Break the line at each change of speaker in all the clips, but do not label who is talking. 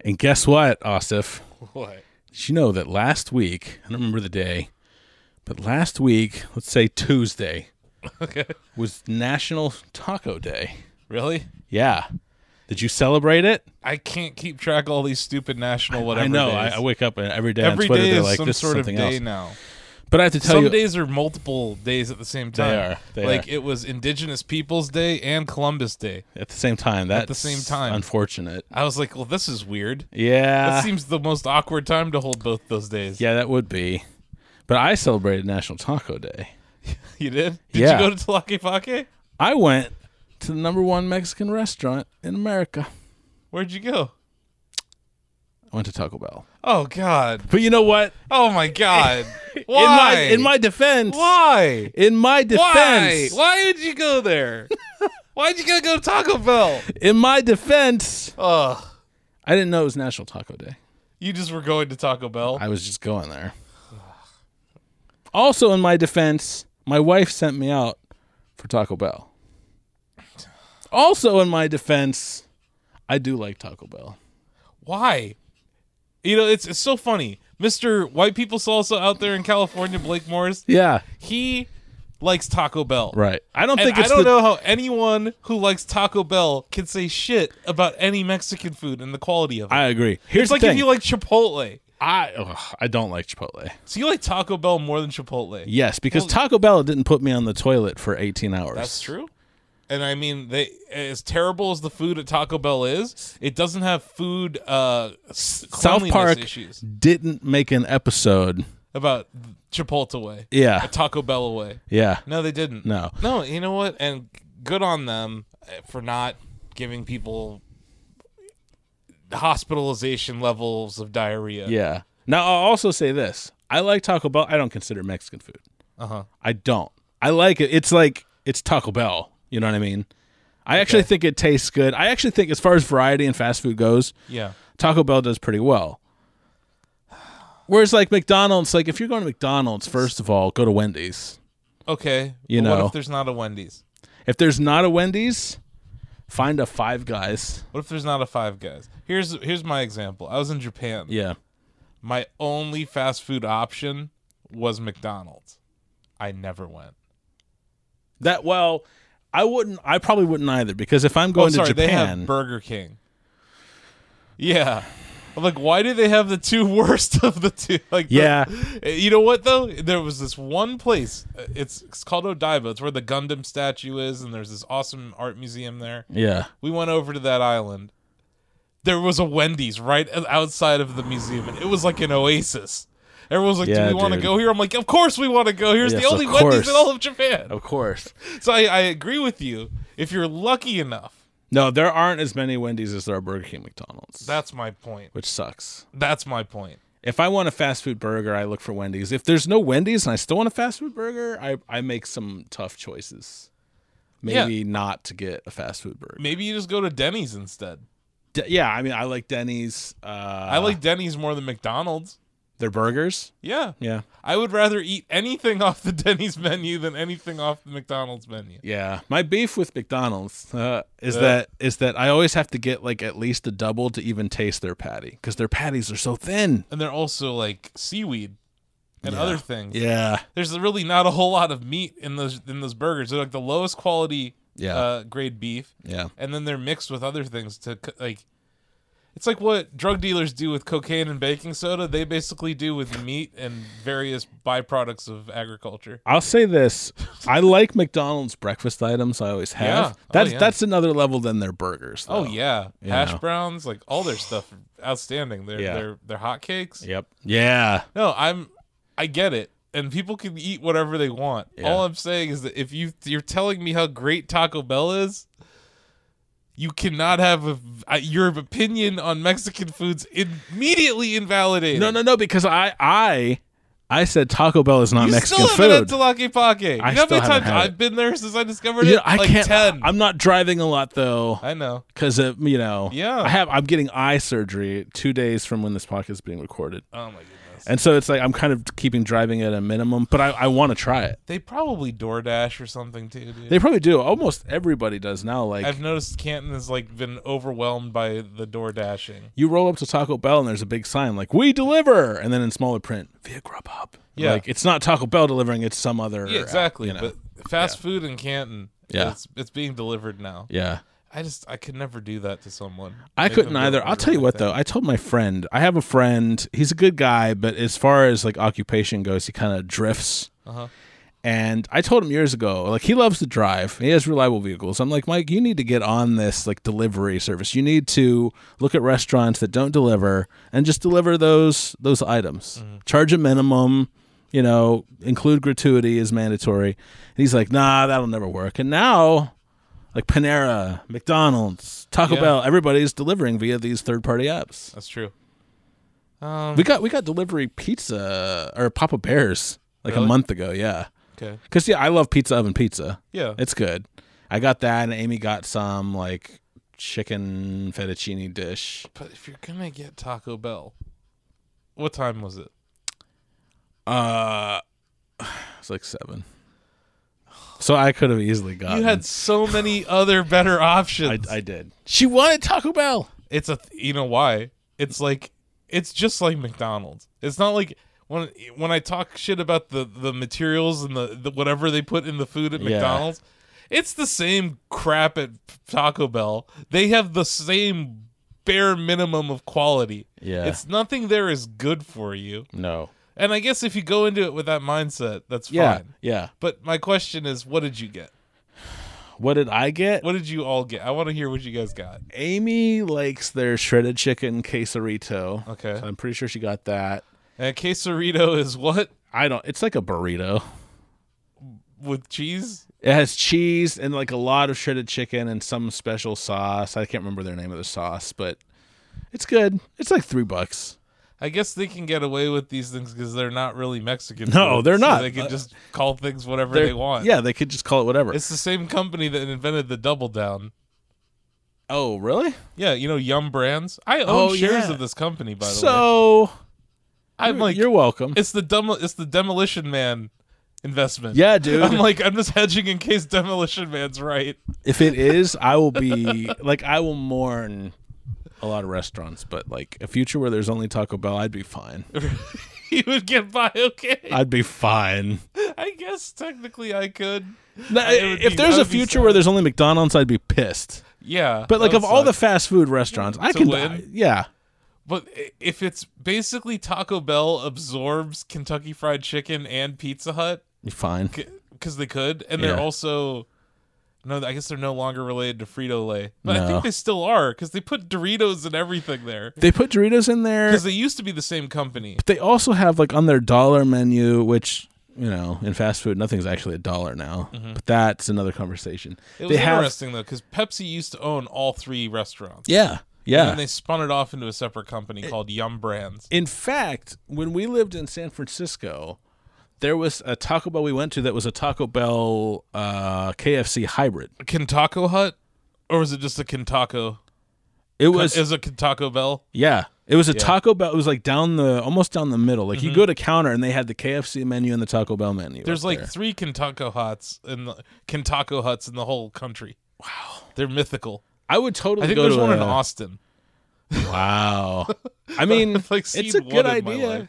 And guess what, Asif?
What?
Did you know that last week, I don't remember the day, but last week, let's say Tuesday,
Okay.
was National Taco Day.
Really?
Yeah. Did you celebrate it?
I can't keep track of all these stupid national whatever.
I know.
Days.
I, I wake up and every day
Every
on Twitter
day
they're
is
like,
some
"This is
sort of
something
day
else."
now.
But I have to tell
Some
you,
days are multiple days at the same time.
are. They
like
are.
it was Indigenous Peoples Day and Columbus Day.
at the same time, that's
the same time.
unfortunate.
I was like, well, this is weird.
Yeah,
that seems the most awkward time to hold both those days.
Uh, yeah, that would be. But I celebrated National Taco Day.
You did? Did
Yeah.
you go to Tlaquepaque?
I went to the number one Mexican restaurant in America.
Where'd you go?
I went to Taco Bell.
Oh God.
But you know what?
Oh my God. Why?
In my in my defense,
Why?
in my
Why?
defense,
Why did you go there? Why'd you gotta go to Taco Bell?
in my defense,
Ugh.
I didn't know it was National Taco Day.
You just were going to Taco Bell.
I was just going there. Also, in my defense, my wife sent me out for Taco Bell. Also, in my defense, I do like Taco Bell.
Why? You know, it's it's so funny. Mr. White People Salsa out there in California, Blake Morris,
Yeah,
he likes Taco Bell.
right. I don't
And
think
I
it's
don't
the,
know how anyone who likes Taco Bell can say shit about any Mexican food and the quality of it.
I agree. Here's
it's like
the
if
thing.
you like Chipotle.
I ugh, I don't like Chipotle.
So you like Taco Bell more than Chipotle.
Yes, because
Well-
Taco Bell didn't put me on the toilet for 18 hours.
That's true. And I mean, they as terrible as the food at Taco Bell is, it doesn't have food uh, s-
South
cleanliness
Park
issues
didn't make an episode.
about Chipotle way,
Yeah,
Taco Bell way.
yeah.
No, they didn't.
No.
no. You know what? And good on them uh, for not giving people hospitalization levels of diarrhea.
Yeah. Now I'll also say this: I like Taco Bell. I don't consider Mexican food.
Uh huh.
I don't. I like it. It's like it's Taco Bell. You know what I mean? I actually think it tastes good. I actually think, as far as variety and fast food goes,
Yeah.
Taco Bell does pretty well. Whereas, like McDonald's, like if you're going to McDonald's, first of all, go to Wendy's.
Okay.
You
but What
know.
if there's not a Wendy's?
If there's not a Wendy's, find a Five Guys.
What if there's not a Five Guys? Here's here's my example. I was in Japan.
Yeah.
my only fast food option was McDonald's. I never went.
That well, I wouldn't. I probably wouldn't either because if I'm
Oh,
going
sorry,
to
they have
Japan,
Burger King. Yeah. I'm like, why do they have the two worst of the two? Like, the- Eh,
Yeah.
you know what though? There was this one place. uh, It's, it's called Odaiba. It's where the Gundam statue is, and there's this awesome art museum there.
yeah,
We went over to that island. There was a Wendy's right o- outside of the museum, and it was like an oasis. Everyone's like,
Yeah,
"Do we want to
dude.
go here?" I'm like, "Of course we want to go. Here's
Yes,
the
of
only Wendy's
course. Oh.
in all of Japan."
of course.
So I, I agree with you. If you're lucky enough,
No, there aren't as many Wendy's as there are Burger King, McDonald's,
that's my point.
which sucks.
That's my point.
If I want a fast food burger, I look for Wendy's. If there's no Wendy's and I still want a fast food burger, I, I make some tough choices. Maybe not to get a fast food burger.
Maybe you just go to Denny's instead.
D- yeah, I mean, I like Denny's. Uh,
I like Denny's more than McDonald's.
their burgers.
Yeah,
Yeah,
I would rather eat anything off the Denny's menu than anything off the McDonald's menu.
yeah. My beef with McDonald's uh, is
Yeah.
that is that I always have to get like at least a double to even taste their patty because their patties are so thin.
And they're also like seaweed and
Yeah.
other things.
Yeah,
there's really not a whole lot of meat in those in those burgers. They're like the lowest quality
Yeah.
uh, grade beef,
yeah,
and then they're mixed with other things to c- like. It's like what drug dealers do with cocaine and baking soda. They basically do with meat and various byproducts of agriculture.
I'll say this: I like McDonald's breakfast items. I always have.
Yeah. Oh,
That's
yeah.
that's another level than their burgers.
Oh
though.
yeah,
Yeah.
hash browns, like all their stuff, outstanding. They're
Yeah.
they're they're hotcakes.
Yep. Yeah.
No, I'm I get it. And people can eat whatever they want.
Yeah.
All I'm saying is that if you you're telling me how great Taco Bell is, you cannot have a, uh, your opinion on Mexican foods immediately invalidated.
No, no, no. Because I, I, I said Taco Bell is not
you
Mexican
still haven't
food.
had Tlaquepaque. You
I
know how
still haven't
many times
had
I've
it.
been there since I discovered
You
it?
know, I
like
can't.
ten.
I'm not driving a lot though,
I know.
because of you know.
Yeah.
I have. I'm getting eye surgery two days from when this podcast is being recorded,
Oh my goodness. guess.
And so it's like I'm kind of keeping driving at a minimum, but I, I want to try it.
They probably DoorDash or something too, dude.
They probably do. Almost everybody does now. Like
I've noticed Canton has like been overwhelmed by the door dashing.
you roll up to Taco Bell and there's a big sign like "We deliver," and then in smaller print via Grubhub.
Yeah.
like it's not Taco Bell delivering; it's some other.
Yeah,
app,
exactly.
you know?
But fast food in Canton,
Yeah.
it's, it's being delivered now.
yeah,
I just I could never do that to someone.
I
Make
couldn't
them go
either. I'll
order
tell you
like
what
that.
though. I told my friend. I have a friend. He's a good guy, but as far as like occupation goes, he kind of drifts.
Uh-huh.
And I told him years ago, like he loves to drive. He has reliable vehicles. I'm like, Mike, you need to get on this like delivery service. You need to look at restaurants that don't deliver and just deliver those those items.
Mm-hmm.
Charge a minimum, you know, include gratuity is mandatory. And he's like, nah, that'll never work. And now like Panera, McDonald's, Taco
Yeah.
Bell, everybody's delivering via these third party apps.
That's true. Um,
We got we got delivery pizza or Papa Bears like a
Really?
month ago, yeah.
okay.
Cause yeah, I love pizza oven pizza.
Yeah.
It's good. I got that, and Amy got some like chicken fettuccine dish.
But if you're gonna get Taco Bell, what time was it?
Uh, it's like seven. So I could have easily gotten.
You had so many other better
Uh, I,
options.
I did. She wanted Taco Bell.
it's a th- you know why? It's like it's just like McDonald's. It's not like when when I talk shit about the the materials and the, the whatever they put in the food at
Yeah.
McDonald's. It's the same crap at Taco Bell. They have the same bare minimum of quality.
Yeah.
It's nothing there is good for you.
No.
And I guess if you go into it with that mindset, that's
Yeah.
fine.
Yeah.
But my question is, what did you get?
What did I get?
What did you all get? I want to hear what you guys got.
Amy likes their shredded chicken quesarito.
Okay.
So I'm pretty sure she got that.
And quesarito is what
I don't. It's like a burrito.
with cheese?
It has cheese and like a lot of shredded chicken and some special sauce. I can't remember their name of the sauce, but it's good. It's like three bucks.
I guess they can get away with these things because they're not really Mexican.
No,
food,
they're
so
not.
they can
Uh,
just call things whatever
They're-
they want.
Yeah, they could just call it whatever.
It's the same company that invented the Double Down.
oh, really?
Yeah, you know Yum Brands. I own
Oh,
shares
yeah.
of this company, by the way.
So
I'm like,
you're welcome.
it's the demo- it's the Demolition Man investment.
Yeah, dude.
I'm like, I'm just hedging in case Demolition Man's right.
if it is, I will be like I will mourn a lot of restaurants, but like a future where there's only Taco Bell, I'd be fine.
he would get by okay.
I'd be fine.
I guess technically I could.
No,
it would
if
be-
there's
I
a
would be
future
sad.
where there's only McDonald's, I'd be pissed.
Yeah,
But like
that
of
would
all the
suck.
fast food restaurants, I
To
can
win.
I- yeah.
but i- if it's basically Taco Bell absorbs Kentucky Fried Chicken and Pizza Hut
You're fine.
because they could, and they're
Yeah.
also no, I guess they're no longer related to Frito Lay, but I
No.
think they still are because they put Doritos and everything there
They put Doritos in there.
because they used to be the same company.
They also have like on their dollar menu, which you know, in fast food, nothing's actually a dollar now. But that's another conversation.
Mm-hmm. It
they
was
have,
interesting though because Pepsi used to own all three restaurants,
yeah,
and
yeah.
then they spun it off into a separate company called Yum Brands.
in fact, when we lived in San Francisco, there was a Taco Bell we went to that was a Taco Bell uh, KFC hybrid.
Kentaco Hut, or was it just a Kentaco?
It
It
was
was a Kentaco Bell.
Yeah. It was a Taco Bell. It was like down the almost down the middle. Like you go to counter and they had the KFC menu and the Taco Bell menu.
Mm-hmm. There's
up
like
there.
three Kentaco huts in the Kentaco huts in the whole country. Wow, they're mythical.
I would totally
I think
go
there's
to
one in
a-
Austin.
Wow. I mean,
I've, like,
it's
seen
a
one
good
in my life.
idea.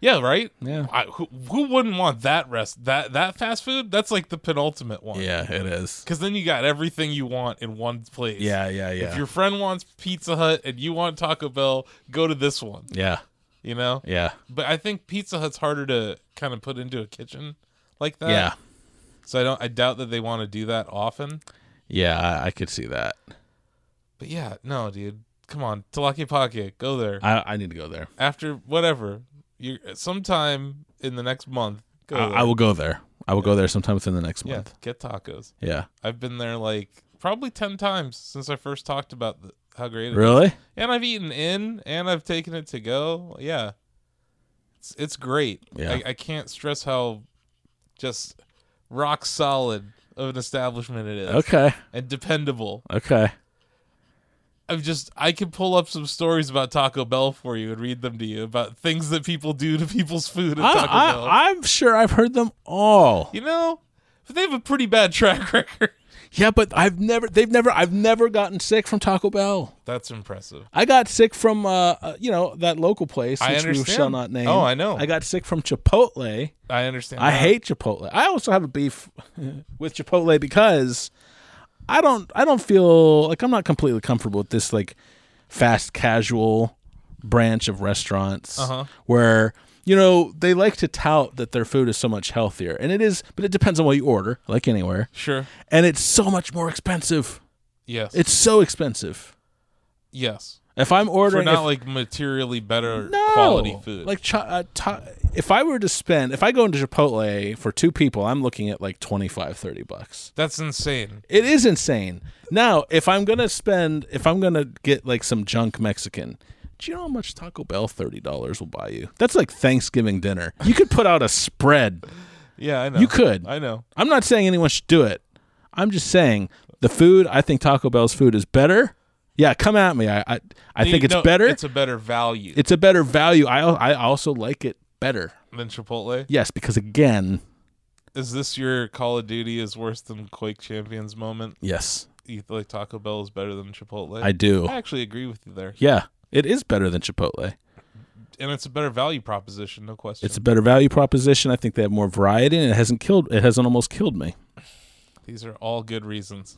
Yeah, right.
Yeah.
I, who, who wouldn't want that rest? That that fast food. That's like the penultimate one.
Yeah, it is.
Because then you got everything you want in one place.
Yeah, yeah, yeah.
If your friend wants Pizza Hut and you want Taco Bell, go to this one.
yeah.
You know.
Yeah.
But I think Pizza Hut's harder to kind of put into a kitchen like that.
Yeah.
So I don't. I doubt that they want to do that often.
Yeah, I, I could see that.
But yeah, no, dude. Come on, Talaki Pocket, go there
I, I need to go there.
after whatever. You sometime in the next month. Go
I,
there.
I will go there. I will go there sometime within the next
Yeah,
month.
get tacos.
Yeah.
I've been there like probably ten times since I first talked about the, how great it is.
Really?
And I've eaten in, and I've taken it to go. Yeah, it's it's great.
Yeah.
I, I can't stress how just rock solid of an establishment it is,
Okay.
and dependable.
Okay.
I'm just I can pull up some stories about Taco Bell for you and read them to you about things that people do to people's food at
I,
Taco Bell.
I, I'm sure I've heard them all.
you know, but they have a pretty bad track record.
Yeah, but I've never, they've never, I've never gotten sick from Taco Bell.
That's impressive.
I got sick from, uh, uh, you know, that local place
I
which we
understand.
shall not name.
Oh, I know.
I got sick from Chipotle.
I understand.
I
that.
hate Chipotle. I also have a beef with Chipotle because I don't, I don't feel like I'm not completely comfortable with this like fast casual branch of restaurants
Uh-huh.
where you know they like to tout that their food is so much healthier and it is but it depends on what you order like anywhere
Sure.
and it's so much more expensive
Yes.
it's so expensive
yes.
if i'm
For
ordering
not
if-
like materially better
no
quality food.
like chi- uh, ta- if i were to spend if i go into chipotle for two people i'm looking at like 25 30 bucks
that's insane.
it is insane now if i'm gonna spend if i'm gonna get like some junk mexican do you know how much taco bell $30 will buy you that's like thanksgiving dinner you could put out a spread
Yeah, I know.
you could
I know.
I'm not saying anyone should do it. I'm just saying the food. I think Taco Bell's food is better. Yeah, come at me. I I, I think it's
No,
better.
It's a better value
It's a better value. I al- I also like it better.
than Chipotle.
Yes, because again,
Is this your Call of Duty is worse than Quake Champions moment?
yes,
You feel like Taco Bell is better than Chipotle?
I do.
I actually agree with you there.
Yeah, it is better than Chipotle.
And it's a better value proposition, no question.
It's a better value proposition. I think they have more variety, and it hasn't killed. It hasn't almost killed me.
These are all good reasons.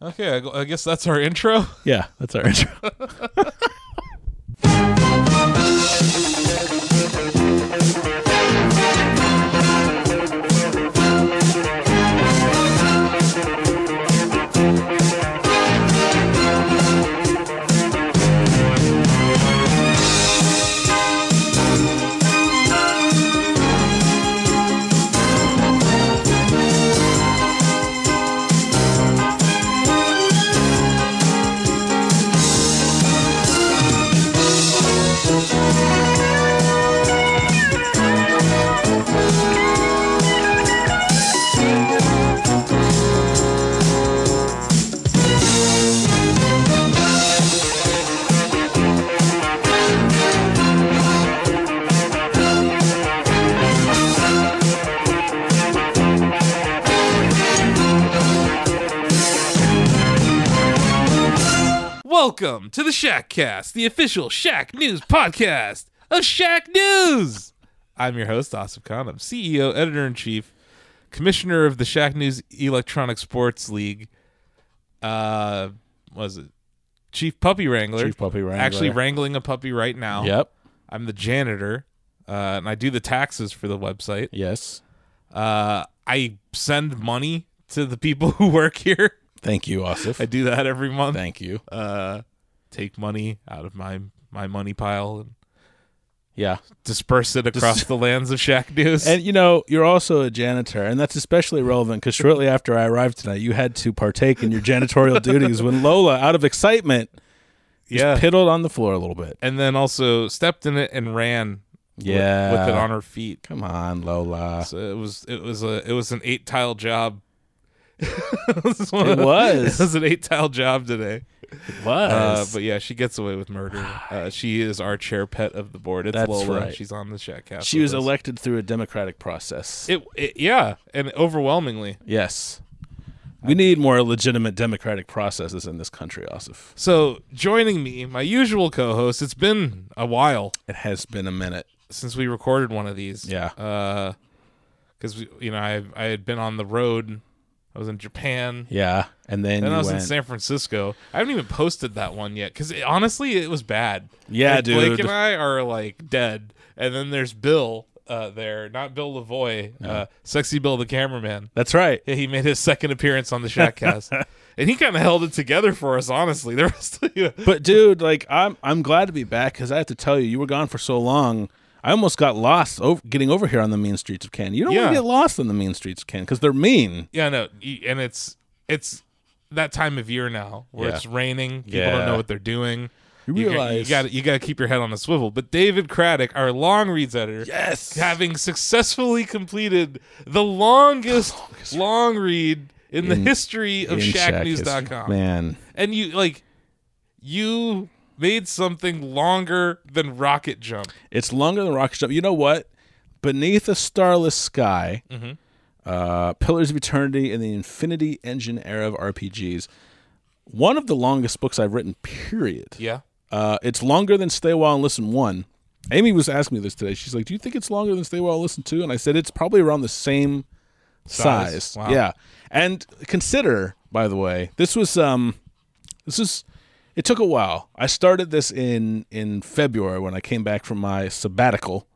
Okay, I, gu- I guess that's our intro.
Yeah, that's our intro.
Welcome to the Shack Cast, the official Shack News podcast of Shack News. I'm your host, Asif Khan. I'm CEO, editor in chief, commissioner of the Shack News Electronic Sports League. Uh, was it chief puppy wrangler?
Chief puppy wrangler.
Actually, wrangling a puppy right now.
Yep.
I'm the janitor, uh, and I do the taxes for the website.
Yes.
Uh, I send money to the people who work here.
Thank you,
I
Asif.
do that every month.
Thank you.
Uh, take money out of my my money pile and
Yeah.
disperse it across the lands of Shack News.
And you know, you're also a janitor, and that's especially relevant because shortly after I arrived tonight, you had to partake in your janitorial duties when Lola, out of excitement,
yeah.
piddled on the floor a little bit.
and then also stepped in it and ran. with-
Yeah.
With, it on her feet.
Come on, Lola.
So it was it was a it was an eight tile job.
It was.
It was an eight tile job today. Uh,
Was
but yeah, she gets away with murder. Uh, she is our chair pet of the board. It's
That's
Lola.
right.
She's on the Shack Cast.
she
with
was
us.
elected through a democratic process.
It, it yeah, and overwhelmingly.
yes. We need more legitimate democratic processes in this country, Asif.
So joining me, my usual co-host. It's been a while
It has been a minute.
since we recorded one of these.
Yeah.
because you know I I had been on the road. I was in Japan.
Yeah. And then
Then
you
I was
went.
in San Francisco. I haven't even posted that one yet because honestly, it was bad.
Yeah,
Like, Blake
dude.
and I are like dead. And then there's Bill uh, there, not Bill Lavoy, uh, sexy Bill the cameraman.
That's right.
Yeah, he made his second appearance on the Shackcast, and he kind of held it together for us. Honestly, the rest of you,
But dude, like I'm I'm glad to be back because I have to tell you, you were gone for so long. I almost got lost over, getting over here on the mean streets of Canton. You don't want
Yeah.
to get lost on the mean streets of Canton because they're mean.
yeah, no, y- and it's it's that time of year now where
Yeah.
it's raining. People don't
Yeah.
know what they're doing.
You
got-
realize-
you got you got to keep your head on a swivel. But David Craddock, our long reads editor,
Yes.
having successfully completed the longest, long read in the history of
In Shack is-
shacknews.com.
Man,
And you like you made something longer than rocket jump.
It's longer than Rocket Jump. You know what? Beneath a starless sky, uh, Pillars of Eternity in the Infinity Engine era of RPGs, one of the longest books I've written, period.
Yeah.
Uh, it's longer than Stay a While and Listen 1. Amy was asking me this today. She's like, Do you think it's longer than Stay a While and Listen 2? And I said, It's probably around the same
Size.
size.
Wow.
Yeah. And consider, by the way, this was um this is it took a while. I started this in in February when I came back from my sabbatical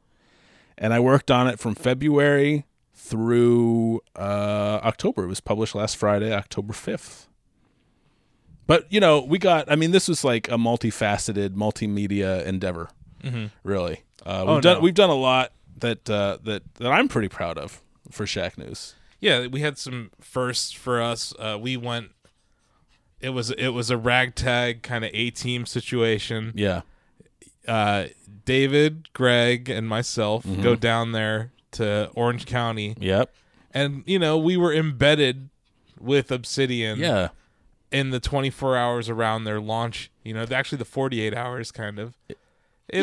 and I worked on it from February through uh October. It was published last Friday, October 5th. But you know, we got I mean this was like a multifaceted multimedia endeavor. Really. Uh we've
Oh,
done
no.
we've done a lot that uh that that I'm pretty proud of for Shack News.
Yeah, we had some firsts for us. Uh, we went. It was it was a ragtag kind of A team situation.
Yeah.
uh, David, Greg, and myself
Mm-hmm.
go down there to Orange County,
Yep.
and you know we were embedded with Obsidian
Yeah.
in the 24 hours around their launch. You know, actually the 48 hours, kind of. It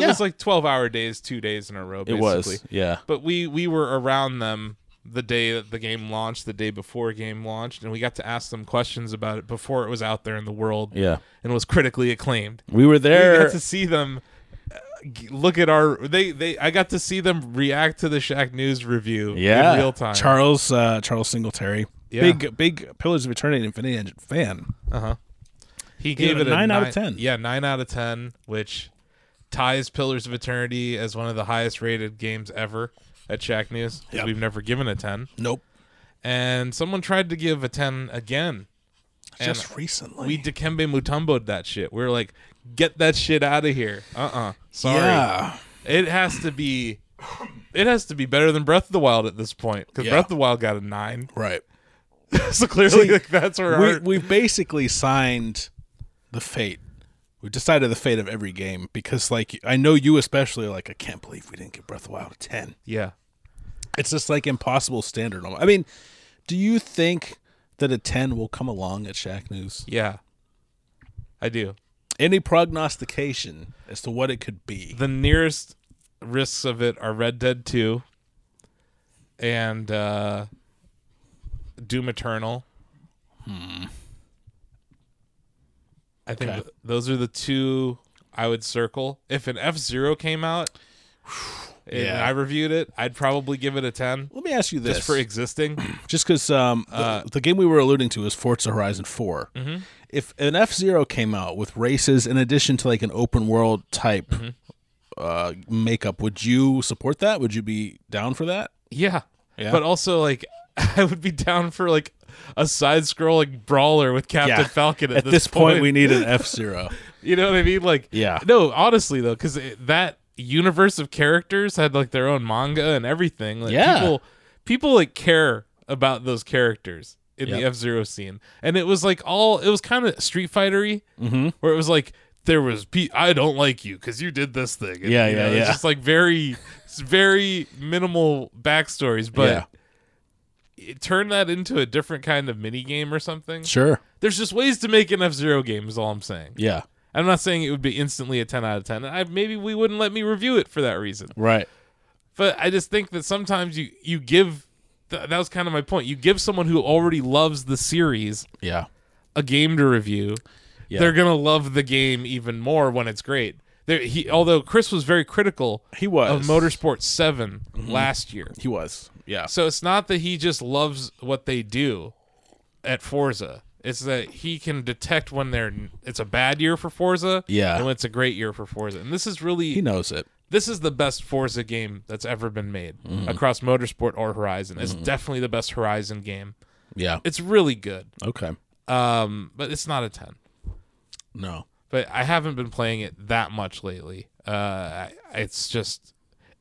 Yeah.
was like 12 hour days, two days in a row. Basically.
It was. Yeah.
but we we were around them the day that the game launched, the day before game launched, and we got to ask them questions about it before it was out there in the world,
Yeah.
and was critically acclaimed.
We were
I
there.
got to see them uh, g- look at our they they I got to see them react to the Shaq News review
yeah.
in real time.
Charles uh Charles Singletary.
Yeah.
Big big Pillars of Eternity and Infinity Engine fan.
he gave
gave
it
it
a
a nine out of 10.
Yeah, 9 out of 10, which ties Pillars of Eternity as one of the highest rated games ever at Shaq News. 'cause
Yep.
We've never given a 10.
Nope.
And someone tried to give a 10 again. And
Just recently.
we Dikembe Mutombo'd that shit. We were like, get that shit out of here. Uh-uh. Sorry.
Yeah.
It has to be. It has to be better than Breath of the Wild at this point because
Yeah.
Breath of the Wild got a nine.
Right.
so clearly,
See,
like, that's where
We
our-
we've basically signed the fate. We've decided the fate of every game because like I know you especially are like I can't believe we didn't get Breath of the Wild a 10.
yeah.
It's just like impossible standard. I mean, do you think that a 10 will come along at Shack News?
Yeah. I do.
any prognostication as to what it could be.
The nearest risks of it are Red Dead Two and uh, Doom Eternal. Hmm. I think
Okay.
th- those are the two I would circle. If an F Zero came out. And
Yeah.
I reviewed it. I'd probably give it a ten.
Let me ask you this:
just for existing.
just because um, the, Mm-hmm. the game we were alluding to is Forza Horizon 4 If an F Zero came out with races in addition to like an open world type uh, makeup, would you support that? Would you be down for that?
yeah.
Yeah.
But also like I would be down for like a side scrolling brawler with Captain Falcon at,
At, this point, we need an F Zero.
You know what I mean? Like
Yeah.
No, honestly though, because that universe of characters had like their own manga and everything. Like
Yeah.
people people like care about those characters in the
Yep.
F Zero scene. And it was like all it was kind of Street Fightery
Mm-hmm.
where it was like there was pe- I don't like you because you did this thing. And,
Yeah,
you
yeah,
know, It's
yeah.
just like very, it's very minimal backstories, but
Yeah.
it- turn that into a different kind of mini game or something.
sure.
There's just ways to make an F Zero game. Is all I'm saying.
Yeah.
I'm not saying it would be instantly a 10 out of 10. I maybe we wouldn't let me review it for that reason.
Right.
But I just think that sometimes you you give th- that was kind of my point. You give someone who already loves the series
Yeah.
a game to review,
Yeah.
they're gonna love the game even more when it's great. There, he, although Chris was very critical,
He was. Mm-hmm.
of Motorsport 7 last year.
He was. Yeah.
So it's not that he just loves what they do at Forza. It's that he can detect when they're it's a bad year for Forza,
Yeah.
and when it's a great year for Forza. And this is
He
really
knows it.
this is the best Forza game that's ever been made
Mm-hmm.
across Motorsport or Horizon. It's definitely the best Horizon game.
Yeah.
It's really good,
Okay.
um, but it's not a ten.
No.
But I haven't been playing it that much lately. Uh, I- it's just.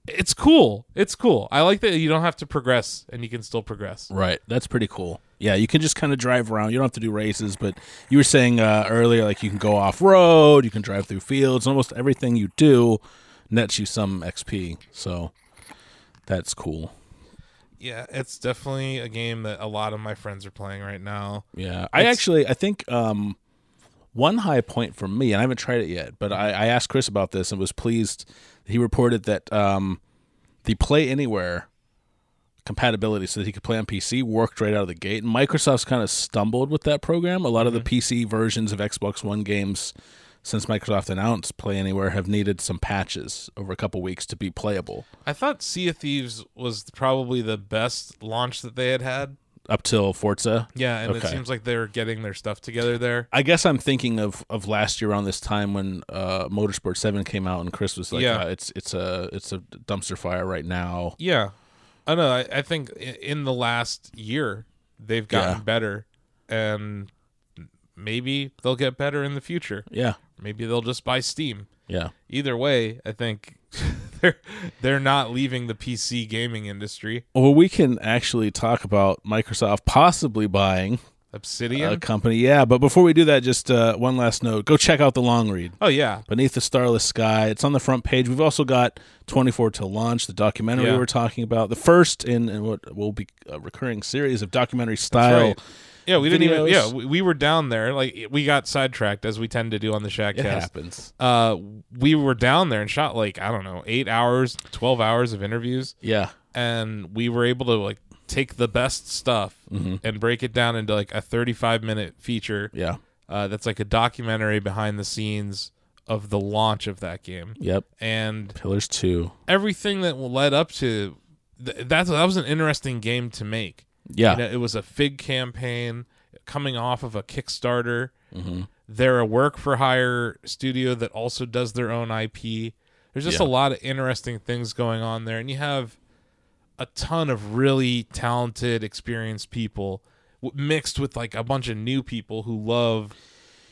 It's cool. It's cool. I like that you don't have to progress and you can still progress.
Right. That's pretty cool. Yeah, you can just kind of drive around. You don't have to do races, but you were saying uh, earlier, like you can go off road, you can drive through fields, and almost everything you do nets you some XP. So that's cool.
Yeah, it's definitely a game that a lot of my friends are playing right now.
Yeah, I
It's-
actually I think um, One high point for me, and I haven't tried it yet, but I, I asked Chris about this and was pleased. He reported that um, the Play Anywhere compatibility so that he could play on PC worked right out of the gate. And Microsoft's kind of stumbled with that program. A lot of the PC versions of Xbox One games since Microsoft announced Play Anywhere have needed some patches over a couple weeks to be playable
I thought Sea of Thieves was probably the best launch that they had had.
up till Forza.
Yeah, and it
Okay.
seems like they're getting their stuff together there.
I guess I'm thinking of, of last year around this time when uh, Motorsport Seven came out and Chris was like,
Yeah.
uh, "It's it's a it's a dumpster fire right now."
Yeah, I know. I, I think i- in the last year they've gotten
Yeah.
better, and maybe they'll get better in the future.
Yeah,
Maybe they'll just buy Steam.
yeah,
Either way, I think they're they're not leaving the PC gaming industry.
or we can actually talk about Microsoft possibly buying
Obsidian.
a company. Yeah, but before we do that, just uh, one last note: go check out the long read.
oh yeah,
Beneath the Starless Sky. It's on the front page. We've also got 24 Till Launch, the documentary
Yeah.
we we're talking about, the first in, in what will be a recurring series of documentary style.
right. yeah. We didn't even.
videos.
Yeah, we, we were down there. Like we got sidetracked as we tend to do on the Shackcast.
It happens.
Uh, we were down there and shot like I don't know eight hours, twelve hours of interviews.
Yeah.
and we were able to like take the best stuff and break it down into like a 35 minute feature
Yeah.
uh, that's like a documentary behind the scenes of the launch of that game
Yep.
and
Pillars 2.
everything that led up to th- that's that was an interesting game to make
Yeah.
you know, it was a fig campaign coming off of a kickstarter
Mhm.
they're a work for hire studio that also does their own ip there's just
Yeah.
a lot of interesting things going on there and you have a ton of really talented experienced people w- mixed with like a bunch of new people who love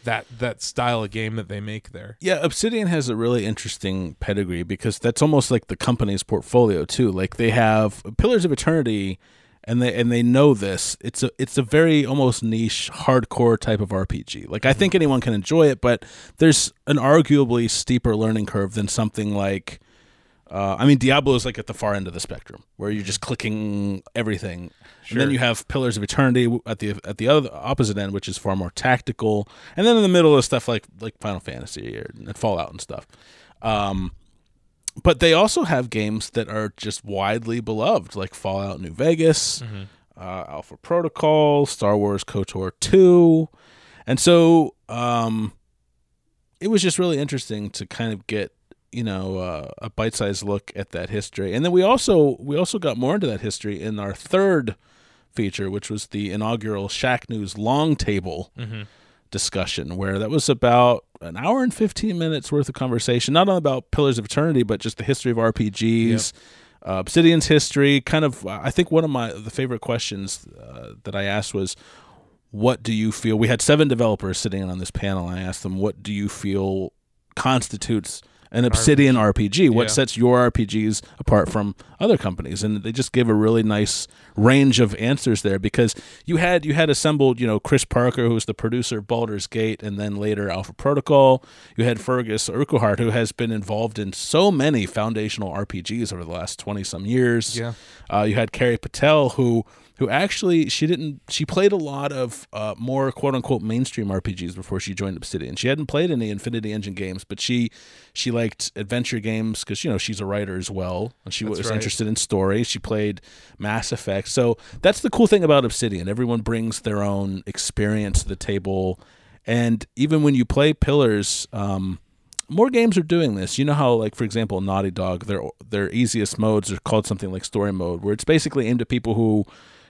that that style of game that they make there
Yeah, Obsidian has a really interesting pedigree because that's almost like the company's portfolio too. Like they have Pillars of Eternity and they and they know this. It's a it's a very almost niche hardcore type of RPG. Like I think anyone can enjoy it, but there's an arguably steeper learning curve than something like uh, I mean, Diablo is like at the far end of the spectrum, where you're just clicking everything, and
Sure.
then you have Pillars of Eternity w- at the at the other opposite end, which is far more tactical, and then in the middle is stuff like like Final Fantasy or and Fallout and stuff. Um, but they also have games that are just widely beloved, like Fallout New Vegas, uh, Alpha Protocol, Star Wars KOTOR two, and so um, it was just really interesting to kind of get you know uh, a bite-sized look at that history and then we also we also got more into that history in our third feature which was the inaugural shack news long table
Mhm.
discussion where that was about an hour and 15 minutes worth of conversation not only about pillars of eternity but just the history of rpgs uh, obsidian's history kind of i think one of my the favorite questions uh, that i asked was what do you feel we had seven developers sitting in on this panel and i asked them what do you feel constitutes an obsidian rpg what
Yeah.
sets your rpgs apart from other companies and they just give a really nice range of answers there because you had you had assembled you know chris parker who was the producer of baldur's gate and then later alpha protocol you had fergus urquhart who has been involved in so many foundational rpgs over the last 20 some years
Yeah.
uh, you had Carrie Patel, who who actually she didn't she played a lot of uh, more quote unquote mainstream RPGs before she joined Obsidian. She hadn't played any Infinity Engine games, but she she liked adventure games because you know she's a writer as well, and she
That's
was
right.
interested in story. She played Mass Effect, so that's the cool thing about Obsidian. Everyone brings their own experience to the table, and even when you play Pillars. Um, more games are doing this. You know how, like for example, Naughty Dog, their their easiest modes are called something like story mode, where it's basically aimed at people who,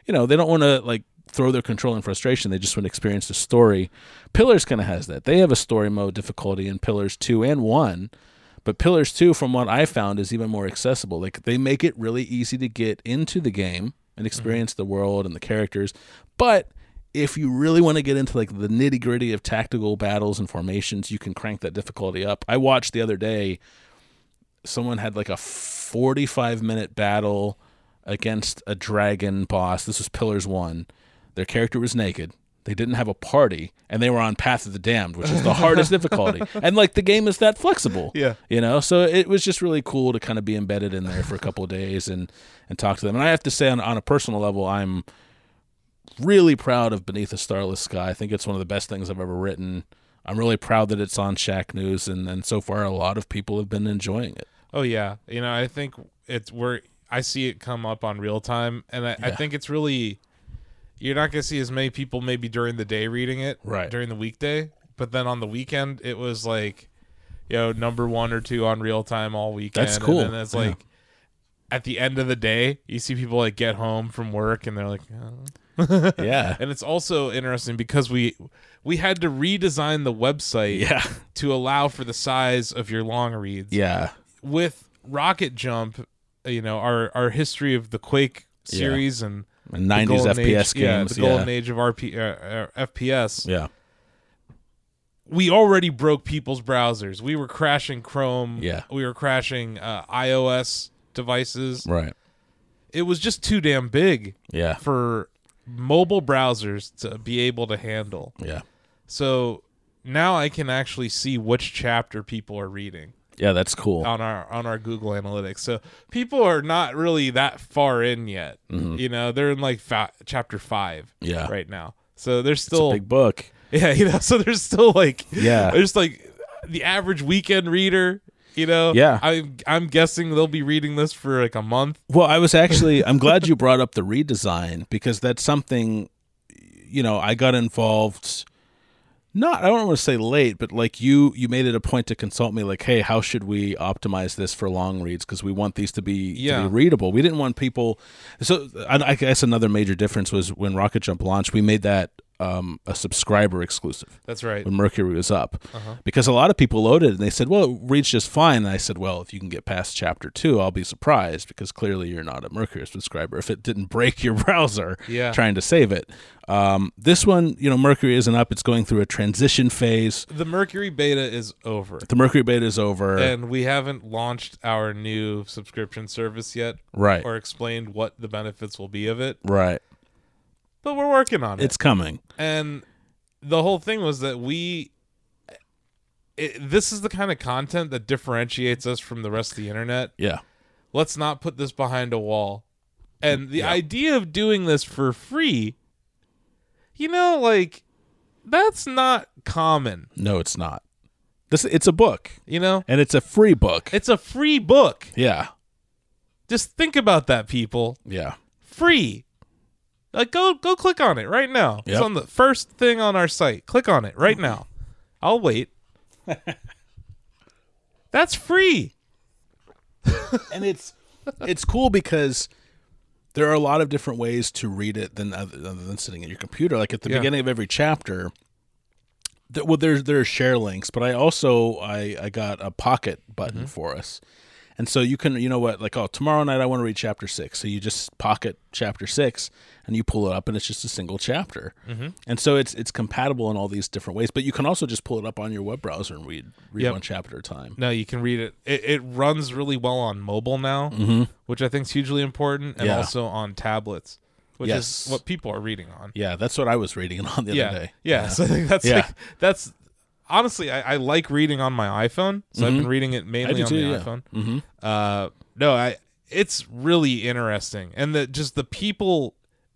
you know, they don't want to like throw their control and frustration. They just want to experience the story. Pillars kind of has that. They have a story mode difficulty in Pillars two and one, but Pillars two, from what I found, is even more accessible. Like they make it really easy to get into the game and experience the world and the characters, but if you really want to get into like the nitty gritty of tactical battles and formations, you can crank that difficulty up. I watched the other day someone had like a 45 minute battle against a dragon boss. This was Pillars 1. Their character was naked. They didn't have a party and they were on Path of the Damned, which is the hardest difficulty. And like the game is that flexible.
Yeah.
You know, so it was just really cool to kind of be embedded in there for a couple of days and and talk to them. And I have to say on on a personal level, I'm really proud of Beneath a Starless Sky. I think it's one of the best things I've ever written. I'm really proud that it's on Shack News, and, and so far a lot of people have been enjoying it.
Oh yeah, you know I think it's where I see it come up on real time, and I, I
Yeah.
think it's really you're not gonna see as many people maybe during the day reading it,
Right.
During the weekday, but then on the weekend it was like, you know, number one or two on real time all weekend.
That's cool.
And then it's
Yeah.
like at the end of the day, you see people like get home from work and they're like, "Oh."
Yeah.
and it's also interesting because we we had to redesign the website
yeah.
to allow for the size of your long reads
Yeah.
with Rocket Jump, you know, our our history of the Quake series and
And
the
90s
golden
FPS
age, yeah,
games.
the
Yeah.
golden age of RP, uh, uh, FPS.
yeah.
We already broke people's browsers. We were crashing Chrome.
Yeah.
we were crashing uh, iOS devices.
Right.
It was just too damn big
Yeah.
for mobile browsers to be able to handle.
Yeah.
So now I can actually see which chapter people are reading.
Yeah. That's cool.
on our on our Google Analytics. So people are not really that far in yet. You know, they're in like fa- chapter five
Mm-hmm. Yeah.
right now. So they're
It's a
still
big book.
yeah, you know. So they're still like
Yeah.
they're just like the average weekend reader. You know,
Yeah.
I'm I'm guessing they'll be reading this for like a month.
Well, I was actually I'm glad you brought up the redesign because that's something you know, I got involved not I don't want to say late, but like you you made it a point to consult me like, "Hey, how should we optimize this for long reads because we want these to be
Yeah.
to be readable. We didn't want people so I, I guess another major difference was when Rocket Jump launched, we made that um, a subscriber exclusive
That's right.
when Mercury was up,
Uh-huh.
because a lot of people loaded and they said, "Well, it reads just fine." And I said, "Well, if you can get past chapter two, I'll be surprised because clearly you're not a Mercury subscriber if it didn't break your browser
Yeah.
trying to save it." Um, this one, you know, Mercury isn't up; it's going through a transition phase.
The Mercury beta is over,
The Mercury beta is over,
and we haven't launched our new subscription service yet,
right?
or explained what the benefits will be of it.
right,
But we're working on it.
it's coming.
and the whole thing was that we it, this is the kind of content that differentiates us from the rest of the internet
Yeah,
let's not put this behind a wall and the idea of doing this for free you know like that's not common
no, it's not. This it's a book,
you know
and it's a free book.
it's a free book
yeah,
just think about that people
yeah,
free like go go click on it right now it's
Yep.
on the first thing on our site click on it right now i'll wait that's free
and it's it's cool because there are a lot of different ways to read it than other, other than sitting at your computer. Like at the
Yeah.
beginning of every chapter, th- well, there's there are share links, but I also I I got a pocket button
Mm-hmm.
for us, and so you can you know what like oh tomorrow night I want to read chapter six, so you just pocket chapter six and you pull it up and it's just a single chapter, mm-hmm. and so it's it's compatible in all these different ways. But you can also just pull it up on your web browser and read read
Yep.
one chapter at a time.
no you can read it it, it runs really well on mobile now which i think is hugely important and
Mm-hmm. Yeah.
also on tablets which
Yes.
is what people are reading on
Yeah, that's what I was reading it on the
yeah
other day.
yeah so i think that's
Yeah.
like that's honestly I, I like reading on my iphone so i've been reading it mainly
Mm-hmm. do
on
too,
the
yeah. Mm-hmm.
iphone uh no i it's really interesting and the just the people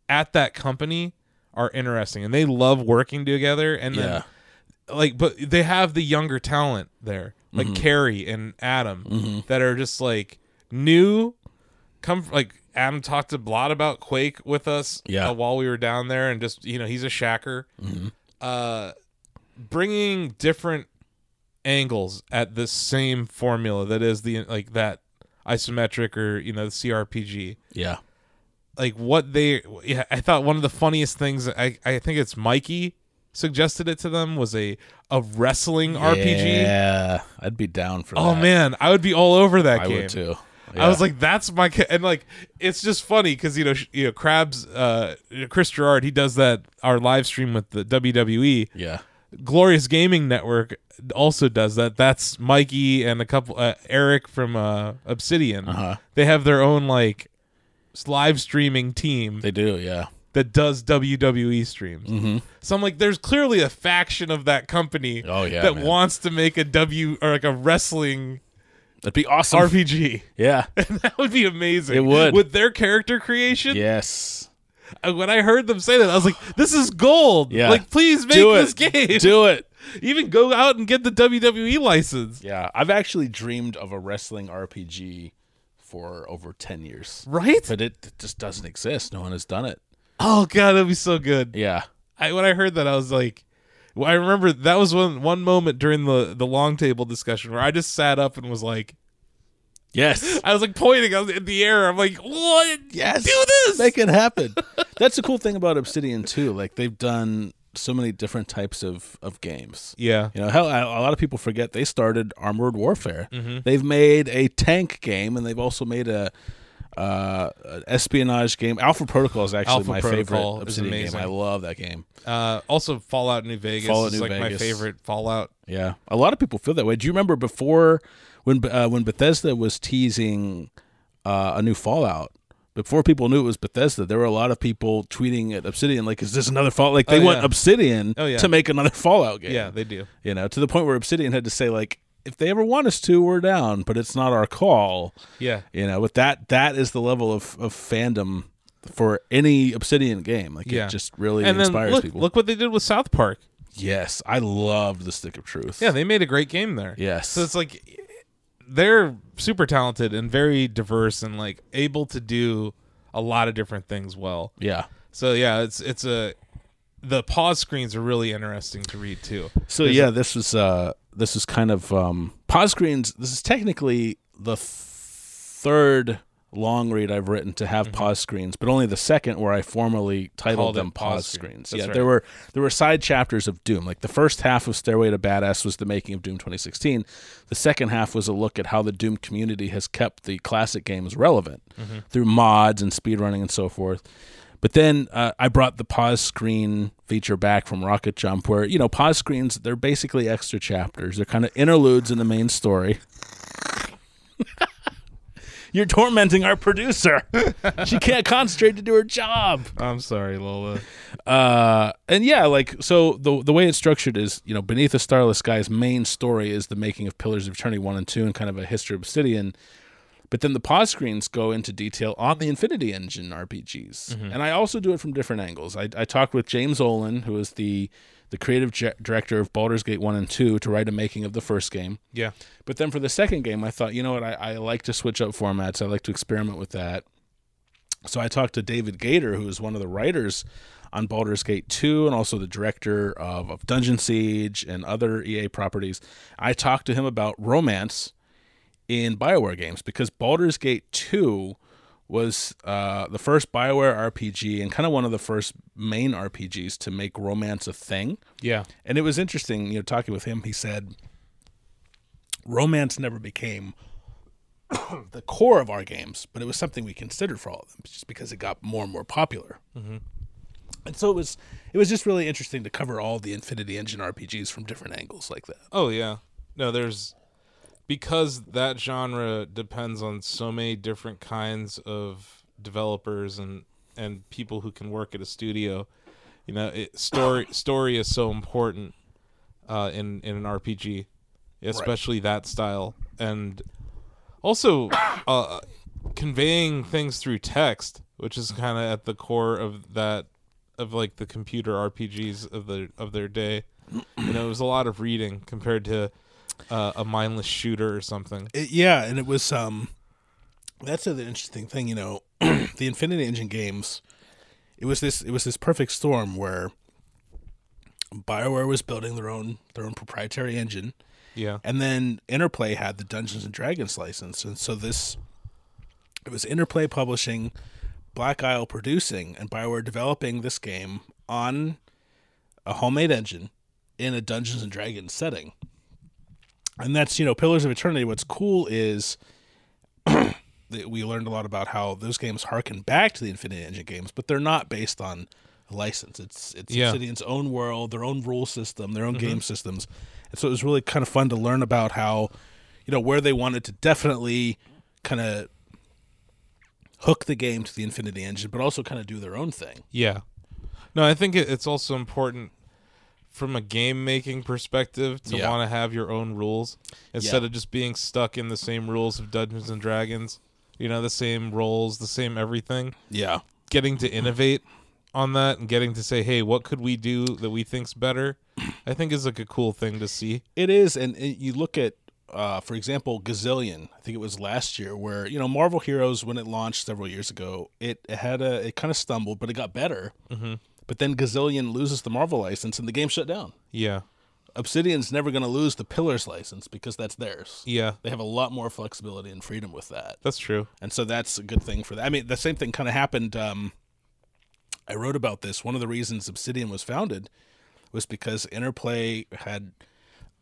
at that company are interesting and they love working together and
Yeah.
then, like but they have the younger talent there like carrie and adam that are just like new come like adam talked a lot about quake with us
Yeah.
uh, while we were down there and just you know he's a shacker uh bringing different angles at the same formula that is the like that isometric or you know the crpg
Yeah.
like what they yeah, i thought one of the funniest things i i think it's mikey suggested it to them was a a wrestling rpg
Yeah, I'd be down for
oh
that.
man i would be all over that
I
game
would too.
I was like, "That's my," ca-. and like, it's just funny because you know, sh- you know, Krabs, uh, Chris Gerard, he does that our live stream with the WWE,
yeah,
Glorious Gaming Network also does that. That's Mikey and a couple uh, Eric from uh, Obsidian.
Uh-huh.
They have their own like s- live streaming team
they do. Yeah,
that does WWE streams.
Mm-hmm.
So I'm like, there's clearly a faction of that company
Oh, yeah,
that
man.
wants to make a W or like a wrestling
that'd be awesome.
RPG.
yeah,
that would be amazing.
It would.
with their character creation.
yes,
uh, When I heard them say that, I was like, this is gold.
Yeah.
Like, please make
do
this
it,
game.
do it.
Even go out and get the WWE license.
Yeah, I've actually dreamed of a wrestling RPG for over 10 years.
Right?
But it, it just doesn't exist. No one has done it.
Oh god, that'd be so good.
Yeah.
I, when I heard that, I was like, well, I remember that was one one moment during the the long table discussion where I just sat up and was like,
Yes.
I was like pointing I was in the air. I'm like, what?
Yes.
do this.
Make it happen. That's the cool thing about Obsidian too. Like they've done so many different types of of games.
yeah.
You know, hell, a a lot of people forget they started Armored Warfare.
Mm-hmm.
They've made a tank game, and they've also made a uh, an espionage game. Alpha Protocol is actually
Alpha
my
Protocol
favorite
is
Obsidian game.
amazing.
I love that game.
Uh, also, Fallout New Vegas
Fallout
is
New
like my
Vegas.
favorite Fallout.
Yeah, a lot of people feel that way. Do you remember before when uh, when Bethesda was teasing uh, a new Fallout? Before people knew it was Bethesda, there were a lot of people tweeting at Obsidian like, "Is this another Fallout?" Like they
Oh,
want
yeah.
Obsidian
Oh, yeah.
to make another Fallout game.
Yeah, they do.
you know, to the point where Obsidian had to say like, "If they ever want us to, we're down, but it's not our call."
Yeah.
You know, with that that is the level of, of fandom for any Obsidian game. Like
Yeah.
it just really
and then
inspires
look,
people.
look what they did with South Park.
Yes, I loved the Stick of Truth.
Yeah, they made a great game there.
Yes.
So it's like they're super talented and very diverse and like able to do a lot of different things well.
yeah.
So yeah, it's it's a the pause screens are really interesting to read too.
So yeah, this was uh this is kind of um pause screens. This is technically the th- third long read I've written to have pause screens, but only the second where I formally titled
Mm-hmm. Called it
them
pause
pause,
screens.
screens.
That's
Yeah,
right.
there were there were side chapters of Doom. Like the first half of Stairway to Badass was the making of Doom 2016. The second half was a look at how the Doom community has kept the classic games relevant
Mm-hmm.
through mods and speedrunning and so forth. But then uh, I brought the pause screen feature back from Rocket Jump, where you know pause screens they're basically extra chapters. They're kind of interludes in the main story. You're tormenting our producer. she can't concentrate to do her job.
I'm sorry, Lola.
Uh, and yeah, like so the the way it's structured is you know beneath a starless sky's main story is the making of Pillars of Eternity one and two and kind of a history of Obsidian. But then the pause screens go into detail on the Infinity Engine RPGs, and I also do it from different angles. I, I talked with James Olin, who is the the creative ge- director of Baldur's Gate one and two, to write a making of the first game.
Yeah.
But then for the second game, I thought, you know what, I, I like to switch up formats. I like to experiment with that. So I talked to David Gator, who is one of the writers on Baldur's Gate 2 and also the director of, of Dungeon Siege and other EA properties. I talked to him about romance in BioWare games because Baldur's Gate 2 was uh, the first BioWare RPG and kind of one of the first main RPGs to make romance a thing.
Yeah.
And it was interesting, you know, talking with him, he said romance never became the core of our games, but it was something we considered for all of them just because it got more and more popular. And so it was it was just really interesting to cover all the Infinity Engine RPGs from different angles like that.
Oh yeah. No, there's because that genre depends on so many different kinds of developers and and people who can work at a studio. You know, it, story story is so important uh, in in an RPG, especially that style, and also uh, conveying things through text, which is kind of at the core of that of like the computer RPGs of the of their day. You know, it was a lot of reading compared to uh, a mindless shooter or something.
It- yeah, and it was um that's the other interesting thing, you know, the Infinity Engine games. It was this it was this perfect storm where BioWare was building their own their own proprietary engine
Yeah,
And then Interplay had the Dungeons and Dragons license, and so this it was Interplay publishing, Black Isle producing, and Bioware developing this game on a homemade engine in a Dungeons and Dragons setting. And that's, you know, Pillars of Eternity. What's cool is that we learned a lot about how those games harken back to the Infinity Engine games, but they're not based on a license. It's it's
Yeah.
Obsidian's own world, their own rule system, their own game systems. And so it was really kind of fun to learn about how, you know, where they wanted to definitely kind of hook the game to the Infinity Engine, but also kind of do their own thing.
yeah. No, I think it, it's also important from a game making perspective to
Yeah.
want to have your own rules instead
Yeah.
of just being stuck in the same rules of Dungeons and Dragons. You know, the same roles, the same everything.
Yeah.
Getting to innovate on that and getting to say, hey, what could we do that we think's better? I think is like a cool thing to see.
It is, and it, you look at, uh, for example, Gazillion. I think it was last year where you know Marvel Heroes when it launched several years ago, it, it had a it kind of stumbled, but it got better. Mm-hmm. But then Gazillion loses the Marvel license, and the game shut down.
Yeah.
Obsidian's never going to lose the Pillars license because that's theirs.
Yeah.
They have a lot more flexibility and freedom with that,
That's true.
and so that's a good thing for that. I mean, the same thing kind of happened. Um, I wrote about this. One of the reasons Obsidian was founded was because Interplay had,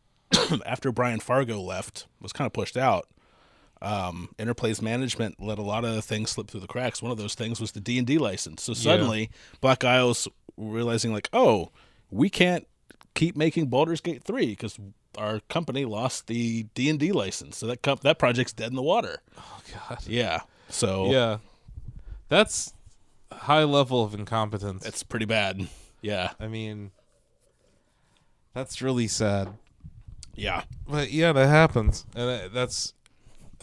after Brian Fargo left, was kind of pushed out. Um, Interplay's management let a lot of things slip through the cracks. One of those things was the D and D license. So suddenly, Black Isles realizing like, oh, we can't keep making Baldur's Gate three because our company lost the D and D license. So that comp- that project's dead in the water.
Oh god.
Yeah. So
Yeah. That's a high level of incompetence.
it's pretty bad. Yeah.
I mean that's really sad.
Yeah.
But yeah, that happens. And that- that's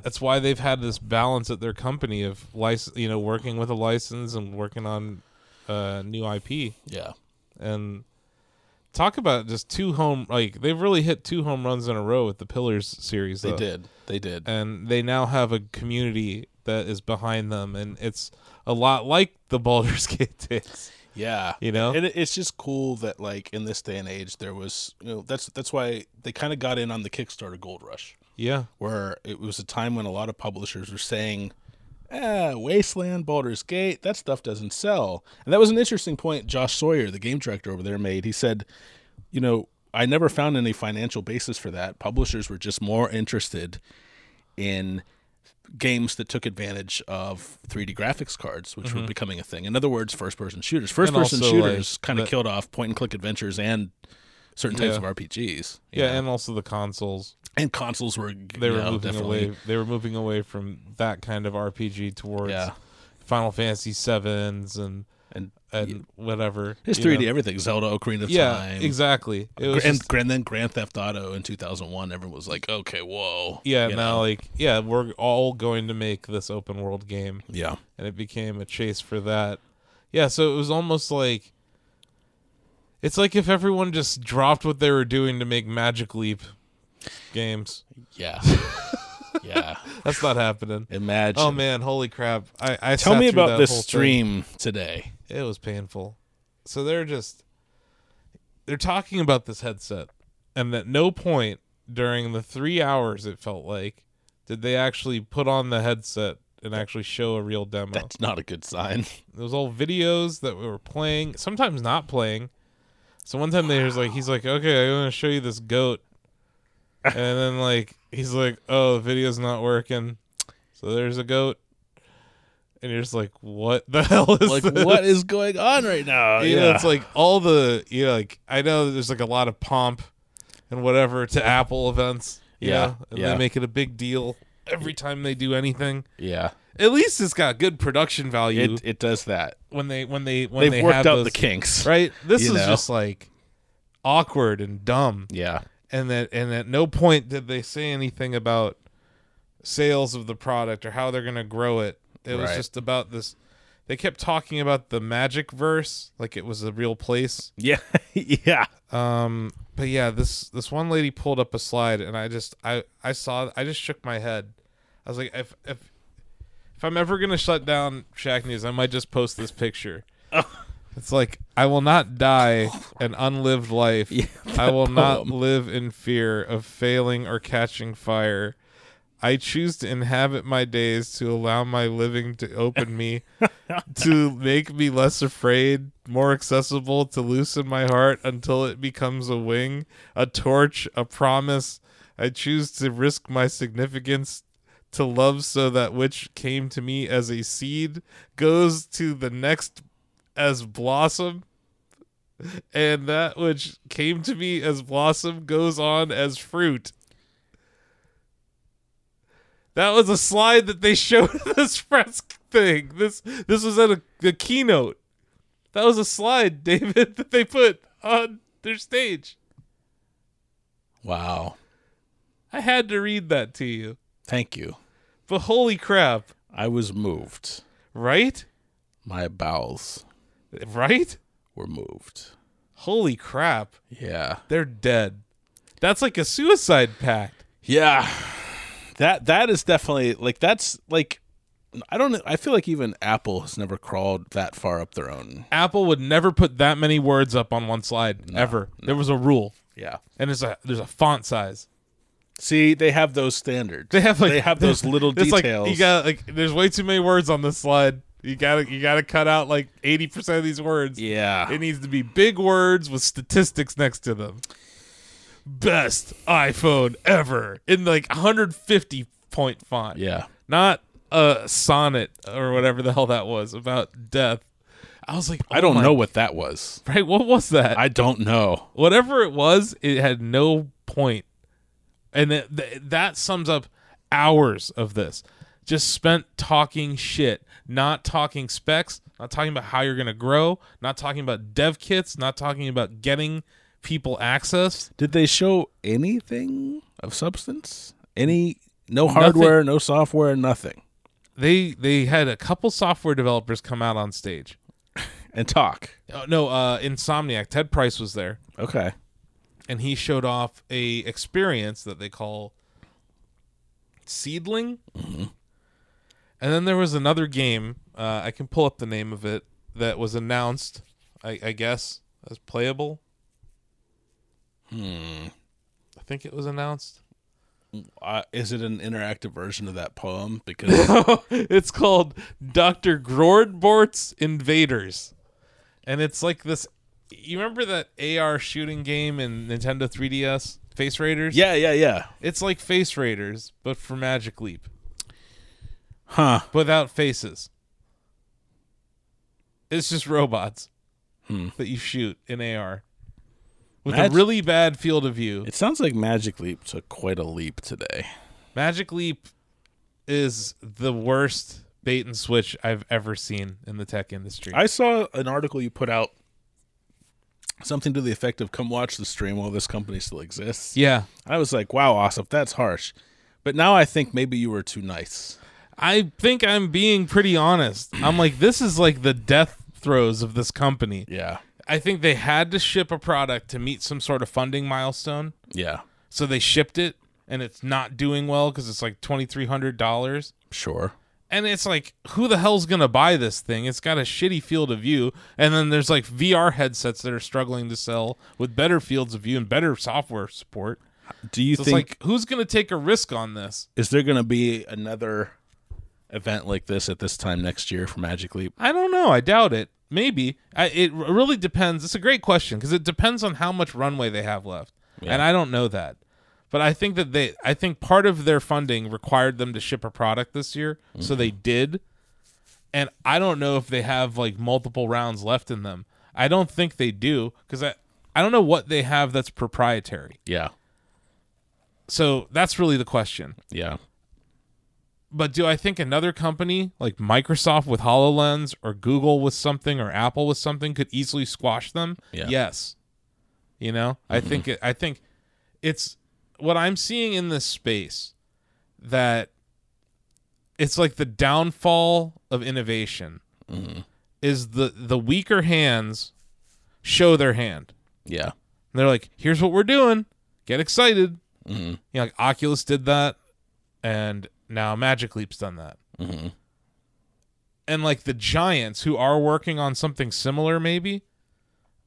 that's why they've had this balance at their company of license, you know, working with a license and working on uh new IP
Yeah.
and talk about just two home like they've really hit two home runs in a row with the Pillars series.
They
though.
did. They did.
and they now have a community that is behind them and it's a lot like the Baldur's Gate days.
Yeah.
You know?
And it, it's just cool that like in this day and age there was you know that's that's why they kind of got in on the Kickstarter gold rush
Yeah.
where it was a time when a lot of publishers were saying Ah, Wasteland, Baldur's Gate, that stuff doesn't sell. And that was an interesting point Josh Sawyer, the game director over there, made. He said, you know, I never found any financial basis for that. Publishers were just more interested in games that took advantage of 3D graphics cards, which were becoming a thing. In other words, first person shooters. First person
Mm-hmm. also, like,
shooters kind of
the-
killed off point and click adventures and certain types
Yeah.
of RPGs. you
Yeah,
know.
and also the consoles.
and consoles were
They
you
were
know,
moving
definitely
away they were moving away from that kind of RPG towards
Yeah.
Final Fantasy sevens and
and
and whatever.
It's
you
3D
know?
everything. Zelda, Ocarina of
Yeah,
Time.
exactly. It was
and
just-
grand, then Grand Theft Auto in 2001, everyone was like, okay, whoa.
yeah,
You
now
know?
like yeah, we're all going to make this open world game.
Yeah.
and it became a chase for that. Yeah, so it was almost like it's like if everyone just dropped what they were doing to make Magic Leap games.
Yeah. yeah.
That's not happening.
Imagine.
Oh man, holy crap! I, I
Tell
sat
me
through
about
that
this
whole thing.
stream today.
It was painful. So they're just they're talking about this headset, and at no point during the three hours it felt like did they actually put on the headset and actually show a real demo.
That's not a good sign.
There was all videos that we were playing, sometimes not playing. So one time they was like, he's like, okay, I'm gonna show you this goat, and then like he's like, oh, the video's not working, so there's a goat, and you're just like, what the hell is
Like,
this?
what is going on right now?
You know, it's like all the you know, like I know there's like a lot of pomp and whatever to Apple events, you
Yeah,
know, and
yeah.
they make it a big deal every time they do anything.
yeah.
At least it's got good production value
It, it does that.
when they when they when
They've
they
worked
have
out
those,
the kinks.
right this
You
is
know?
just like awkward and dumb
Yeah.
and that and at no point did they say anything about sales of the product or how they're going to grow it it was
Right.
just about this they kept talking about the magic verse like it was a real place
Yeah. yeah.
um but yeah this this one lady pulled up a slide and i just i i saw i just shook my head i was like if if if i'm ever gonna shut down shack news i might just post this picture it's like i will not die an unlived life
Yeah,
i will not
poem.
live in fear of failing or catching fire I choose to inhabit my days to allow my living to open me, to make me less afraid, more accessible, to loosen my heart until it becomes a wing, a torch, a promise. I choose to risk my significance, to love so that which came to me as a seed goes to the next as blossom. And that which came to me as blossom goes on as fruit. That was a slide that they showed in this press thing. This this was at a the keynote. That was a slide, David, that they put on their stage.
Wow.
I had to read that to you.
Thank you.
But holy crap,
I was moved.
right?
My bowels
Right?
were moved.
Holy crap.
Yeah.
They're dead. That's like a suicide pact.
Yeah. That that is definitely like that's like I don't I feel like even Apple has never crawled that far up their own.
Apple would never put that many words up on one slide ever. There was a rule.
Yeah.
And there's a there's a font size.
See, they have those standards.
They have like
they have those little
it's like,
details.
you got like there's way too many words on this slide. You gotta you gotta cut out like eighty percent of these words.
yeah.
It needs to be big words with statistics next to them. Best iPhone ever in like 150 point font.
yeah.
Not a sonnet or whatever the hell that was about death. I was like,
I
oh
don't
my-
know what that was.
Right? What was that?
I don't know.
Whatever it was, it had no point. And th- th- that sums up hours of this. Just spent talking shit, not talking specs, not talking about how you're going to grow, not talking about dev kits, not talking about getting people access.
Did they show anything of substance? Any no hardware, no software, nothing.
They they had a couple software developers come out on stage.
And talk.
Oh, no, uh, Insomniac. Ted Price was there.
Okay.
and he showed off a experience that they call seedling and then there was another game uh, i can pull up the name of it that was announced i, I guess as playable hmm i think it was announced
Uh, is it an interactive version of that poem? Because
it's called Dr. Grordbort's Invaders. And it's like this you remember that AR shooting game in Nintendo 3DS, Face Raiders?
yeah, yeah, yeah.
It's like Face Raiders, but for Magic Leap,
Huh.
without faces. It's just robots that you shoot in AR with
Mag-
a really bad field of view.
It sounds like Magic Leap took quite a leap today.
Magic Leap is the worst bait and switch I've ever seen in the tech industry.
I saw an article you put out something to the effect of come watch the stream while this company still exists.
yeah.
I was like, wow, Asif, that's harsh. But now I think maybe you were too nice.
I think I'm being pretty honest. I'm like, this is like the death throes of this company.
Yeah.
I think they had to ship a product to meet some sort of funding milestone.
Yeah.
So they shipped it and it's not doing well because it's like $2,300.
Sure.
And it's like, who the hell's going to buy this thing? It's got a shitty field of view. And then there's like VR headsets that are struggling to sell with better fields of view and better software support.
Do you
So it's
think
like, who's going to take a risk on this?
is there going to be another event like this at this time next year for Magic Leap?
I don't know. I doubt it. Maybe. I, it r- really depends. It's a great question because it depends on how much runway they have left, and I don't know that. But I think that they, I think part of their funding required them to ship a product this year, so they did. And I don't know if they have like multiple rounds left in them. I don't think they do because I, I don't know what they have that's proprietary.
Yeah.
So that's really the question.
Yeah.
but do I think another company like Microsoft with HoloLens or Google with something or Apple with something could easily squash them?
Yeah.
Yes. You know, I think it, I think it's what I'm seeing in this space that it's like the downfall of innovation
Mm-hmm.
is the the weaker hands show their hand.
Yeah.
And they're like, here's what we're doing. Get excited. You
Mm-hmm.
know, like Oculus did that, and now Magic Leap's done that.
Mm-hmm.
And like the giants who are working on something similar, maybe,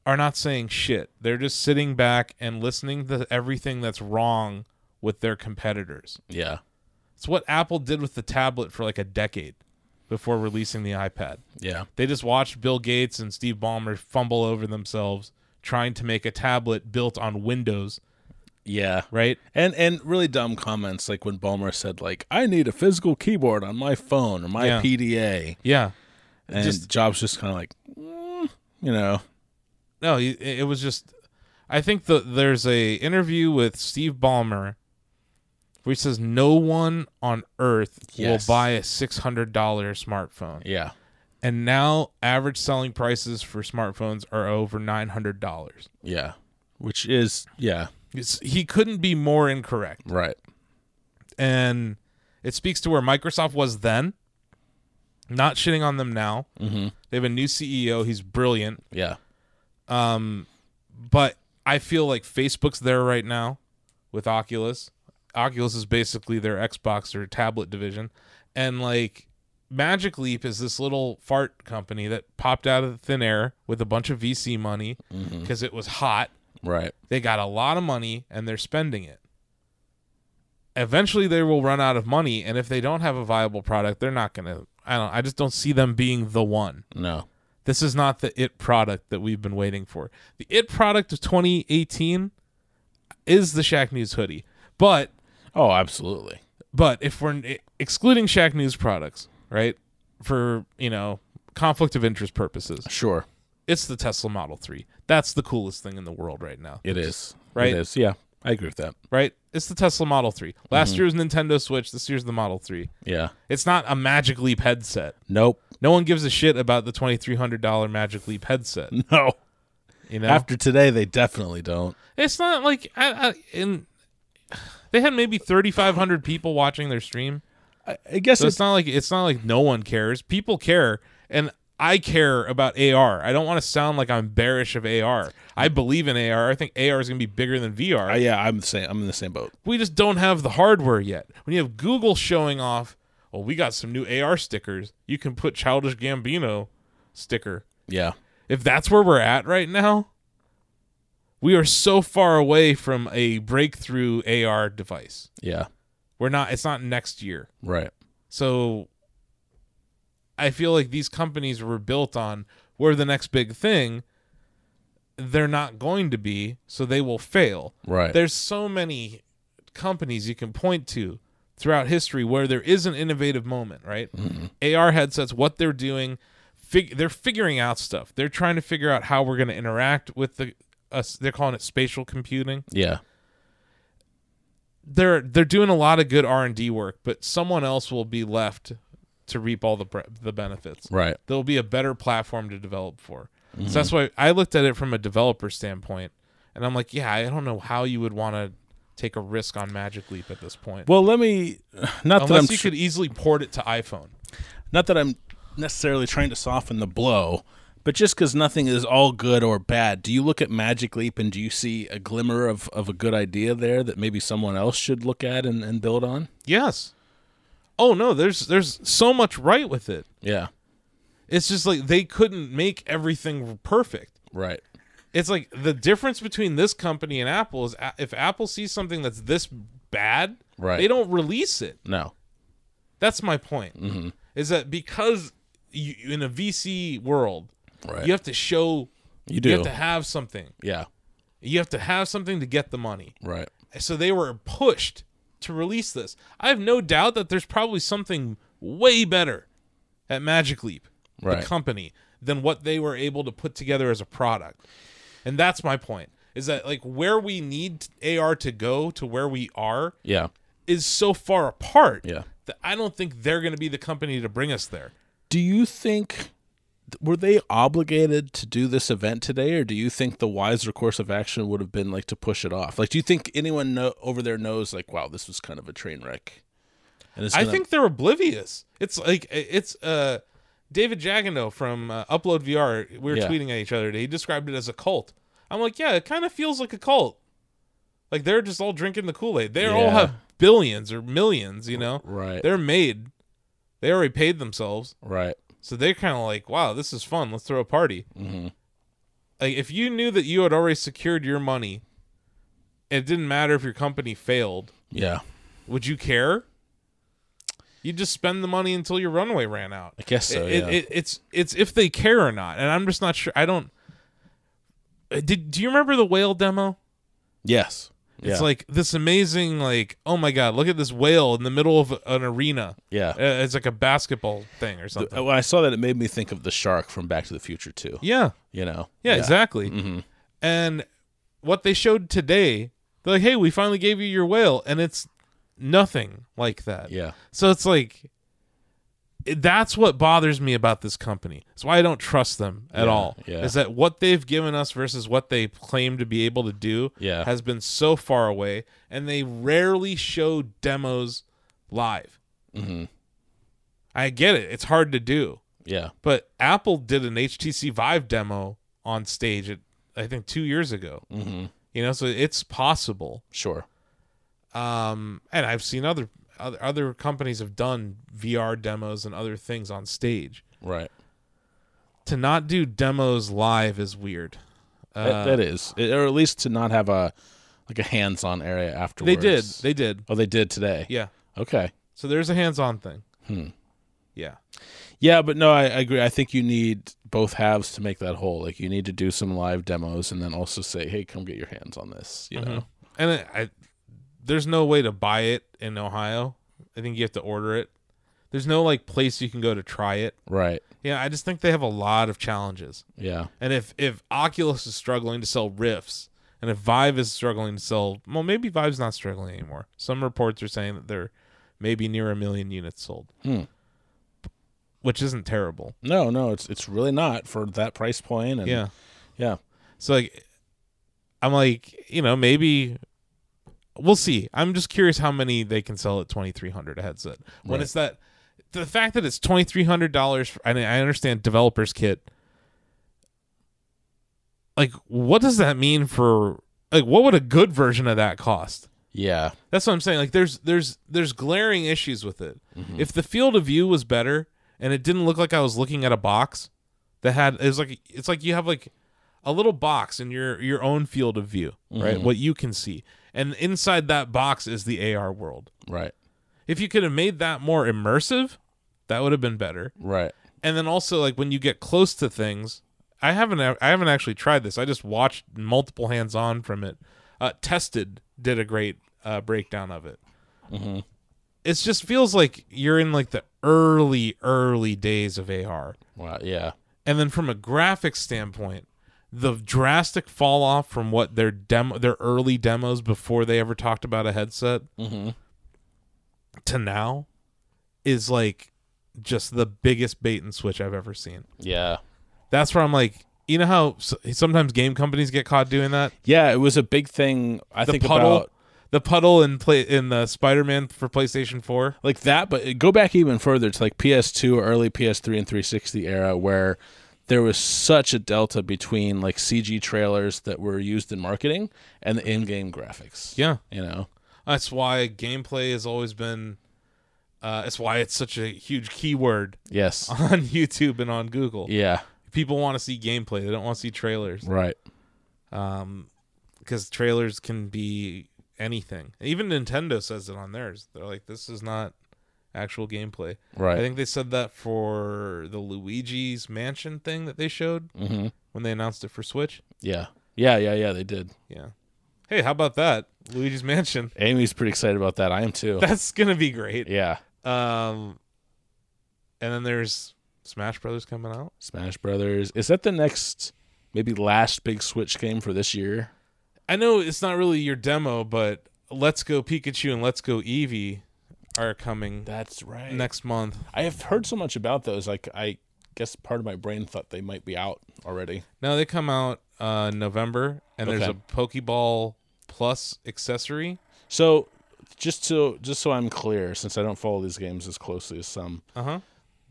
are not saying shit. They're just sitting back and listening to everything that's wrong with their competitors.
Yeah.
It's what Apple did with the tablet for like a decade before releasing the iPad.
Yeah.
They just watched Bill Gates and Steve Ballmer fumble over themselves trying to make a tablet built on Windows,
Yeah.
right?
And and really dumb comments like when Balmer said like I need a physical keyboard on my phone or my
Yeah.
PDA,
Yeah.
and
Just-
Jobs just kind of like, "Mm," you know,
No, it, it was just I think the, there's a interview with Steve Ballmer where he says no one on earth
Yes.
will buy a $600 smartphone.
yeah,
And now average selling prices for smartphones are over $900.
yeah, which is yeah,
It's, he couldn't be more incorrect.
right,
and it speaks to where Microsoft was then. Not shitting E on them now. Mm-hmm. They have a new CEO. He's brilliant.
yeah,
but I feel like Facebook's there right now with Oculus. Oculus is basically their Xbox or tablet division, and like Magic Leap is this little fart company that popped out of thin air with a bunch of VC money because it was hot.
Right.
They got a lot of money and they're spending it. Eventually they will run out of money and if they don't have a viable product, they're not going to I don't I just don't see them being the one.
No.
This is not the it product that we've been waiting for. The it product of 2018 is the Shaq News hoodie. But
Oh, absolutely.
but if we're n- excluding Shaq News products, right? For, you know, conflict of interest purposes.
Sure.
It's the Tesla Model 3. That's the coolest thing in the world right now.
It is.
Right?
It is. Yeah. I agree with that.
right? It's the Tesla Model 3. Last year was Nintendo Switch. This year's the Model 3.
Yeah.
It's not a Magic Leap headset.
Nope.
No one gives a shit about the $2,300 Magic Leap headset.
No.
You know,
After today, they definitely don't.
it's not like I, I, in, they had maybe 3,500 people watching their stream.
I, I guess
So
it's
it's not like it's not like no one cares. People care, and I care about AR. I don't want to sound like I'm bearish of AR. I believe in AR. I think AR is going to be bigger than VR.
uh, yeah. I'm the same. I'm in the same boat.
we just don't have the hardware yet. When you have Google showing off, well, we got some new AR stickers. You can put Childish Gambino sticker.
Yeah.
If that's where we're at right now, we are so far away from a breakthrough AR device.
Yeah.
We're not. It's not next year.
Right.
So I feel like these companies were built on we're the next big thing. They're not going to be, so they will fail
Right.
there's so many companies you can point to throughout history where there is an innovative moment, right? AR headsets, what they're doing, fig- they're figuring out stuff. They're trying to figure out how we're going to interact with the us. They're calling it spatial computing.
yeah.
They're they're doing a lot of good R and D work, but someone else will be left to reap all the bre- the benefits
Right.
there'll be a better platform to develop for.
Mm-hmm.
So that's why I looked at it from a developer standpoint, and I'm like, yeah, I don't know how you would want to take a risk on Magic Leap at this point,
Well, let me. Not that I'm
unless you could easily port it to iPhone.
not that I'm necessarily trying to soften the blow, but just because nothing is all good or bad, do you look at Magic Leap and do you see a glimmer of, of a good idea there that maybe someone else should look at and, and build on?
Yes. Oh no, there's there's so much right with it.
Yeah,
It's just like they couldn't make everything perfect.
right.
It's like the difference between this company and Apple is a- if Apple sees something that's this bad,
Right.
they don't release it.
No.
That's my point.
Mm-hmm.
Is that because you, in a VC world,
Right.
you have to show,
You
you
do.
have to have something.
yeah,
You have to have something to get the money.
right.
So they were pushed to release this. I have no doubt that there's probably something way better at Magic Leap,
Right.
the company, than what they were able to put together as a product. And that's my point. Is that like where we need AR to go to where we are?
Yeah.
is so far apart
Yeah.
that I don't think they're going to be the company to bring us there.
Do you think were they obligated to do this event today or do you think the wiser course of action would have been like to push it off? Like do you think anyone know, over there knows like wow, this was kind of a train wreck? And it's
I
gonna-
think they're oblivious. It's like it's uh David Jagano from uh, Upload VR. We were
Yeah.
tweeting at each other today. He described it as a cult. I'm like, yeah, it kind of feels like a cult. Like they're just all drinking the Kool Aid. They all
Yeah.
have billions or millions. You know,
right.
they're made. They already paid themselves.
Right.
So they're kind of like, wow, this is fun. Let's throw a party. Mm-hmm. Like, if you knew that you had already secured your money, it didn't matter if your company failed,
Yeah.
would you care? You'd just spend the money until your runway ran out.
I guess so.
it,
yeah.
it, it- it's it's if they care or not, and I'm just not sure. I don't. Uh, Did do you remember the whale demo?
yes.
It's
yeah.
like this amazing, like oh my god, look at this whale in the middle of an arena.
yeah.
Uh, It's like a basketball thing or something.
Uh, When I saw that, it made me think of the shark from Back to the Future too.
yeah,
You know.
Yeah, exactly.
Mm-hmm.
And what they showed today, they're like, "Hey, we finally gave you your whale," and it's nothing like that.
Yeah.
So it's like it- that's what bothers me about this company. That's why I don't trust them at
Yeah,
all.
yeah.
Is that what they've given us versus what they claim to be able to do
Yeah.
has been so far away, and they rarely show demos live.
Mhm.
I get it; it's hard to do.
Yeah.
But Apple did an HTC Vive demo on stage at I think two years ago. Mm-hmm. You know, so it's possible.
Sure.
Um, and I've seen other other other companies have done VR demos and other things on stage.
Right.
To not do demos live is weird.
That- that is, Uh, It- or at least to not have a like a hands-on area
They
afterwards.
did. They did.
oh, they did today.
Yeah.
Okay.
So there's a hands-on thing. Hmm. Yeah.
Yeah, but no, I, I agree. I think you need both halves to make that whole. Like you need to do some live demos and then also say, "Hey, come get your hands on this." You know.
And I, I there's no way to buy it in Ohio. I think you have to order it. There's no like place you can go to try it.
Right.
Yeah, I just think they have a lot of challenges.
Yeah.
And if if Oculus is struggling to sell Rifts, and if Vive is struggling to sell, well, maybe Vive's not struggling anymore. Some reports are saying that they're maybe near a million units sold,
Hmm.
which isn't terrible.
No, no, it's it's really not for that price point. And
Yeah.
Yeah.
So like, I'm like, you know, maybe we'll see. I'm just curious how many they can sell at 2,300 a headset. When
Right.
it's that, the fact that it's 2,300 dollars, and I understand developers kit. Like, what does that mean for like what would a good version of that cost?
Yeah.
That's what I'm saying. Like, there's there's there's glaring issues with it. If the field of view was better and it didn't look like I was looking at a box that had it was like it's like you have like a little box in your your own field of view, right? What you can see, and inside that box is the AR world.
Right.
If you could have made that more immersive, that would have been better.
Right.
And then also like when you get close to things, I haven't I haven't actually tried this. I just watched multiple hands on from it. Uh, Tested did a great uh, breakdown of it. It just feels like you're in like the early early days of AR.
Wow. Yeah.
And then from a graphic standpoint, the drastic fall off from what their demo, their early demos before they ever talked about a headset,
Mm-hmm.
to now, is like just the biggest bait and switch I've ever seen.
Yeah.
That's where I'm like, you know how s- sometimes game companies get caught doing that.
Yeah. It was a big thing. I
The
think
puddle,
about
the puddle in play in the Spider-Man for PlayStation Four.
like that, but go back even further to like PS2, early PS3 and 360 era where there was such a delta between like CG trailers that were used in marketing and the in-game graphics.
Yeah,
You know.
that's why gameplay has always been. Uh, it's why it's such a huge keyword
Yes.
on YouTube and on Google.
Yeah.
People want to see gameplay; they don't want to see trailers
Right.
because trailers can be anything. Even Nintendo says it on theirs. They're like, "This is not actual gameplay."
Right.
I think they said that for the Luigi's Mansion thing that they showed
Mhm.
when they announced it for Switch.
Yeah. Yeah, yeah, yeah, they did.
Yeah. Hey, how about that? Luigi's Mansion.
Amy's pretty excited about that. I am too.
That's gonna be great.
yeah.
Um, and then there's Smash Brothers coming out.
Smash Brothers. Is that the next maybe last big Switch game for this year?
I know it's not really your demo, but Let's Go Pikachu and Let's Go Eevee are coming
That's right.
next month.
I have heard so much about those. Like I guess part of my brain thought they might be out already.
No, they come out uh November, and there's a
Okay.
Pokeball Plus accessory.
So just to just so I'm clear, since I don't follow these games as closely as some,
Uh huh.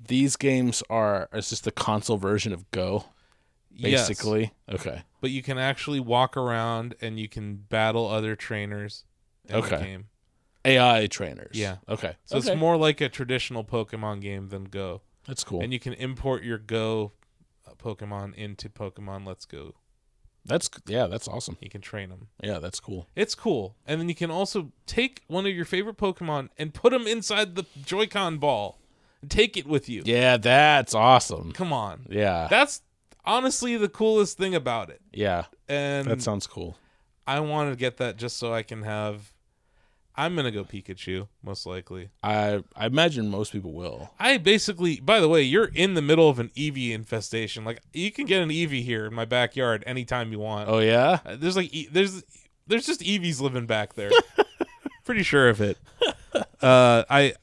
these games are it's just the console version of Go, basically. Okay.
but you can actually walk around and you can battle other trainers in the
Okay.
game.
AI trainers.
Yeah.
Okay.
So
Okay.
it's more like a traditional Pokemon game than Go.
That's cool.
And you can import your Go uh, Pokemon into Pokemon Let's Go.
that's yeah, that's awesome.
You can train them.
Yeah, that's cool.
It's cool. And then you can also take one of your favorite Pokemon and put them inside the Joy-Con ball and take it with you.
Yeah, that's awesome.
Come on.
Yeah.
That's honestly the coolest thing about it.
yeah.
And
That sounds cool.
I want to get that just so I can have I'm going to go Pikachu most likely.
I I imagine most people will.
I basically, by the way, you're in the middle of an EV infestation. Like you can get an EV here in my backyard anytime you want.
Oh yeah?
Uh, There's like E- there's there's just EVs living back there. Pretty sure of it. Uh, I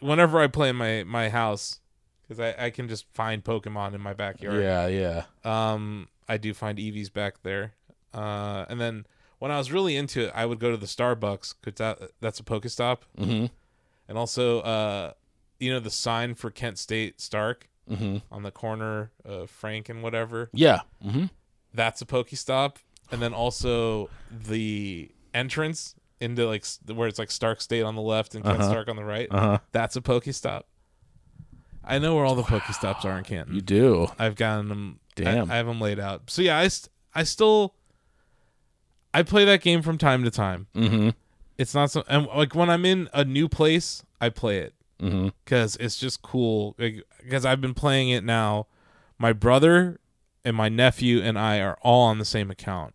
whenever I play in my my house because I I can just find Pokemon in my backyard.
Yeah, yeah.
Um, I do find EVs back there. Uh, and then when I was really into it, I would go to the Starbucks because that that's a Pokestop.
Mhm.
And also, uh, you know, the sign for Kent State Stark
Mhm.
on the corner of Frank and whatever.
Yeah. Mhm.
that's a Pokestop, and then also the entrance into like s- where it's like Stark State on the left and Kent Stark on the right. That's a Pokestop. I know where all the Pokestops are in Canton.
You do.
I've gotten them.
Damn.
I, I have them laid out. So yeah, I, st- I still, I play that game from time to time.
Mm-hmm.
It's not so, and like when I'm in a new place, I play it
Mm-hmm.
because it's just cool. Because I've been playing it now. My brother and my nephew and I are all on the same account.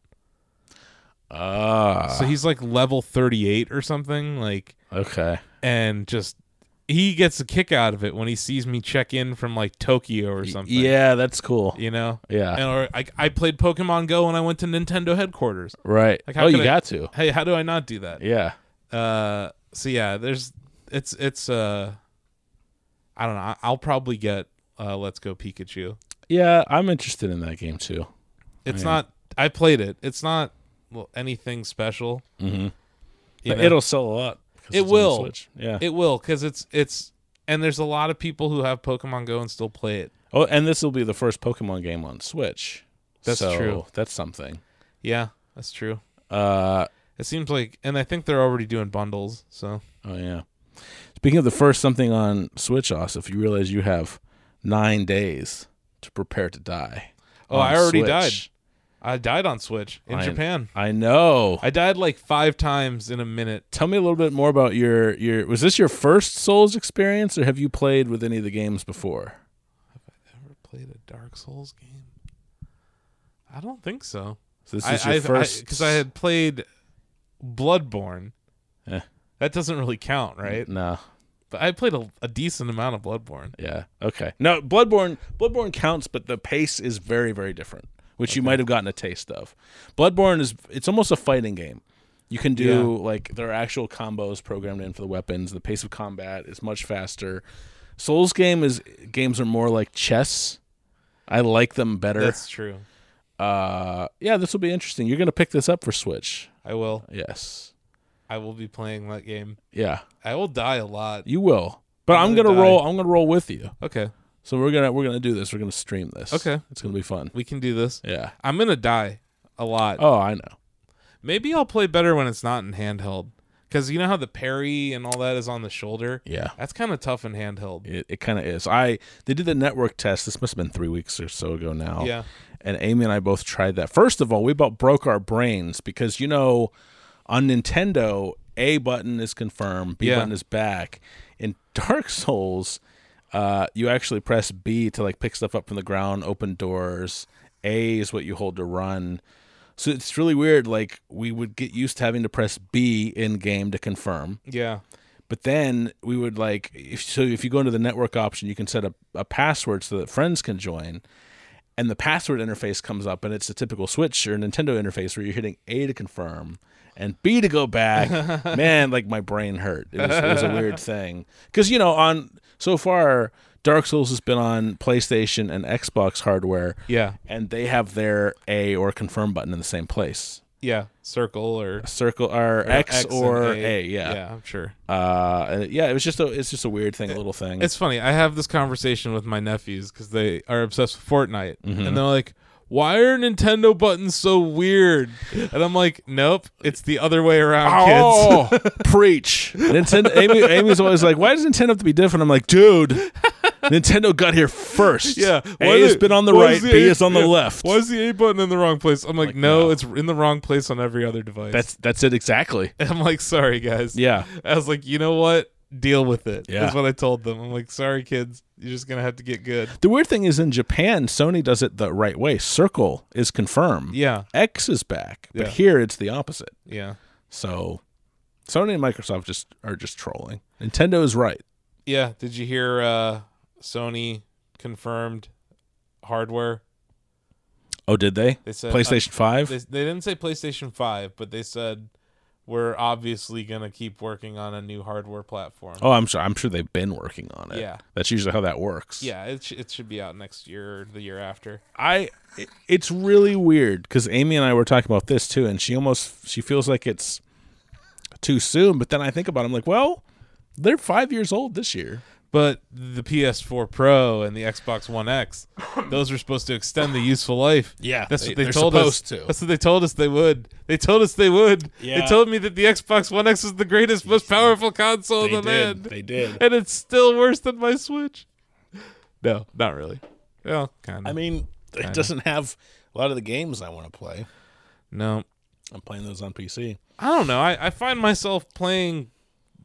Ah.
so he's like level 38 or something. Like,
okay.
and just he gets a kick out of it when he sees me check in from like Tokyo or something.
Yeah, that's cool.
You know?
Yeah.
and or like I played Pokemon Go when I went to Nintendo headquarters.
Right.
Like, how
oh, you
could I-
got to.
Hey, how do I not do that?
Yeah.
Uh, so yeah, there's it's it's uh, I don't know. I- I'll probably get uh, Let's Go Pikachu.
Yeah, I'm interested in that game too.
It's
yeah.
not. I played it. It's not well, anything special.
Mhm.
you
But
know?
It'll sell a lot. 'cause
It
it's on the
will.
Switch. Yeah.
it will because it's it's and there's a lot of people who have Pokemon Go and still play it.
oh, and this will be the first Pokemon game on Switch.
That's
So,
true.
That's something.
Yeah, that's true.
Uh,
It seems like, and I think they're already doing bundles. So
oh yeah. Speaking of the first something on Switch, Os, if you realize you have nine days to prepare to die.
oh,
on
I already
Switch.
died. I died on Switch in
I-
Japan.
I know.
I died like five times in a minute.
Tell me a little bit more about your your. Was this your first Souls experience, or have you played with any of the games before?
Ever played a Dark Souls game? I don't think so.
So this
I-
is your
I've- I,
first
because I, had played Bloodborne.
Eh. Mm.
That doesn't really count, right?
No,
But I played a, a decent amount of Bloodborne.
yeah, okay. No, Bloodborne Bloodborne counts, but the pace is very very different, which you might have gotten a taste of. Bloodborne is it's almost a fighting game. You can do like there are actual combos programmed in for the weapons. The pace of combat is much faster. Souls game is games are more like chess. I like them better.
That's true.
uh, yeah, this will be interesting. You're gonna pick this up for Switch.
I will.
Yes.
I will be playing that game.
Yeah,
I will die a lot.
you will. But
I'm
I'm
gonna
gonna
die.
roll. I'm gonna roll with you.
Okay,
So we're gonna we're gonna do this. We're gonna stream this.
Okay.
It's gonna be fun.
we can do this.
Yeah.
I'm gonna die a lot.
Oh, I know.
Maybe I'll play better when it's not in handheld. Because you know how the parry and all that is on the shoulder.
Yeah.
That's kind of tough in handheld.
It, it kind of is. I they did the network test. This must have been three weeks or so ago now.
Yeah.
And Amy and I both tried that. First of all, we about broke our brains because you know, on Nintendo, A button is confirmed, B
Yeah.
button is back. In Dark Souls, uh, you actually press B to like pick stuff up from the ground, open doors. A is what you hold to run. So it's really weird. Like we would get used to having to press B in game to confirm.
Yeah.
But then we would like if so if you go into the network option, you can set up a password so that friends can join. And the password interface comes up, and it's a typical Switch or Nintendo interface where you're hitting A to confirm and B to go back. Man, like my brain hurt. It was, it was a weird thing because you know on so far Dark Souls has been on PlayStation and Xbox hardware,
Yeah.
and they have their A or confirm button in the same place,
Yeah. Circle or
circle or, X,
and
or A.
Yeah, I'm sure.
uh and it- yeah it was just a it's just a weird thing a little thing
It's funny. I have this conversation with my nephews because they are obsessed with Fortnite, and they're like, "Why are Nintendo buttons so weird?" And I'm like, "Nope, it's the other way around, kids."
oh preach nintendo amy amy's always like why does nintendo have to be different i'm like dude nintendo got here first
Yeah,
a has
the-
been on the
why
right b
A-
is on the
yeah,
left
Why is the A button in the wrong place? I'm like, no, it's in the wrong place on every other device.
that's that's it exactly
I'm like, sorry guys.
yeah
I was like, you know what? Deal with it.
Yeah.
That's what I told them. I'm like, sorry kids, you're just gonna have to get good.
the weird thing is in japan sony does it the right way circle is confirm
Yeah,
x is back but
Yeah.
here it's the opposite
yeah,
so sony and microsoft just are just trolling nintendo is right
yeah. Did you hear? uh Sony confirmed hardware.
oh did they
They said uh,
playstation 5
they, they didn't say PlayStation 5, but they said we're obviously going to keep working on a new hardware platform.
Oh, I'm sure. I'm sure they've been working on it.
Yeah.
that's usually how that works.
Yeah, it, sh- it should be out next year or the year after.
I. it- it's really weird because Amy and I were talking about this too, and she almost she feels like it's too soon. But then I think about, it, I'm like, well, they're five years old this year.
But the PS4 Pro and the Xbox One X, those are supposed to extend the useful life.
Yeah,
that's
they-
what they
they're
told
supposed
us.
to.
That's what they told us they would. They told us they would.
Yeah.
They told me that the Xbox One X was the greatest, most powerful console
They
in the
did.
land.
They did.
and it's still worse than my Switch. No, not really. Well, kind of.
I mean, it doesn't have a lot of the games I want to play.
no.
I'm playing those on PC.
I don't know. I, I find myself playing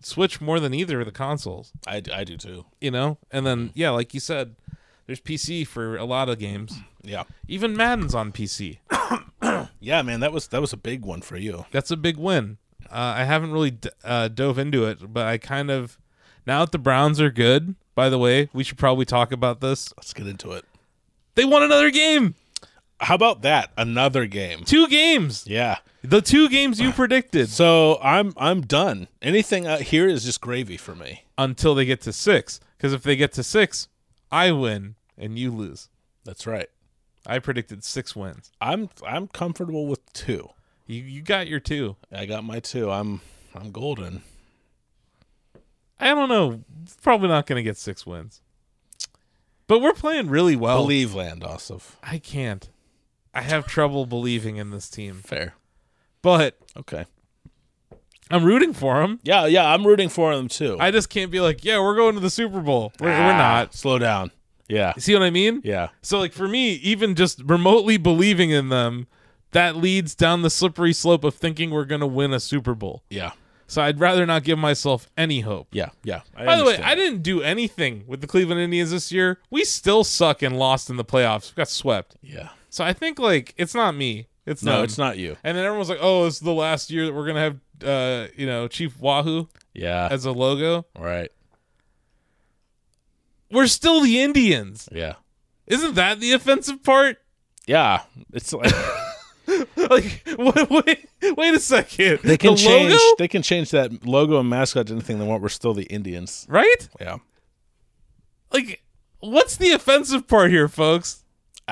Switch more than either of the consoles,
I, I do too.
you know? And then, yeah, like you said, there's PC for a lot of games.
Yeah,
Even Madden's on PC.
yeah, man. That was that was a big one for you.
That's a big win. Uh, I haven't really d- uh, dove into it, but I kind of. Now that the Browns are good, by the way, we should probably talk about this.
Let's get into it.
They won another game.
How about that? Another game.
Two games.
Yeah.
The two games you predicted
So I'm I'm done. Anything out here is just gravy for me.
until they get to six. Because if they get to six, I win and you lose.
That's right.
I predicted six wins.
I'm I'm comfortable with two.
You you got your two.
I got my two. I'm I'm golden.
I don't know. Probably not going to get six wins. But we're playing really well.
Believe Landosov.
I can't. I have trouble believing in this team.
Fair.
But
Okay.
I'm rooting for them.
Yeah, yeah. I'm rooting for them too.
I just can't be like, yeah, we're going to the Super Bowl. We're,
Ah,
we're not.
Slow down. Yeah.
See what I mean?
Yeah.
So like for me, even just remotely believing in them, that leads down the slippery slope of thinking we're going to win a Super Bowl.
Yeah.
So I'd rather not give myself any hope.
Yeah. Yeah. I
By the way,
understand.
I didn't do anything with the Cleveland Indians this year. We still suck and lost in the playoffs. We got swept.
Yeah.
So I think like it's not me. It's
No,
them.
it's not you.
And then everyone's like, "Oh, it's the last year that we're gonna have, uh, you know, Chief Wahoo
Yeah.
as a logo."
Right.
We're still the Indians.
Yeah.
Isn't that the offensive part?
Yeah. It's like
Like, wait, wait, wait a second.
they can
the
change.
logo?
They can change that logo and mascot to anything they want. We're still the Indians.
right?
Yeah.
Like, what's the offensive part here, folks?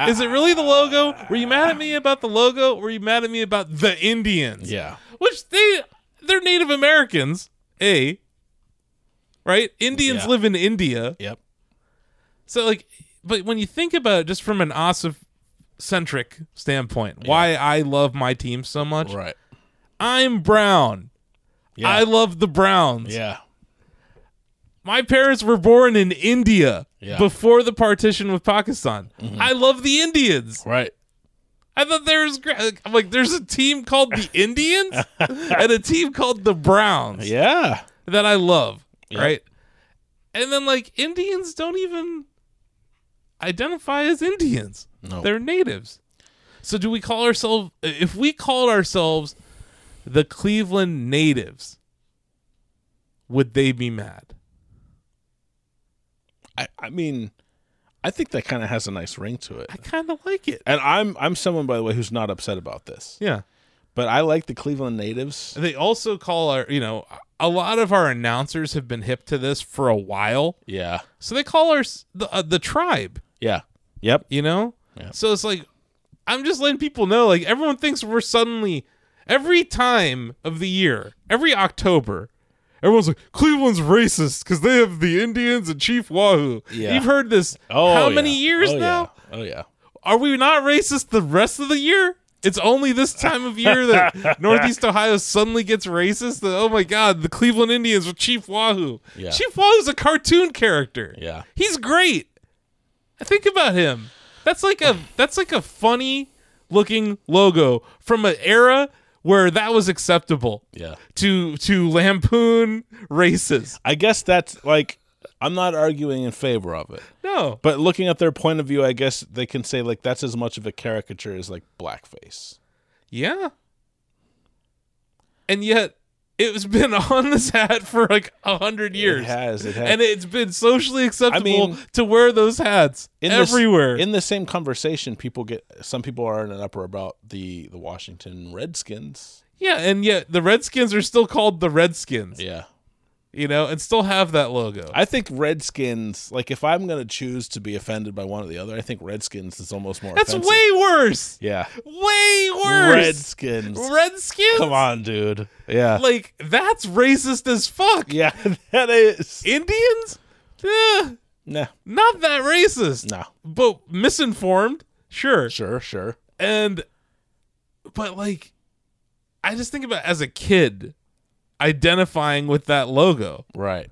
Is it really the logo? Were you mad at me about the logo? Were you mad at me about the Indians?
Yeah.
which they they're Native Americans, a right. Indians
Yeah.
live in India,
Yep.
so like, but when you think about it, just from an Asif centric standpoint, why I love my team so much.
Right.
I'm brown.
Yeah.
I love the Browns.
yeah.
My parents were born in India
Yeah. Mm-hmm.
before the partition with Pakistan. I love the Indians.
Right.
I thought there was gra- like- I'm like there's a team called the Indians and a team called the Browns.
Yeah.
that I love,
Yeah.
right? And then like Indians don't even identify as Indians.
No.
They're natives. So do we call ourselves if we called ourselves the Cleveland natives, would they be mad?
I, I mean, I think that kind of has a nice ring to it.
I kind of like it.
And I'm I'm someone by the way who's not upset about this,
Yeah.
but I like the Cleveland natives.
They also call our, you know, a lot of our announcers have been hip to this for a while.
Yeah.
So they call us the uh, the tribe.
Yeah. Yep.
you know
Yeah.
so it's like i'm just letting people know like everyone thinks we're suddenly every time of the year every october everyone's like cleveland's racist because they have the indians and chief wahoo
Yeah. Oh,
you've heard this how many
yeah.
years
Oh,
now
Yeah. Oh yeah.
are we not racist the rest of the year it's only this time of year that Northeast Ohio suddenly gets racist. That, oh my God, the Cleveland Indians with Chief Wahoo.
Yeah.
Chief Wahoo's a cartoon character.
Yeah.
He's great. Think about him. That's like a that's like a funny looking logo from an era where that was acceptable
Yeah.
to to lampoon races.
I guess that's like I'm not arguing in favor of it.
No.
But looking at their point of view, I guess they can say like that's as much of a caricature as like blackface.
Yeah. And yet it's been on this hat for like a hundred years.
It has. It has.
And it's been socially acceptable
mean,
to wear those hats
in this-
everywhere.
in the same conversation, people get some people are in an upper about the the Washington Redskins.
yeah, and yet the Redskins are still called the Redskins,
Yeah.
you know, and still have that logo.
I think Redskins, like if I'm gonna choose to be offended by one or the other, I think Redskins is almost more
That's
offensive.
way worse.
Yeah.
Way worse.
Redskins.
Redskins.
Come on, dude. Yeah.
Like that's racist as fuck.
yeah, that is.
Indians? eh,
Nah.
not that racist,
No.
but misinformed, sure.
Sure, sure.
And but like I just think about as a kid identifying with that logo,
Right.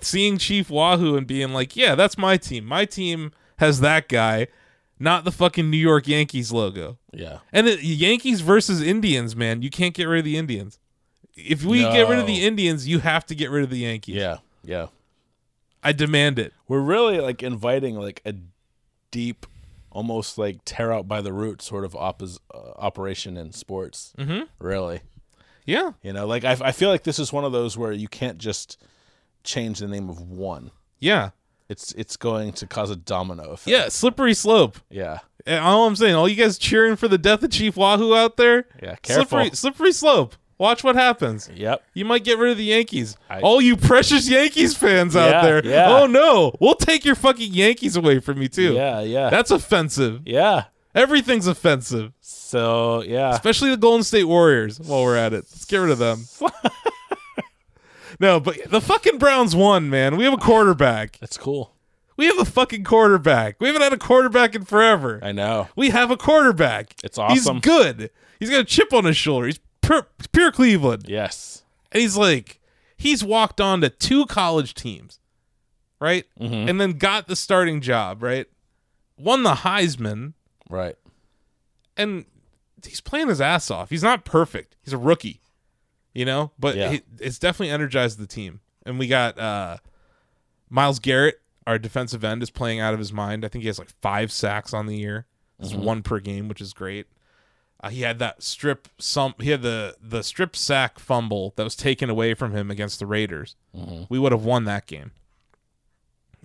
seeing Chief Wahoo and being like, "Yeah, that's my team. My team has that guy, not the fucking New York Yankees logo."
Yeah.
And the Yankees versus Indians, man, you can't get rid of the Indians. If we get rid of the
No.
Indians, you have to get rid of the Yankees.
Yeah. Yeah.
I demand it.
We're really like inviting like a deep almost like tear out by the root sort of oppos- uh, operation in sports.
Mm-hmm.
Mhm. Really.
Yeah.
You know, like I, I feel like this is one of those where you can't just change the name of one.
Yeah.
It's it's going to cause a domino effect.
Yeah, slippery slope.
Yeah.
And all I'm saying, all you guys cheering for the death of Chief Wahoo out there,
Yeah, careful.
slippery, slippery slope. Watch what happens.
Yep.
You might get rid of the Yankees.
I-
all you precious Yankees fans out
Yeah,
there.
yeah.
Oh no, we'll take your fucking Yankees away from you too.
Yeah, yeah.
That's offensive.
yeah.
Everything's offensive,
So, yeah.
especially the Golden State Warriors. While we're at it, let's get rid of them. no, but the fucking Browns won, man. We have a quarterback.
That's cool.
We have a fucking quarterback. We haven't had a quarterback in forever.
I know.
We have a quarterback.
It's awesome.
He's good. He's got a chip on his shoulder. He's pure, pure Cleveland.
Yes.
And he's like, he's walked on to two college teams, right?
Mhm.
And then got the starting job, right? Won the Heisman,
Right.
and he's playing his ass off. He's not perfect. He's a rookie, you know, but
Yeah.
he- it's definitely energized the team. And we got uh, Miles Garrett, our defensive end, is playing out of his mind. I think he has like five sacks on the year. It's one per game, which is great. Uh, he had that strip some. He had the the strip sack fumble that was taken away from him against the Raiders. We would have won that game.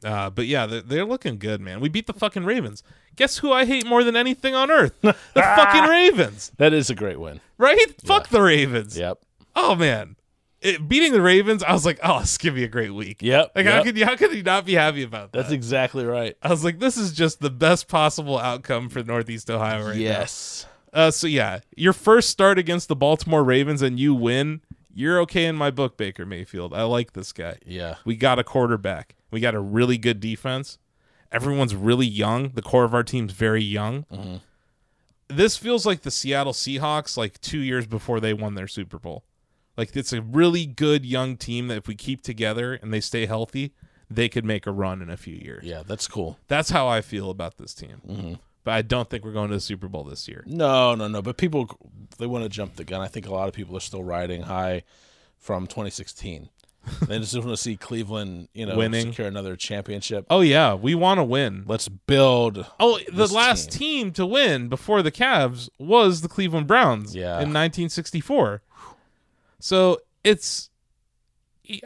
Uh, but yeah, they're, they're looking good, man. We beat the fucking Ravens. Guess who I hate more than anything on earth? The fucking Ravens,
That is a great win.
right? Fuck the Ravens.
Yep.
Oh man, it, beating the Ravens, I was like, oh, this could be a great week.
Yep.
Like how
yep.
could you how could you not be happy about that?
That's exactly right.
I was like, this is just the best possible outcome for Northeast Ohio right
yes.
now. Uh, so yeah, your first start against the Baltimore Ravens and you win, you're okay in my book, Baker Mayfield. I like this guy.
Yeah.
We got a quarterback. We got a really good defense. Everyone's really young. The core of our team's very young. This feels like the Seattle Seahawks, like two years before they won their Super Bowl. Like it's a really good young team that if we keep together and they stay healthy, they could make a run in a few years.
Yeah. That's cool.
That's how I feel about this team. But I don't think we're going to the Super Bowl this year.
No, no, no. But people, they want to jump the gun. I think a lot of people are still riding high from 2016. they just want to see Cleveland, you know,
Winning.
secure another championship.
Oh yeah, we want to win.
Let's build.
Oh, the
This
last team. to win before the Cavs was the Cleveland Browns
Yeah.
in 1964. So it's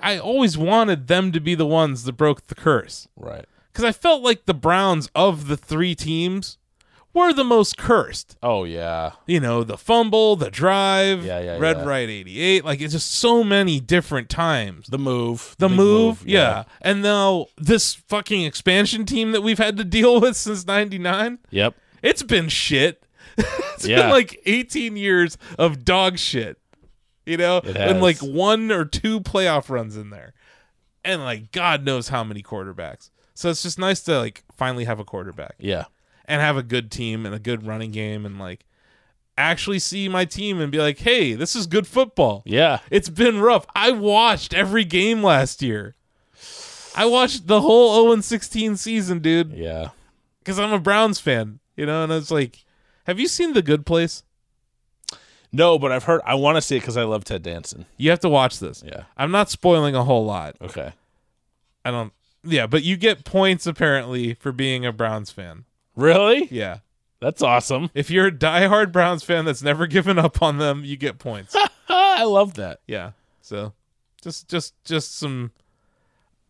I always wanted them to be the ones that broke the curse
Right.
cuz I felt like the Browns of the 3 teams were the most cursed.
Oh yeah.
You know, the fumble, the drive,
Yeah, yeah,
Red
yeah.
Right 88, like it's just so many different times.
The move.
The
big
move, yeah. And now this fucking expansion team that we've had to deal with since 99
Yep.
it's been shit. It's
Yeah.
been like 18 years of dog shit. You know,
It
and
has.
like one or two playoff runs in there. And like God knows how many quarterbacks. So it's just nice to like finally have a quarterback
Yeah.
and have a good team and a good running game and like actually see my team and be like, "Hey, this is good football."
Yeah.
It's been rough. I watched every game last year. I watched the whole 0 16 season, dude
Yeah.
because I'm a Browns fan, you know, and I was like, have you seen The Good Place?
No, but I've heard. I want to see it because I love Ted Danson.
You have to watch this.
Yeah.
I'm not spoiling a whole lot.
Okay.
I don't, yeah, but you get points apparently for being a Browns fan.
Really?
Yeah.
That's awesome.
If you're a diehard Browns fan that's never given up on them, you get points.
I love that.
yeah. So just, just, just some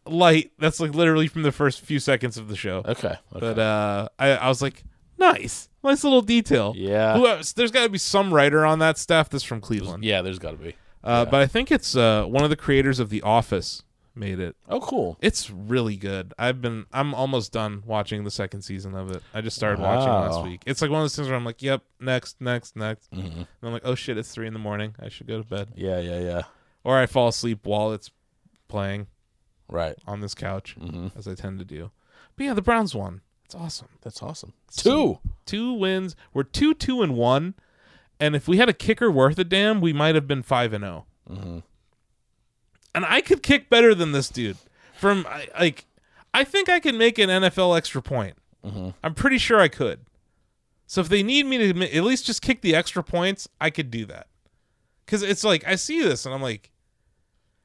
light. That's like literally from the first few seconds of the show.
Okay. okay.
But uh, I, I was like, nice. Nice little detail.
yeah.
Who else? There's got to be some writer on that staff that's from Cleveland.
yeah. There's got to be.
Uh, But I think it's uh, one of the creators of The Office made it.
Oh, cool.
It's really good. I've been I'm almost done watching the second season of it. I just started watching
Wow.
last week. It's like one of those things where I'm like, yep, next, next, next. And I'm like, oh shit, it's three in the morning. I should go to bed,
Yeah. Yeah. Yeah.
or I fall asleep while it's playing.
Right.
on this couch as I tend to do. But yeah, the Browns won. It's awesome.
That's awesome.
So- Two wins. We're two two and one. And if we had a kicker worth a damn, we might have been five and zero. And I could kick better than this dude. From I- like, I think I can make an NFL extra point. I'm pretty sure I could. So if they need me to ma- at least just kick the extra points, I could do that. Because it's like I see this and I'm like,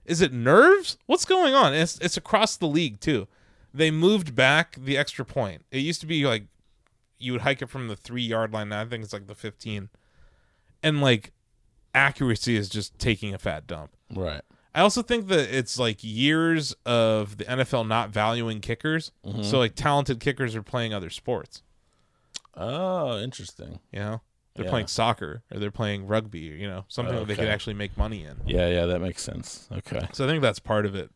is it nerves? What's going on? It's it's across the league too. They moved back the extra point. It used to be like you would hike it from the three yard line. Now I think it's like the fifteen, and like accuracy is just taking a fat dump.
Right.
I also think that it's like years of the NFL not valuing kickers,
Mm-hmm.
so like talented kickers are playing other sports.
Oh, interesting.
You know, they're
Yeah.
playing soccer or they're playing rugby. You know, something that they
Okay.
could actually make money in.
Yeah, yeah, that makes sense. Okay.
So I think that's part of it.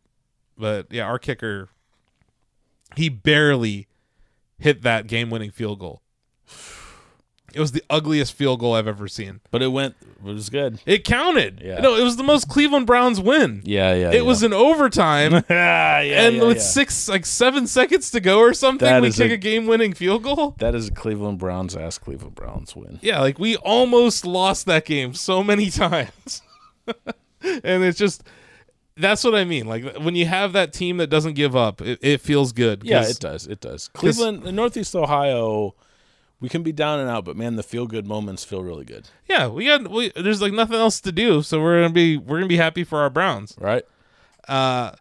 But yeah, our kicker, he barely hit that game winning field goal. It was the ugliest field goal I've ever seen.
But it went it was good.
It counted.
Yeah.
No, it was the most Cleveland Browns win.
Yeah, yeah.
it was an overtime.
yeah, yeah,
and
yeah,
with
yeah.
six, like seven seconds to go or something,
That
we
is
kick
a-
a game winning field goal.
That is a Cleveland Browns ass Cleveland Browns win.
Yeah, like we almost lost that game so many times. and it's just that's what I mean. Like when you have that team that doesn't give up, it, it feels good. 'cause-
Yeah, it does. It does. Cleveland, in Northeast Ohio, we can be down and out, but man, the feel good moments feel really good,
yeah, we got we, there's like nothing else to do, so we're gonna be we're gonna be happy for our Browns.
right?
Uh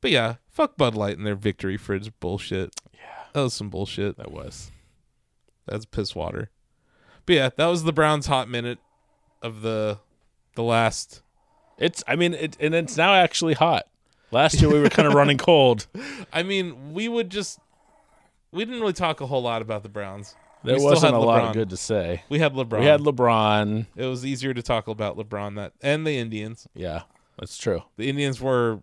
but yeah, fuck Bud Light and their victory fridge bullshit. Yeah. That was some bullshit.
That was.
That's piss water. But yeah, that was the Browns hot minute of the the last
It's. I mean, it, and it's now actually hot. Last year we were kind of running cold.
I mean, we would just we didn't really talk a whole lot about the Browns.
There
we still
wasn't
had
a lot
LeBron.
of good to say.
We had LeBron.
We had LeBron.
it was easier to talk about LeBron that and the Indians.
Yeah, that's true.
The Indians were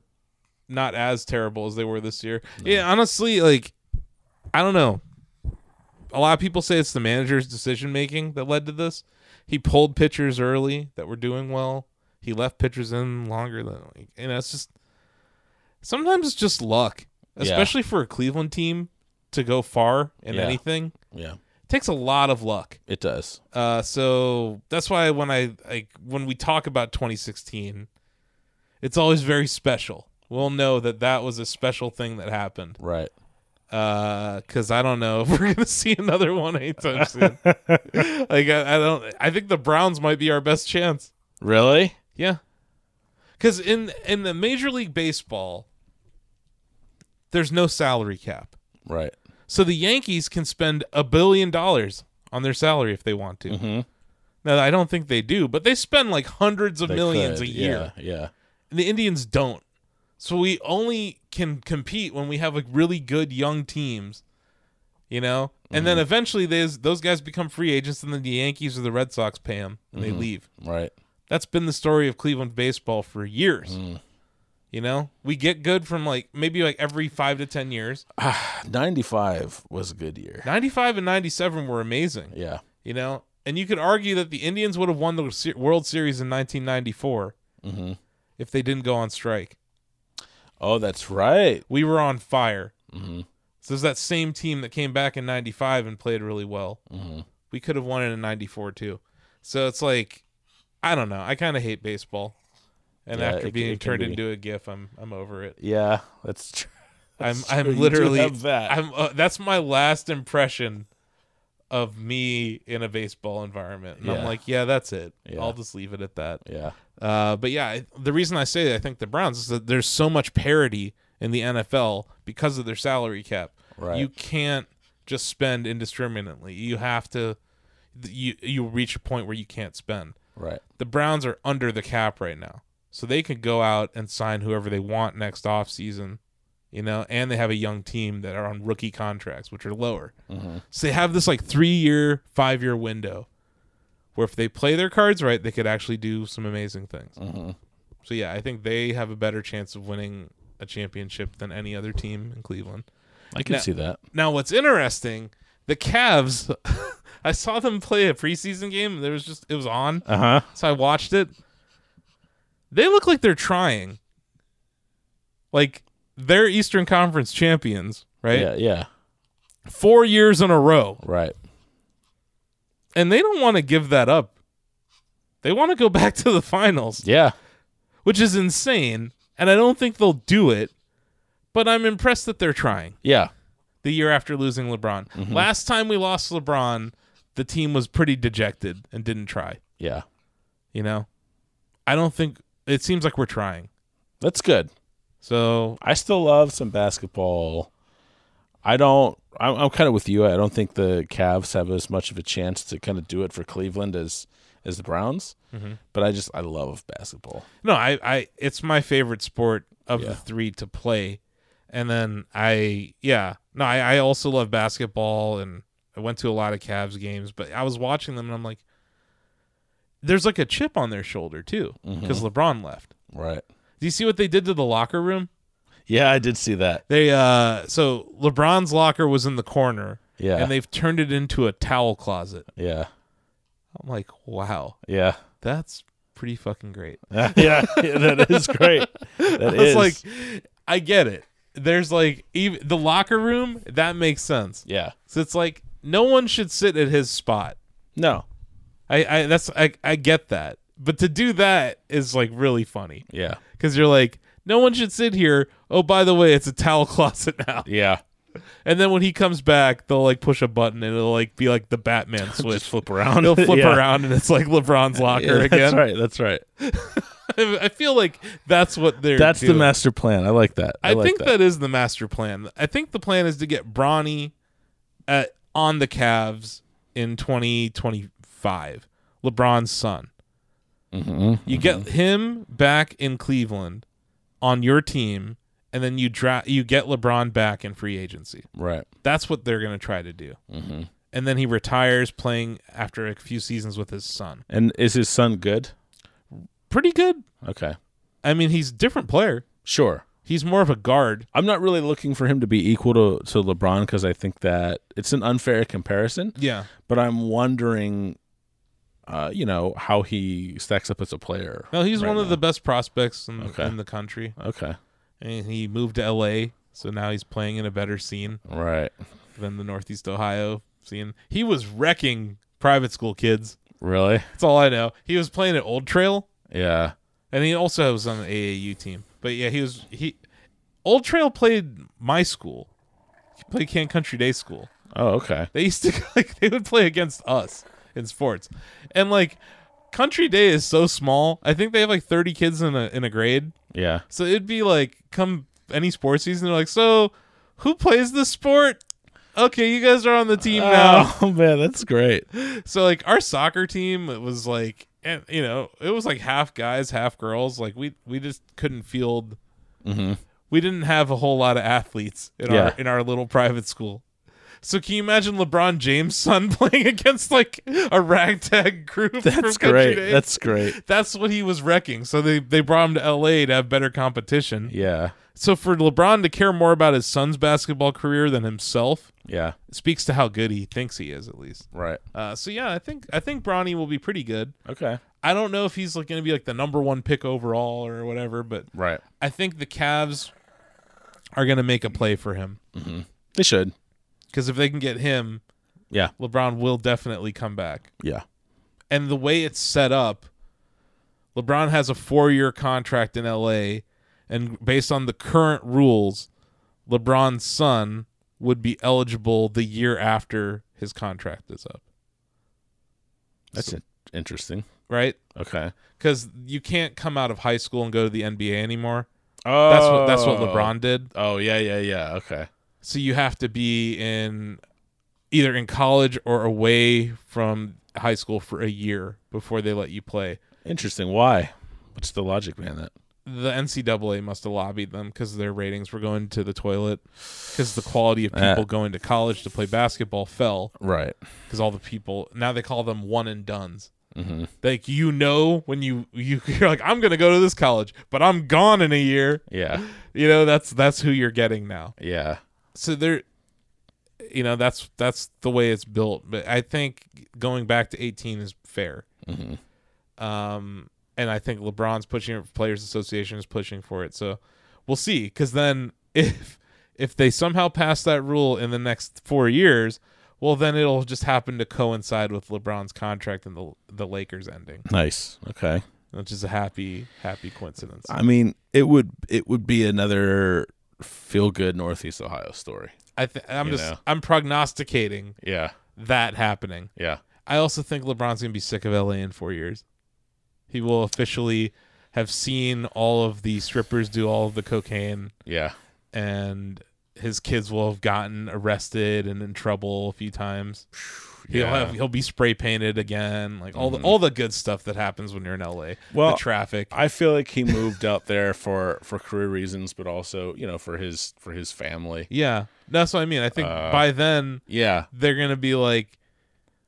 not as terrible as they were this year. Yeah, honestly, like I don't know. A lot of people say it's the manager's decision making that led to this. He pulled pitchers early that were doing well. He left pitchers in longer than like, you know, it's just sometimes it's just luck,
Yeah.
especially for a Cleveland team to go far in
Yeah.
anything.
Yeah,
takes a lot of luck.
it does.
Uh, so that's why when I like when we talk about 2016, it's always very special. We'll know that that was a special thing that happened.
Right.
Because I don't know if we're gonna see another one anytime soon. like I, I don't. I think the Browns might be our best chance.
Really?
Yeah. Because in in the Major League Baseball, there's no salary cap,
Right.
so the Yankees can spend a billion dollars on their salary if they want to.
Mhm.
Now, I don't think they do, but they spend like hundreds of
They
millions
could.
a year.
Yeah. yeah.
And the Indians don't. So we only can compete when we have like really good young teams, you know? And
Mm-hmm.
then eventually those those guys become free agents and then the Yankees or the Red Sox pay them and
Mm-hmm.
they leave.
Right.
That's been the story of Cleveland baseball for years.
Mm.
You know? We get good from like maybe like every 5 to 10 years.
95 was a good year.
95 and 97 were amazing,
Yeah.
you know? And you could argue that the Indians would have won the Se- World Series in 1994.
hmm
if they didn't go on strike.
Oh, that's right.
We were on fire.
Mhm.
So it's that same team that came back in 95 and played really well.
Mm-hmm.
We could have won it in 94 too. So it's like, I don't know. I kind of hate baseball. And
Yeah, it
after
can-
being
it can
turned
be.
into a GIF, I'm I'm over it.
Yeah, that's true.
I'm
true. You
I'm
do
literally
have that.
I'm uh, that's my last impression of me in a baseball environment. And I'm
Yeah.
like, yeah, that's it.
Yeah.
I'll just leave it at that.
Yeah.
Uh, but yeah, I- the reason I say I think the Browns is that there's so much parity in the NFL because of their salary cap.
Right.
You can't just spend indiscriminately. You have to th- you you reach a point where you can't spend.
Right.
The Browns are under the cap right now. So they could go out and sign whoever they want next offseason, you know, and they have a young team that are on rookie contracts, which are lower. So they have this like three year, five year window where if they play their cards right, they could actually do some amazing things. So yeah, I think they have a better chance of winning a championship than any other team in Cleveland.
I can
Now-
see that.
Now, what's interesting, the Cavs, I saw them play a preseason game. There was just it was on,
Uh huh.
so I watched it. They look like they're trying. Like They're Eastern Conference champions, right?
Yeah, yeah,
Four years in a row.
right.
And they don't want to give that up. They want to go back to the finals,
Yeah,
which is insane. And I don't think they'll do it, but I'm impressed that they're trying
yeah,
the year after losing LeBron. Last time we lost LeBron, the team was pretty dejected and didn't try,
yeah.
you know? I don't think it seems like we're trying.
That's good.
So
I still love some basketball. I don't. I'm, I'm kind of with you. I don't think the Cavs have as much of a chance to kind of do it for Cleveland as as the Browns. But I just I love basketball.
No, I, I it's my favorite sport of
Yeah.
the three to play. And then I yeah. No, I, I also love basketball and I went to a lot of Cavs games, but I was watching them and I'm like there's like a chip on their shoulder too
Mm-hmm.
because LeBron left.
Right.
Do you see what they did to the locker room?
Yeah, I did see that.
They uh so LeBron's locker was in the corner
Yeah.
and they've turned it into a towel closet.
yeah.
I'm like, wow,
Yeah.
that's pretty fucking great.
yeah. Yeah. That is great. That
It's
is
like I get it. There's like even the locker room that makes sense.
Yeah.
So it's like no one should sit at his spot.
No.
I, I that's I I get that, but to do that is like really funny
Yeah.
because you're like no one should sit here. Oh, by the way, it's a towel closet now.
Yeah.
And then when he comes back, they'll like push a button and it'll like be like the Batman switch.
flip around.
They'll flip
Yeah.
around and it's like LeBron's locker
Yeah,
again.
That's right. That's right.
I, I feel like that's what they're.
That's the
doing.
master plan. I like that. I,
I,
like
think
that.
that is the master plan. I think the plan is to get Bronny at, on the Cavs in 2025, LeBron's son.
Mm-hmm,
You get him back in Cleveland on your team, and then you draft. You get LeBron back in free agency.
Right.
That's what they're going to try to do.
Mm-hmm.
And then he retires playing after a few seasons with his son.
And is his son good?
Pretty good.
Okay.
I mean, he's a different player.
Sure.
He's more of a guard.
I'm not really looking for him to be equal to, to LeBron because I think that it's an unfair comparison.
Yeah.
But I'm wondering, uh, you know, how he stacks up as a player.
No, he's
right
one of
now.
the best prospects in,
Okay.
in the country.
Okay.
And he moved to LA, so now he's playing in a better scene
Right.
than the Northeast Ohio scene. He was wrecking private school kids.
Really?
That's all I know. He was playing at Old Trail,
Yeah.
and he also was on the AAU team. But yeah, he was he Old Trail played my school. He played Can Country Day School.
Oh, okay.
They used to like they would play against us in sports, and like Country Day is so small. I think they have like thirty kids in a in a grade.
Yeah.
So it'd be like come any sports season, they're like, so who plays this sport? Okay, you guys are on the team now.
Oh man, that's great.
So like our soccer team it was like, and you know, it was like half guys, half girls. Like we we just couldn't field. We didn't have a whole lot of athletes in
Mm-hmm. Yeah.
our in our little private school. So can you imagine LeBron James' son playing against like a ragtag group? from
That's
Country
great.
Day?
That's great.
that's what he was wrecking. So they they brought him to L.A. to have better competition.
Yeah.
So for LeBron to care more about his son's basketball career than himself
Yeah.
speaks to how good he thinks he is, at least.
Right.
Uh, so yeah, I think I think Bronny will be pretty good.
Okay.
I don't know if he's like going to be like the number one pick overall or whatever, but
Right.
I think the Cavs are going to make a play for him
They should.
because if they can get him,
Yeah.
LeBron will definitely come back.
Yeah.
And the way it's set up, LeBron has a four-year contract in LA, and based on the current rules, LeBron's son would be eligible the year after his contract is up,
That's in- interesting.
right?
Okay.
Because you can't come out of high school and go to the NBA anymore.
Oh.
That's what that's what LeBron did.
Oh yeah yeah yeah okay.
So you have to be in either in college or away from high school for a year before they let you play.
Interesting. Why? What's the logic behind that?
The NCAA must have lobbied them because their ratings were going to the toilet because the quality of people
Ah.
going to college to play basketball fell
Right.
because all the people now they call them one and duns. Like you know when you you you're like I'm gonna go to this college, but I'm gone in a year.
Yeah.
You know that's that's who you're getting now.
Yeah.
so there you know that's that's the way it's built but i think going back to 18 is fair um and i think lebron's pushing it players association is pushing for it so we'll see because then if if they somehow pass that rule in the next four years, well, then it'll just happen to coincide with LeBron's contract and the the Lakers ending,
Nice. Okay.
which is a happy happy coincidence.
I mean, it would it would be another feel good Northeast Ohio story.
I th- I'm
You
just
know.
I'm prognosticating
Yeah.
that happening.
Yeah.
I also think LeBron's gonna be sick of LA in four years. He will officially have seen all of the strippers do all of the cocaine
Yeah.
and his kids will have gotten arrested and in trouble a few times. He'll
yeah.
have he'll be spray painted again, like all the all the good stuff that happens when you're in LA.
Mm-hmm. Well,
the traffic.
I feel like he moved out there for for career reasons, but also you know for his for his family.
yeah, that's what I mean. I think
Uh,
by then
Yeah.
they're gonna be like,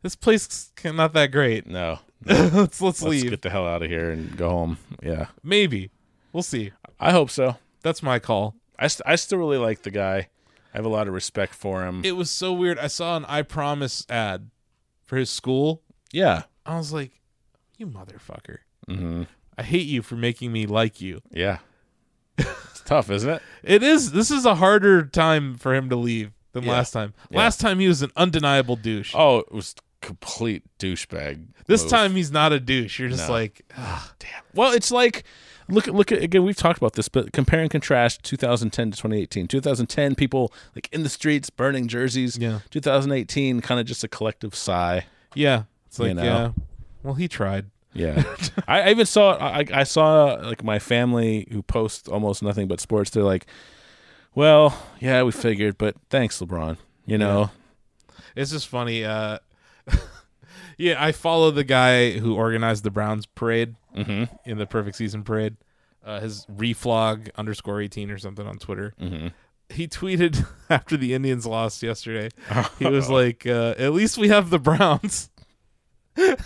this place not that great.
No.
let's let's,
Let's
leave.
get the hell out of here and go home. Yeah.
Maybe we'll see.
I hope so.
That's my call.
I st- I still really like the guy. I have a lot of respect for him.
It was so weird. I saw an I Promise ad for his school.
yeah.
I was like, you motherfucker.
Mm-hmm.
I hate you for making me like you.
Yeah. it's tough, isn't it?
It is. This is a harder time for him to leave than last time. Last time he was an undeniable douche.
Oh, it was complete douchebag.
this
move.
time he's not a douche. You're just like, "Ugh,
Well, it's like look at look at again. We've talked about this, but compare and contrast 2010 to 2018. 2010, people like in the streets burning jerseys.
Yeah.
2018, kind of just a collective sigh.
yeah. It's like,
know.
yeah. Well, he tried.
Yeah, I, I even saw I, I saw like my family who post almost nothing but sports. They're like, "Well, yeah, we figured, but thanks, LeBron." You know,
It's just funny. Uh, yeah, I follow the guy who organized the Browns parade in the Perfect Season parade. Uh, his reflog underscore eighteen or something on Twitter. He tweeted after the Indians lost yesterday. He was like, uh, "At least we have the Browns." and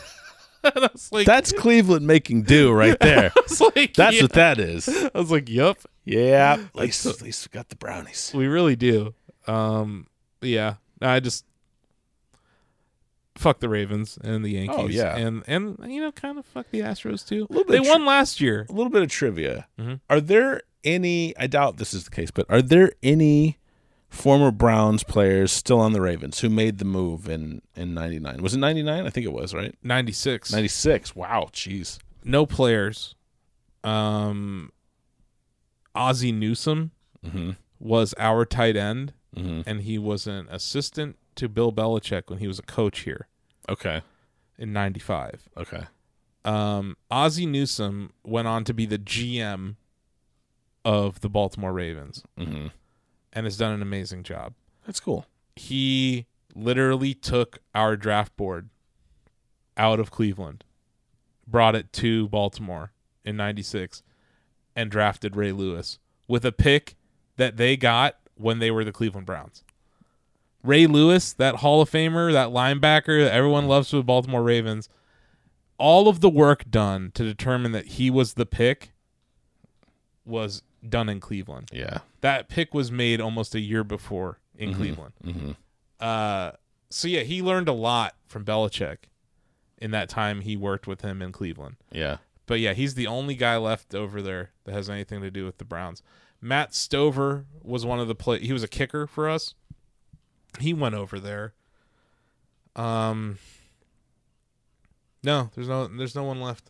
I was like,
that's Cleveland making do right there.
I was like,
That's
yeah.
what that is.
I was like, "Yep,
Yeah, at least, at least we got the brownies.
we really do." Um, yeah, I just fuck the Ravens and the Yankees.
yeah.
and and you know, kind of fuck the Astros too.
little bit
They
of
won last year.
A little bit of trivia:
Mhm.
Are there any? I doubt this is the case, but are there any former Browns players still on the Ravens who made the move in in '99? Was it '99? I think it was right.
Ninety six.
'96. Wow, jeez.
No players. Um, Ozzie Newsome
Mhm.
was our tight end,
Mhm.
and he was an assistant to Bill Belichick when he was a coach here
Okay.
in '95.
Okay.
um, Ozzie Newsome went on to be the GM of the Baltimore Ravens
Mm-hmm.
and has done an amazing job.
That's cool.
He literally took our draft board out of Cleveland, brought it to Baltimore in 96, and drafted Ray Lewis with a pick that they got when they were the Cleveland Browns. Ray Lewis, that Hall of Famer, that linebacker that everyone loves with Baltimore Ravens, all of the work done to determine that he was the pick was done in Cleveland.
Yeah.
That pick was made almost a year before in Cleveland.
Mhm.
Uh, so yeah, he learned a lot from Belichick in that time he worked with him in Cleveland.
Yeah.
But yeah, he's the only guy left over there that has anything to do with the Browns. Matt Stover was one of the play. He was a kicker for us. He went over there. Um. No, there's no, there's no one left.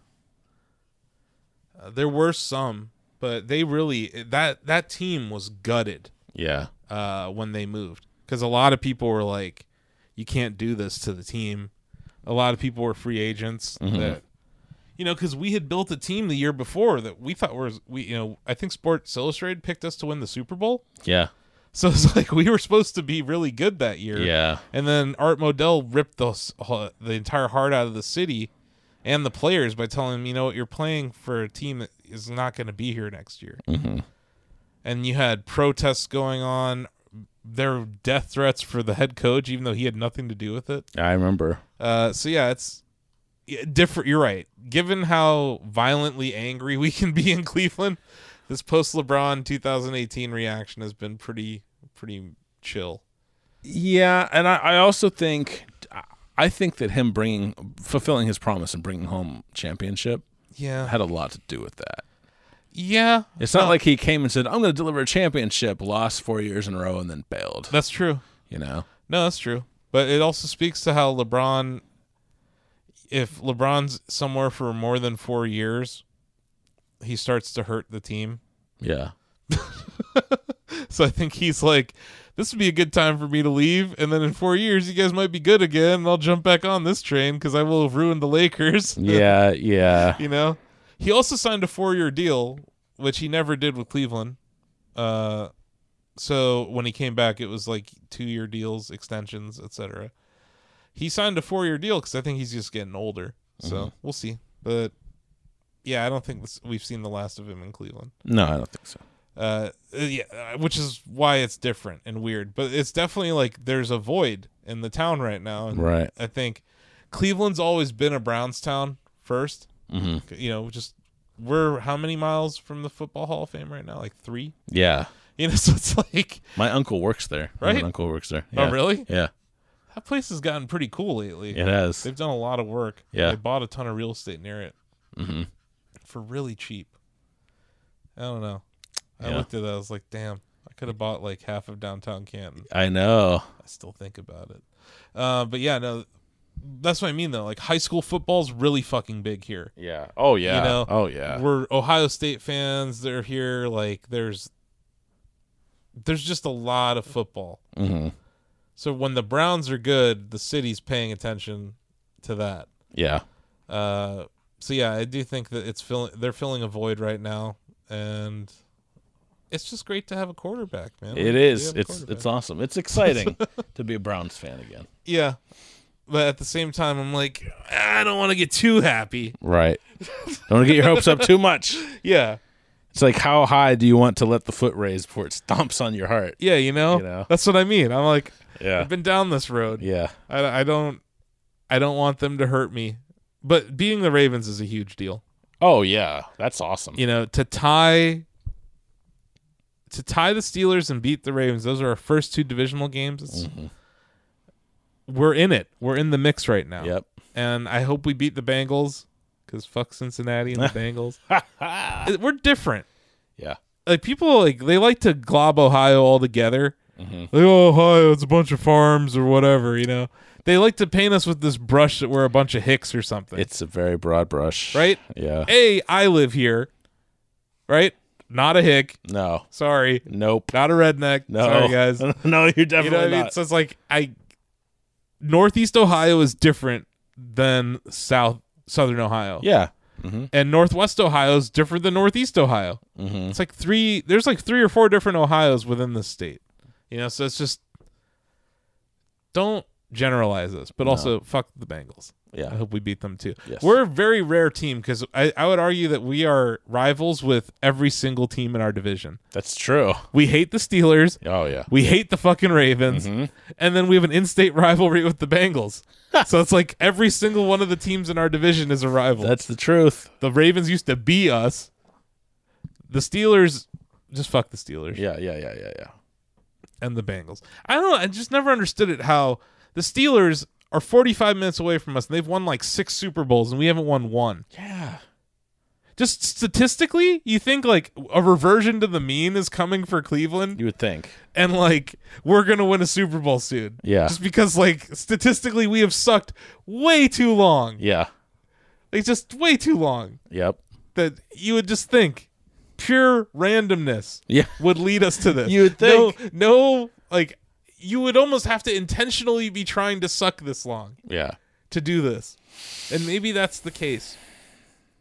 Uh, there were some, but they really that that team was gutted
Yeah.
uh, when they moved because a lot of people were like, "You can't do this to the team." A lot of people were free agents that, you know, because we had built a team the year before that we thought was we, you know, I think Sports Illustrated picked us to win the Super Bowl,
Yeah.
so it's like we were supposed to be really good that year.
Yeah.
And then Art Modell ripped the s- uh, the entire heart out of the city and the players by telling them, you know what, you're playing for a team that is not going to be here next year. And you had protests going on. There were death threats for the head coach, even though he had nothing to do with it.
I remember.
Uh, so yeah, it's yeah, different. You're right. Given how violently angry we can be in Cleveland, this post LeBron 2018 reaction has been pretty pretty chill.
Yeah, and I, I also think I think that him bringing fulfilling his promise and bringing home championship
Yeah.
had a lot to do with that.
Yeah,
It's not like he came and said, "I'm going to deliver a championship," lost four years in a row, and then bailed.
that's true.
You know,
No, that's true. But it also speaks to how LeBron, if LeBron's somewhere for more than four years, he starts to hurt the team.
yeah.
So I think he's like, this would be a good time for me to leave. And then in four years, you guys might be good again. And I'll jump back on this train because I will have ruined the Lakers.
Yeah, yeah.
you know? He also signed a four year deal, which he never did with Cleveland. Uh, so when he came back, it was like two year deals, extensions, etc. He signed a four year deal because I think he's just getting older. So we'll see. But yeah, I don't think this, we've seen the last of him in Cleveland
No, I don't think so.
uh, yeah, uh, which is why it's different and weird. But it's definitely like there's a void in the town right now. And
Right.
I think Cleveland's always been a Browns town 1st Mm-hmm. You know, just we're how many miles from the Football Hall of Fame right now? Like three.
Yeah,
You know, so it's like
my uncle works there. I have
Right?
an uncle works there.
Oh,
Yeah.
really?
Yeah,
that place has gotten pretty cool lately.
it has.
They've done a lot of work.
Yeah. Mm-hmm.
They bought a ton of real estate near it for really cheap. I don't know. I
Yeah.
looked at that. I was like, damn, I could have bought like half of downtown Canton.
I know.
I still think about it. Uh, but yeah, no, that's what I mean though. Like high school football's really fucking big here.
Yeah. Oh yeah.
You know,
oh yeah.
We're Ohio State fans. They're here. Like there's, there's just a lot of football.
Mhm.
So when the Browns are good, the city's paying attention to that.
Yeah.
Uh, so yeah, I do think that it's filling. They're filling a void right now, and it's just great to have a quarterback, man.
It
We
is.
have a
It's
quarterback.
it's awesome. It's exciting to be a Browns fan again.
yeah. But at the same time, I'm like, I don't want to get too happy.
Right. Don't wanna get your hopes up too much.
Yeah,
It's like how high do you want to let the foot raise before it stomps on your heart?
yeah, you know,
You know.
that's what I mean. I'm like, I've
Yeah.
been down this road.
Yeah.
I, I don't, I don't want them to hurt me. But being the Ravens is a huge deal.
Oh yeah. That's awesome.
you know, to tie to tie the Steelers and beat the Ravens, those are our first two divisional games. It's- We're in it. We're in the mix right now.
Yep.
And I hope we beat the Bengals because fuck Cincinnati and the Bengals. It- We're different.
Yeah.
Like people like they like to glob Ohio all together.
Mm-hmm.
Like oh, Ohio, it's a bunch of farms or whatever. You know, they like to paint us with this brush that we're a bunch of hicks or something.
It's a very broad brush.
right?
Yeah.
A, I live here. Right? Not a hick.
No.
Sorry.
Nope.
Not a redneck.
No.
Sorry, guys. You
no, you're definitely
know what I mean?
not.
So it's like I Northeast Ohio is different than South Southern Ohio.
Yeah. Mm-hmm.
And Northwest Ohio is different than Northeast Ohio.
Mm-hmm.
It's like three there's like three or four different Ohio's within the state. You know, so it's just don't generalize this, but also fuck the Bengals. I
Yeah.
hope we beat them too.
Yes.
We're a very rare team because I, I would argue that we are rivals with every single team in our division.
That's true.
We hate the Steelers.
Oh yeah.
We hate the fucking Ravens.
Mm-hmm.
And then we have an in state rivalry with the Bengals. so it's like every single one of the teams in our division is a rival.
That's the truth.
the Ravens used to be us. The Steelers, just fuck the Steelers
Yeah, yeah, yeah, yeah, yeah.
and the Bengals. I don't know. I just never understood it how the Steelers are 45 minutes away from us and they've won like six Super Bowls and we haven't won one.
Yeah.
Just statistically, you think like a reversion to the mean is coming for Cleveland?
You would think.
and like we're gonna win a Super Bowl soon.
Yeah.
Just because like statistically we have sucked way too long.
Yeah.
Like just way too long.
Yep.
That you would just think pure randomness
Yeah.
would lead us to this.
You would
no,
think.
no like you would almost have to intentionally be trying to suck this long
Yeah.
to do this. And maybe that's the case.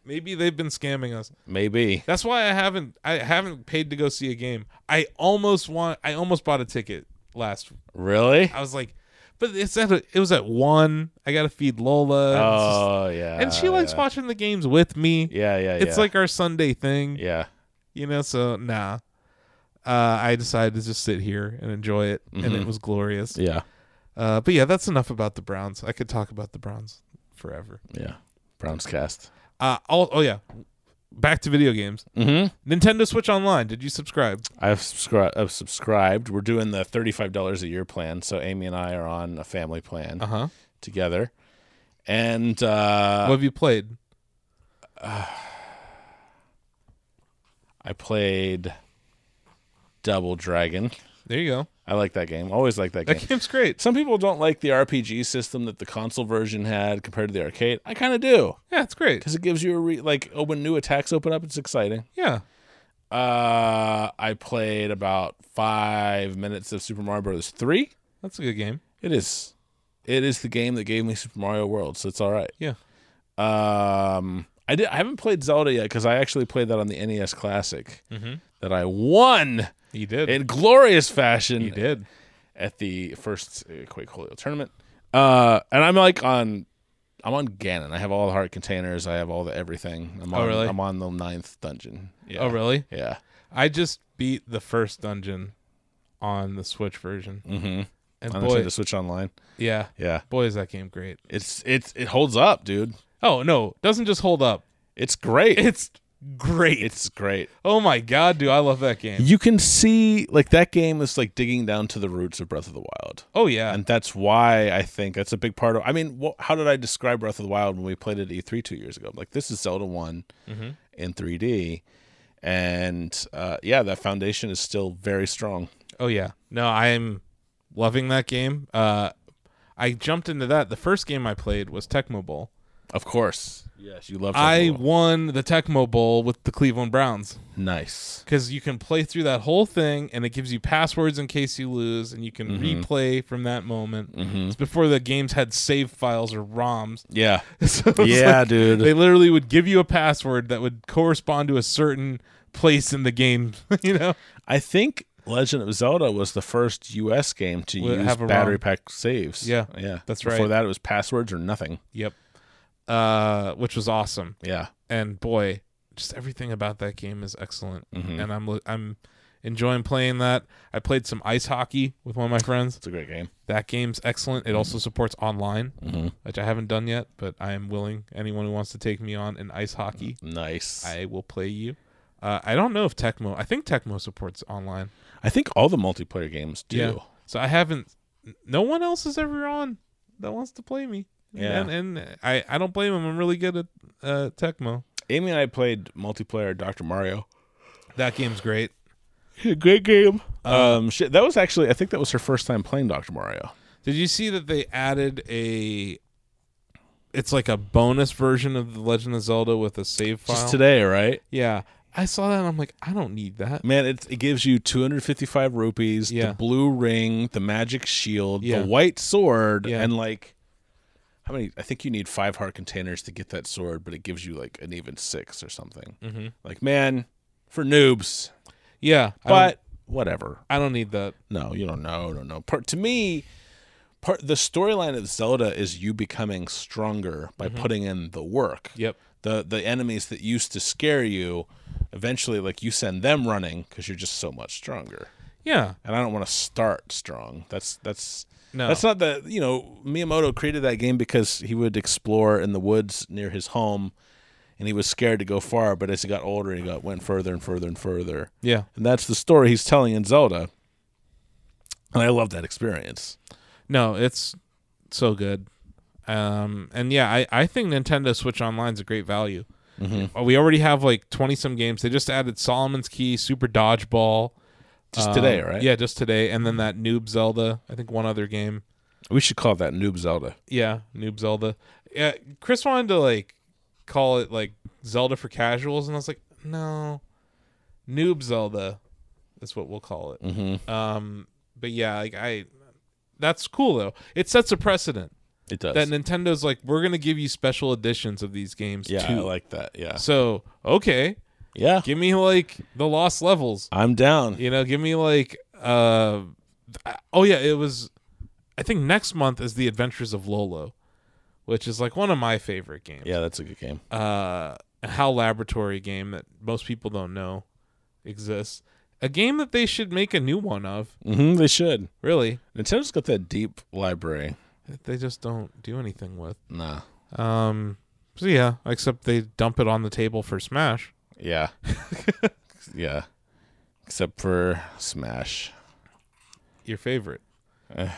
Maybe they've been scamming us.
Maybe.
That's why I haven't I haven't paid to go see a game. I almost want I almost bought a ticket last
Really?
I was like, but it's at a, it was at one. I gotta feed Lola. and it's just-
Oh yeah.
and she likes
yeah.
watching the games with me.
Yeah, yeah, yeah.
It's like our Sunday thing,
Yeah.
you know. So nah, uh, I decided to just sit here and enjoy it, and
Mm-hmm.
it was glorious.
Yeah.
Uh, but yeah, that's enough about the Browns. I could talk about the Browns forever.
Yeah. Browns cast.
Uh, all, oh yeah, back to video games.
Mm-hmm.
Nintendo Switch Online. Did you subscribe?
I've subscribed. I've subscribed. We're doing the thirty-five dollars a year plan. So Amy and I are on a family plan
Uh-huh.
Uh huh.
together, and uh,
what have you played?
I played Double Dragon.
There you go.
I like that game. Always like that game.
That game's great.
Some people don't like the RPG system that the console version had compared to the arcade. I kind of do
Yeah, it's great.
because it gives you a re- like oh, when new attacks open up, it's exciting.
Yeah.
Uh, I played about five minutes of Super Mario Bros. Three.
That's a good game.
It is, it is the game that gave me Super Mario World, so it's all right.
Yeah.
Um, I did. I haven't played Zelda yet because I actually played that on the NES Classic
Mm-hmm.
that I won
You did.
in glorious fashion.
you did.
at the first uh, Quake Holio tournament. Uh, and I'm like on, I'm on Ganon. I have all the heart containers. I have all the everything. I'm
Oh,
on,
really?
I'm on the ninth dungeon. Yeah.
Oh, really?
Yeah.
I just beat the first dungeon on the Switch version.
Mm-hmm.
And
On
boy,
Nintendo Switch Online.
yeah.
Yeah.
Boy, is that game great.
It's it's it holds up, dude.
Oh, no. Doesn't just hold up.
It's great.
It's great.
it's great.
oh, my God, do I love that game.
You can see like that game is like digging down to the roots of Breath of the Wild.
Oh, yeah.
And that's why I think that's a big part of. I mean, wh- how did I describe Breath of the Wild when we played it at E3 two years ago? I'm like, this is Zelda one
Mm-hmm.
in 3D, and uh, yeah, that foundation is still very strong.
Oh yeah. No, I'm loving that game. Uh I jumped into that. The first game I played was Tecmo Bowl.
Of course, yes, you love.
I
Zelda.
won the Tecmo Bowl with the Cleveland Browns
nice.
because you can play through that whole thing, and it gives you passwords in case you lose, and you can replay from that moment. It's before the games had save files or ROMs.
Yeah,
So it's
yeah,
like,
dude.
They literally would give you a password that would correspond to a certain place in the game. you know,
I think Legend of Zelda was the first U.S. game to
Would
use
have a
battery
ROM.
pack saves.
Yeah,
yeah,
that's
Before
right.
that, it was passwords or nothing.
Yep. Uh, which was awesome,
Yeah,
and boy, just everything about that game is excellent,
Mhm.
and I'm li- I'm enjoying playing that. I played some ice hockey with one of my friends.
it's a great game.
That game's excellent. It
Mm.
also supports online,
Mhm.
which I haven't done yet, but I am willing. Anyone who wants to take me on in ice hockey,
Nice. I,
I will play you. Uh, I don't know if Tecmo. I think Tecmo supports online.
think all the multiplayer games do.
So I haven't. No one else is ever on that wants to play me.
Yeah.
And, and I, I don't blame him. I'm really good at uh, Tecmo.
Amy and I played multiplayer Dr. Mario.
That game's great.
Great game. Um, shit, that was actually I think that was her first time playing Dr. Mario.
Did you see that they added a? It's like a bonus version of the Legend of Zelda with a save file.
Just today, right?
Yeah, I saw that and I'm like, I don't need that.
Man, it, it gives you 255 rupees,
Yeah.
the blue ring, the magic shield,
Yeah.
the white sword,
Yeah.
and like how many? I think you need five heart containers to get that sword, but it gives you like an even six or something.
Mhm.
Like, man, for noobs,
Yeah, I don't-
but whatever.
I don't need that.
No, you don't know. No, no. Part to me, part the storyline of Zelda is you becoming stronger by putting in the work.
Yep.
The the enemies that used to scare you, eventually, like you send them running because you're just so much stronger.
Yeah.
And I don't want to start strong. That's that's
No.
That's not the you know Miyamoto created that game because he would explore in the woods near his home, and he was scared to go far. But as he got older, he got went further and further and further.
Yeah.
And that's the story he's telling in Zelda. And I love that experience.
No, it's so good. Um, and yeah, I, I think Nintendo Switch Online is a great value.
Mm-hmm.
Uh, We already have like 20 some games. They just added Solomon's Key, Super Dodgeball.
Just
um,
today, right?
Yeah, just today. And then that Noob Zelda, I think one other game.
We should call that Noob Zelda.
Yeah, Noob Zelda. Yeah, Chris wanted to like call it like Zelda for casuals, and I was like, no, Noob Zelda is what we'll call it.
Mhm.
Um, but yeah, like I, that's cool though. It sets a precedent
It does.
that Nintendo's like, we're gonna give you special editions of these games
yeah, I
too.
like that. Yeah.
so okay,
Yeah.
give me like the lost levels.
I'm down.
You know, give me like uh th- oh yeah, it was I think next month is The Adventures of Lolo, which is like one of my favorite games.
Yeah, that's a good game.
Uh a HAL Laboratory game that most people don't know exists. A game that they should make a new one of,
hmm they should.
really.
Nintendo's got that deep library.
that They just don't do anything with.
Nah.
Um so yeah, except they dump it on the table for Smash.
Yeah. yeah. Except for Smash.
Your favorite. uh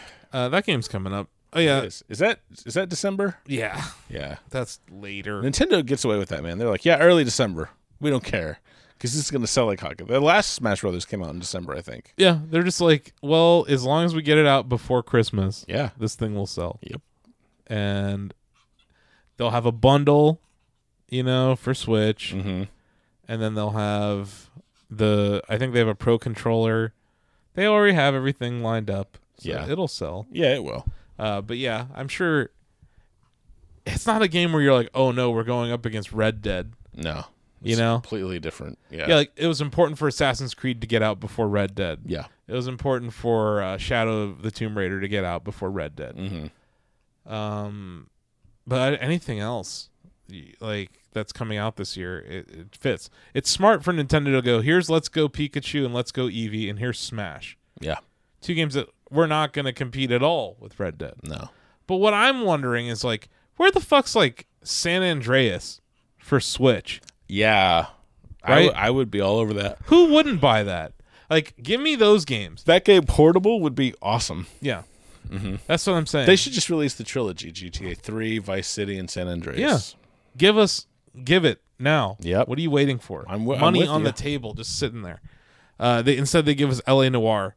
that game's coming up. Oh yeah.
Is, is that is that December?
Yeah.
Yeah.
That's later.
Nintendo gets away with that, man. They're like, yeah, early December. We don't care. because this is going to sell like hotcakes. The last Smash Brothers came out in December, I think.
Yeah, they're just like, well, as long as we get it out before Christmas,
Yeah.
this thing will sell.
Yep.
And they'll have a bundle, you know, for Switch,
Mm-hmm.
and then they'll have the I think they have a pro controller. They already have everything lined up. So
Yeah.
It'll sell.
Yeah, it will.
Uh, but yeah, I'm sure it's not a game where you're like, oh no, we're going up against Red Dead.
No,
You
It's
know?
completely different. Yeah,
Yeah, like it was important for Assassin's Creed to get out before Red Dead.
yeah.
It was important for uh, Shadow of the Tomb Raider to get out before Red Dead.
Mm-hmm.
Um, but anything else y- like that's coming out this year, it, it fits. It's smart for Nintendo to go here's Let's Go Pikachu and Let's Go Eevee and here's Smash,
Yeah,
two games that we're not going to compete at all with Red Dead.
no.
But what I'm wondering is like where the fuck's like San Andreas for Switch?
Yeah, I
Right?
w- I would be all over that.
Who wouldn't buy that? Like, give me those games.
That game portable would be awesome.
Yeah, that's what I'm saying.
Mm-hmm. They should just release the trilogy: GTA Three, Vice City, and San Andreas.
Yeah. give us give it now.
Yep.
What are you waiting for?
I'm wi- I'm
Money
with
on
you.
the table, just sitting there. Uh, they instead they give us L.A. Noir,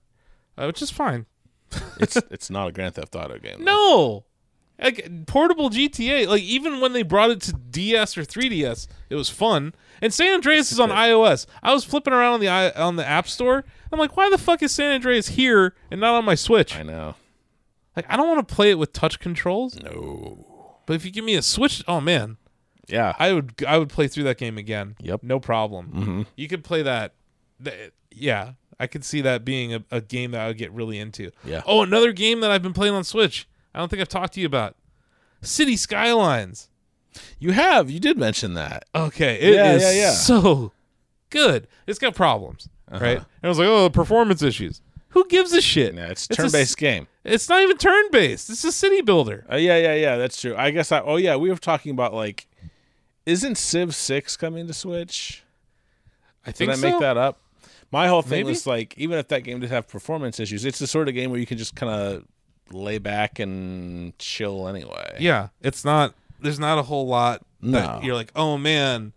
uh, which is fine.
it's it's not a Grand Theft Auto game.
No, like portable GTA. Like even when they brought it to DS or 3DS, it was fun. And San Andreas is on iOS. I was flipping around on the i- on the App Store. I'm like, why the fuck is San Andreas here and not on my Switch?
I know.
Like I don't want to play it with touch controls.
No.
But if you give me a Switch, oh man,
Yeah,
I would I would play through that game again.
Yep. Mm-hmm.
No problem. You could play that. th- Yeah, I could see that being a, a game that I would get really into.
Yeah.
Oh, another game that I've been playing on Switch. I don't think I've talked to you about City Skylines.
you have. You did mention that.
Okay, it is
Yeah, yeah, yeah. Uh-huh.
so good. It's got problems, right? And I was like, oh, performance issues. Who gives a shit?
Yeah, it's a
It's a
turn-based game.
s- It's not even turn based. It's a city builder.
Uh, yeah, yeah, yeah. That's true. I guess I. Oh yeah, we were talking about like, isn't Civ Six coming to Switch?
I
Did
think
I make
so.
that up? My whole thing
Maybe.
was like, even if that game did have performance issues, it's the sort of game where you can just kind of lay back and chill anyway.
Yeah, it's not. There's not a whole lot
No.
that you're like, oh man,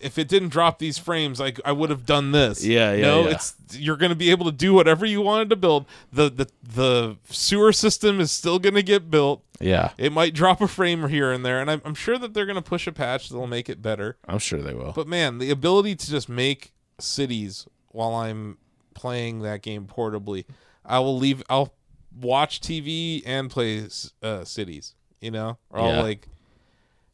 if it didn't drop these frames, like I would have done this.
Yeah, yeah,
No,
yeah.
it's you're gonna be able to do whatever you wanted to build. The the the sewer system is still gonna get built.
Yeah,
It might drop a frame here and there, and I'm, I'm sure that they're gonna push a patch that'll make it better.
I'm sure they will.
But man, the ability to just make cities while I'm playing that game portably, I will leave. I'll watch TV and play s- uh, cities. You know, or I'll
Yeah.
like.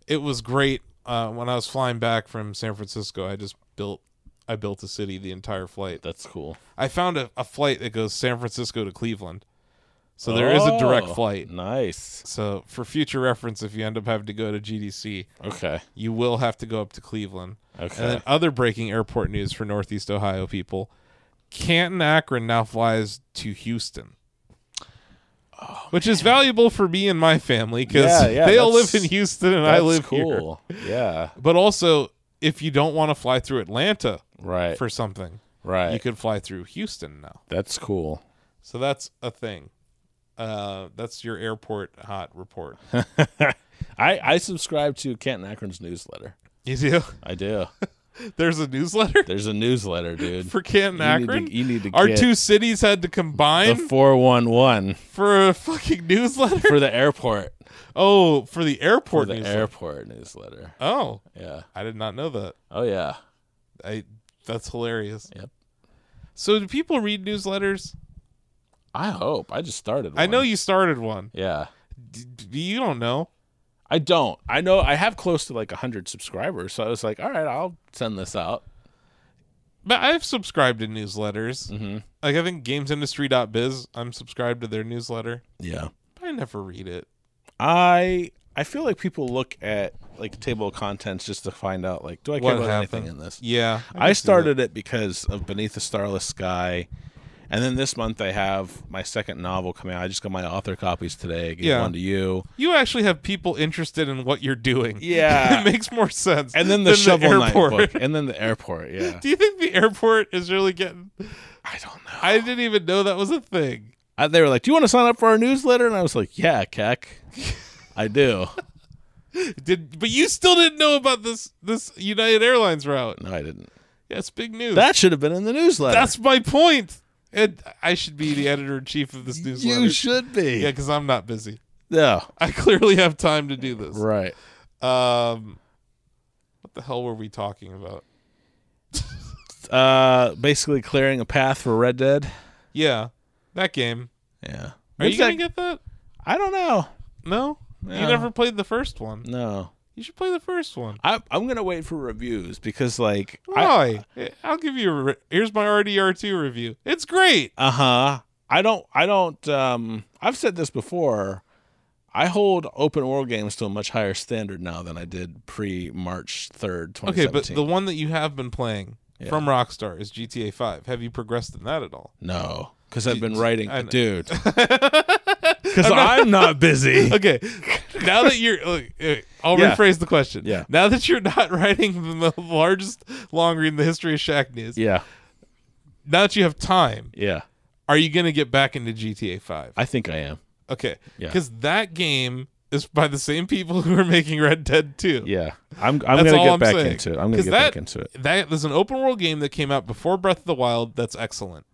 It was great uh, when I was flying back from San Francisco. I just built. I built a city the entire flight.
That's cool.
I found a, a flight that goes San Francisco to Cleveland, so there is a direct
Oh,
flight.
Nice.
So for future reference, if you end up having to go to GDC,
Okay.
you will have to go up to Cleveland.
Okay.
And then other breaking airport news for Northeast Ohio people. Canton Akron now flies to Houston. which is valuable for me and my family because
Oh, Yeah, yeah,
they all
that's-
live in Houston and
That's
I live here.
cool. Yeah.
But also, if you don't want to fly through Atlanta
Right.
for something,
right.
you could fly through Houston now.
That's cool.
So that's a thing. Uh, that's your airport hot report.
I I subscribe to Canton Akron's newsletter.
you do?
I do.
There's a newsletter
There's a newsletter, dude.
for Canton
you need to-
Akron.
you need to
Our
get
two cities had to
the
combine
four one one
for a fucking newsletter.
for the airport.
Oh, for the
For
airport
the
newsletter.
airport newsletter.
oh,
Yeah.
I did not know that.
Oh yeah.
I that's hilarious.
Yep.
So do people read newsletters?
I hope. I just started.
I know
one.
you started one.
Yeah.
D- d- you don't know.
I don't. I know I have close to like 100 subscribers, so I was like, all right, I'll send this out.
But I've subscribed to newsletters.
Mm-hmm.
Like I think gamesindustry.biz, I'm subscribed to their newsletter.
Yeah.
But I never read it.
I I feel like people look at like table of contents just to find out like, do I care
What
about
happened?
anything in this?
Yeah.
I,
can see
started it because of Beneath the Starless Sky. And then this month I have my second novel coming out. I just got my author copies today. I gave
Yeah.
one to you.
that. You actually have people interested in what you're doing. it
Yeah.
makes more sense.
And then the
than
Shovel Knight
airport.
book. And then the airport. Yeah.
Do you think the airport is really getting
I don't know.
I didn't even know that was a thing.
I, they were like, "Do you want to sign up for our newsletter?" And I was like, "Yeah, Keck, I do."
Did but you still didn't know about this this United Airlines route.
No, I didn't.
That's big news.
That should have been in the newsletter.
That's my point. And I should be the editor in chief of this newsletter.
you should be.
Yeah, because I'm not busy.
No.
I clearly have time to do this.
Right.
Um, what the hell were we talking about?
Uh, basically clearing a path for Red Dead.
Yeah, that game.
Yeah.
Are
When's
you gonna
that-
get that?
I don't know.
No? you
No.
never played the first one.
No.
You should play the first one.
I, I'm gonna wait for reviews because like
Why? I, will give you. A re- here's my RDR2 review. It's great.
uh huh. I don't I don't um I've said this before. I hold open world games to a much higher standard now than I did pre March third, twenty
Okay, but
seventeen.
the one that you have been playing from Rockstar is GTA 5. Have you progressed in that at all?
no, because I've been
Dude,
writing,
I know.
dude. Because I'm not busy.
Okay, now that you're, look, uh, I'll
Yeah.
rephrase the question.
Yeah.
Now that you're not writing the largest long read in the history of Shaq News,
Yeah,
now that you have time,
yeah.
are you going to get back into GTA 5?
I think I am.
Okay,
Yeah.
because that game is by the same people who are making Red Dead 2.
Yeah, I'm. I'm
That's
gonna
all
get
I'm
back
saying.
into it. I'm gonna
'Cause
get
that-
back into it.
That there's an open world game that came out before Breath of the Wild that's excellent.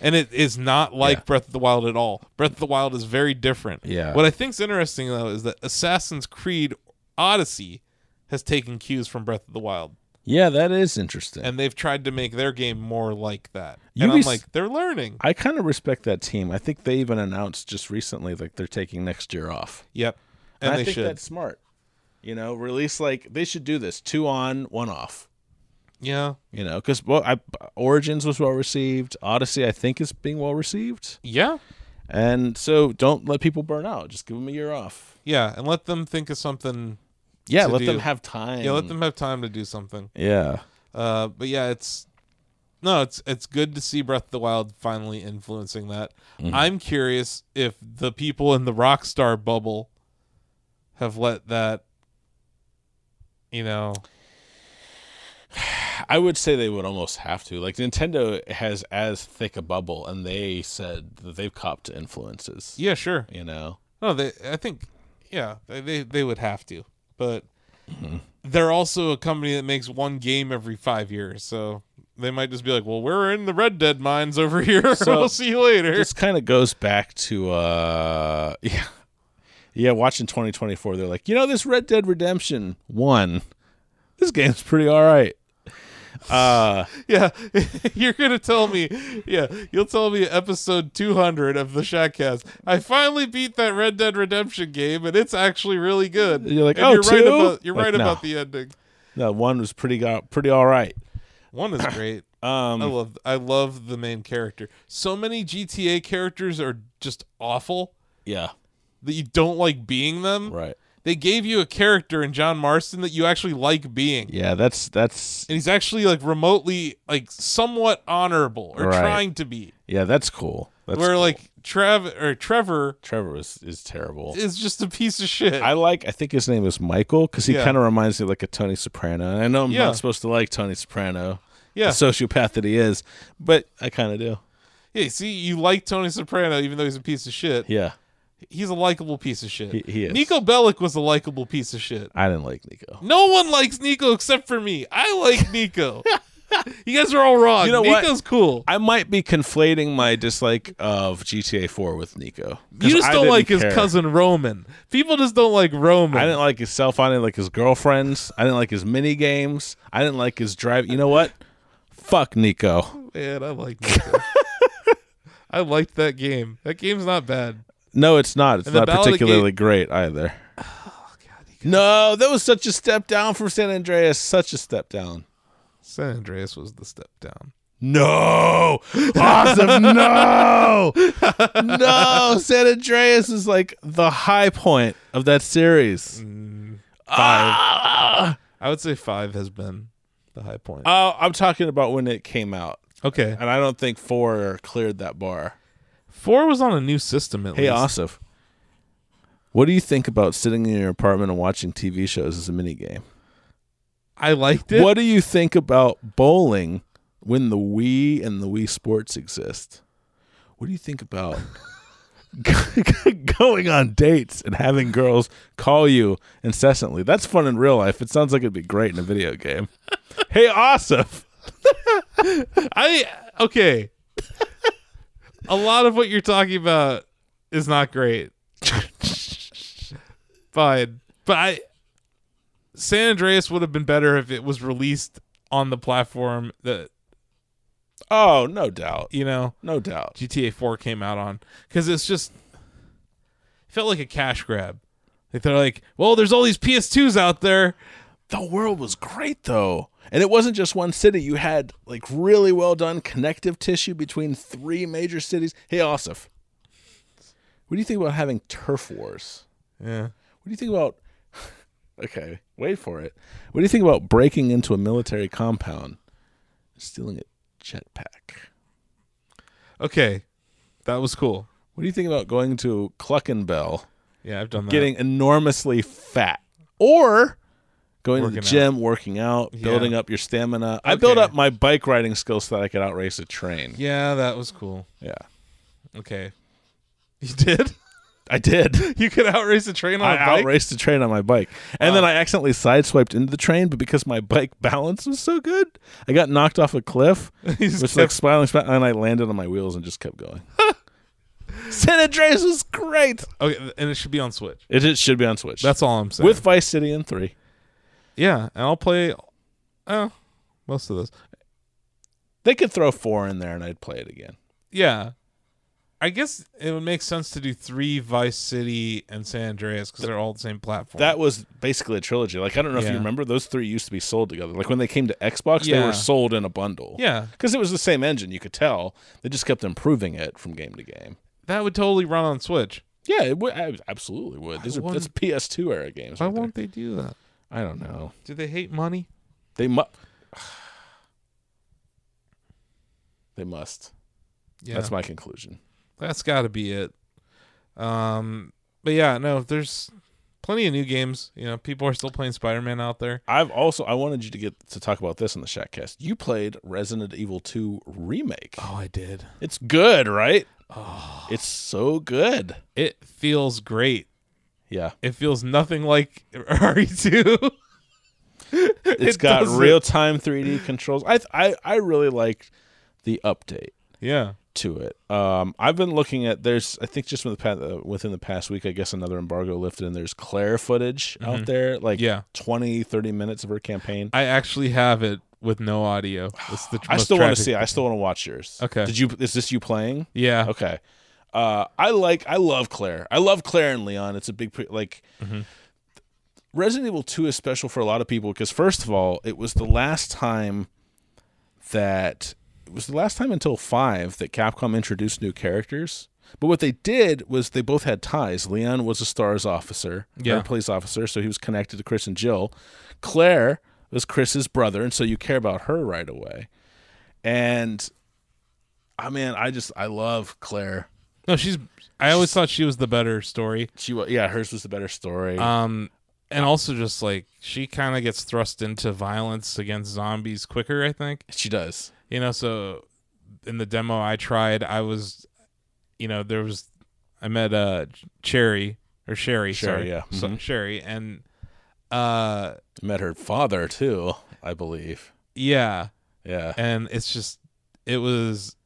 And it is not like
Yeah.
Breath of the Wild at all. Breath of the Wild is very different.
Yeah.
What I think's interesting though is that Assassin's Creed Odyssey has taken cues from Breath of the Wild,
Yeah, that is interesting.
and they've tried to make their game more like that.
Ubis-
and I'm like, they're learning.
I kind of respect that team. I think they even announced just recently like they're taking next year off.
Yep. And,
I
they
think
should.
that's smart. You know, release like they should do this two on, one off.
Yeah.
You know, because well, I, Origins was well received. Odyssey, I think, is being well received.
Yeah.
And so, don't let people burn out. Just give them a year off.
Yeah. And let them think of something.
Yeah,
To
let
do.
them have time.
Yeah, let them have time to do something.
Yeah,
Uh, but yeah, it's no, it's it's good to see Breath of the Wild finally influencing that. I'm curious if the people in the Rockstar bubble have let that, you know,
I would say they would almost have to. Like Nintendo has as thick a bubble, and they said that they've copped to influences.
yeah, sure,
You know,
no, they, I think, yeah, they they, they would have to, but they're also a company that makes one game every five years, so they might just be like, well, we're in the Red Dead mines over here.
So-
we'll see you later.
this kind of goes back to uh, yeah, yeah. Watching 2024, they're like, you know, this Red Dead Redemption one, this game's pretty all right. Uh,
Yeah, you're gonna tell me. Yeah, you'll tell me episode 200 of the Shackcast. I finally beat that Red Dead Redemption game, and it's actually really good.
You're like,
And
"Oh,
you're right
two?"
about you're
Like,
right
no.
about the ending.
no, one was pretty got pretty all right.
One is great. I
Um,
love I love the main character. So many GTA characters are just awful
yeah,
that you don't like being them.
right.
They gave you a character in John Marston that you actually like being.
Yeah, that's that's
And he's actually like remotely like somewhat honorable or
Right.
trying to be.
yeah, that's cool. That's
where
cool.
like Trav or Trevor
Trevor is is terrible.
is just a piece of shit.
I like. I think his name is Michael because he
Yeah.
kind of reminds me of like a Tony Soprano. And I know I'm
Yeah.
not supposed to like Tony Soprano,
yeah.
the sociopath that he is, but I kind of do.
yeah. See, you like Tony Soprano even though he's a piece of shit.
Yeah,
He's a likable piece of shit.
He- he is.
Nico Bellic was a likable piece of shit.
I didn't like Nico.
No one likes Nico except for me. I like Nico. you guys are all wrong.
You know what?
Nico's cool.
I might be conflating my dislike of GTA 4 with Nico. 'Cause
You just
I
don't
didn't
like his
care.
cousin Roman. People just don't like Roman.
I didn't like his cell phone. I didn't like his girlfriends. I didn't like his mini games. I didn't like his drive. You know what? Fuck Nico.
Man, I like Nico. I liked that game. That game's not bad.
No, it's not. It's
And the Oh,
not
Ballad of
particularly great either. No, that was such a step down from San Andreas. Such a step down.
San Andreas was the step down.
No, awesome. no, no. San Andreas is like the high point of that series. Mm. Ah!
I would say five has been the high point.
Oh, I'm talking about when it came out,
okay,
and I don't think four cleared that bar.
four was on a new system at
Hey,
least.
Asif, what do you think about sitting in your apartment and watching TV shows as a minigame?
I liked it.
What do you think about bowling when the Wii and the Wii Sports exist? What do you think about going on dates and having girls call you incessantly? That's fun in real life. It sounds like it'd be great in a video game. hey, Asif,
I okay. A lot of what you're talking about is not great. Fine. But I San Andreas would have been better if it was released on the platform that,
Oh, no doubt.
you know,
No doubt.
GTA 4 came out on cuz it's just felt like a cash grab. Like they're like, "Well, there's all these PS2s out there."
the world was great though and it wasn't just one city you had like really well done connective tissue between three major cities hey asif what do you think about having turf wars
Yeah.
what do you think about okay wait for it what do you think about breaking into a military compound and stealing a jetpack
Okay. That was cool.
what do you think about going to cluckenbell
Yeah, I've done that.
getting enormously fat or going to
Working
the
out.
gym working out building up your stamina i built
Okay.
up my bike riding skills so that i could outrace a train
yeah, that was cool.
yeah
Okay. You did?
i did
You could outrace a train on
i
a bike? Oh.
outraced a train on my bike and then i accidentally sideswiped into the train but because my bike balance was so good i got knocked off a cliff
You
which
just
was like spiraling, spiraling and i landed on my wheels and just kept going san andreas was great
kept- okay, and it should be on Switch.
it, it should be on switch
That's all I'm saying.
with vice city in three
yeah, and I'll play oh, most of those.
they could throw four in there and i'd play it again
Yeah. I guess it would make sense to do 3 Vice City and San Andreas cuz they're all the same platform.
That was basically a trilogy. Like I don't know if
Yeah.
you remember, those three used to be sold together. Like when they came to Xbox, they
Yeah.
were sold in a bundle.
Yeah.
because it was the same engine. You could tell they just kept improving it from game to game.
That would totally run on Switch.
Yeah, it would I absolutely would. These are
wonder-
that's PS2 era games.
Why
right there.
won't they do that?
I don't know.
Do they hate money?
They must. They must.
Yeah.
That's my conclusion.
That's got to be it. Um, but yeah, no, there's plenty of new games. You know, people are still playing Spider Man out there.
I've also I wanted you to get to talk about this in the Shackcast. You played Resident Evil 2 remake.
Oh, I did.
It's good, right? It's so good.
It feels great.
Yeah.
It feels nothing like E RE2.
it's
It
got
doesn't.
real time 3D controls. I, I I really liked the update
yeah.
to it. Um, I've been looking at there's I think just within the past, uh, within the past week I guess another embargo lifted and there's Claire footage out there like
Mm-hmm. Yeah.
20 30 minutes of her campaign.
I actually have it with no audio. It's the
I
most
still want to
tragic-
see. it. I still want to watch yours.
Okay.
Did you is this you playing?
Yeah.
Okay. Uh, I like I love Claire. I love Claire and Leon. It's a big pre- like Resident Evil 2 is special for a lot of people because first of all, it was the last time that it was the last time until 5 that Capcom introduced new characters. But what they did was they both had ties. Leon was a STARS officer, or
Yeah.
police officer, so he was connected to Chris and Jill. Claire was Chris's brother, and so you care about her right away. And I mean, I just I love Claire.
No, she's. I always thought she was the better story.
She was yeah, hers was the better story.
Um, and also just like she kind of gets thrust into violence against zombies quicker. I think.
she does.
you know so in the demo i tried i was you know there was i met uh cherry or sherry sorry
Sherry, yeah. mm-hmm.
so, sherry and uh
Met her father too, I believe.
yeah
Yeah.
and it's just it was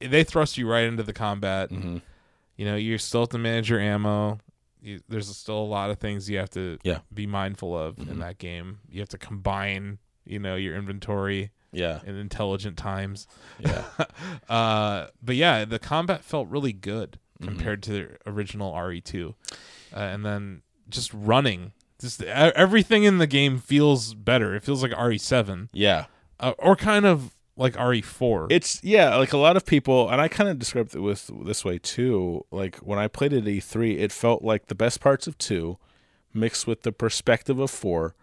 they thrust you right into the combat
Mhm.
you know you still have to manage your ammo you, there's still a lot of things you have to
Yeah. Mm-hmm.
be mindful of in that game you have to combine you know your inventory
Yeah.
in intelligent times
Yeah.
uh, but yeah, the combat felt really good compared to the original RE2, uh, and then just running, just e- everything in the game feels better. It feels like RE7
yeah.
uh, or kind of like E RE4.
It's yeah, like a lot of people, and I kind of described it with this way too. Like when I played it E three, it felt like the best parts of two, mixed with the perspective of four,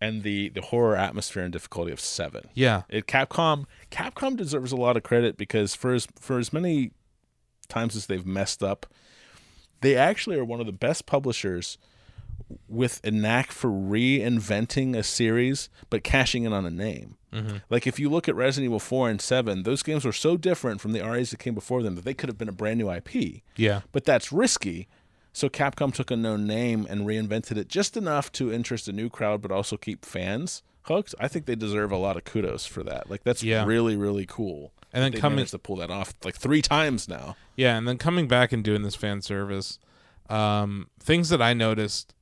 and the the horror atmosphere and difficulty of seven.
yeah,
It Capcom Capcom deserves a lot of credit because for as for as many times as they've messed up, they actually are one of the best publishers with a knack for reinventing a series but cashing in on a name. Like if you look at Resident Evil 4 and 7, those games were so different from the RAs that came before them that they could have been a brand new IP
yeah,
but that's risky. So Capcom took a known name and reinvented it just enough to interest a new crowd, but also keep fans hooked. I think they deserve a lot of kudos for that. Like that's
Yeah.
really really cool.
And then
They
coming-
managed to pull that off like three times now.
Yeah, and then coming back and doing this fan service, um, things that I noticed,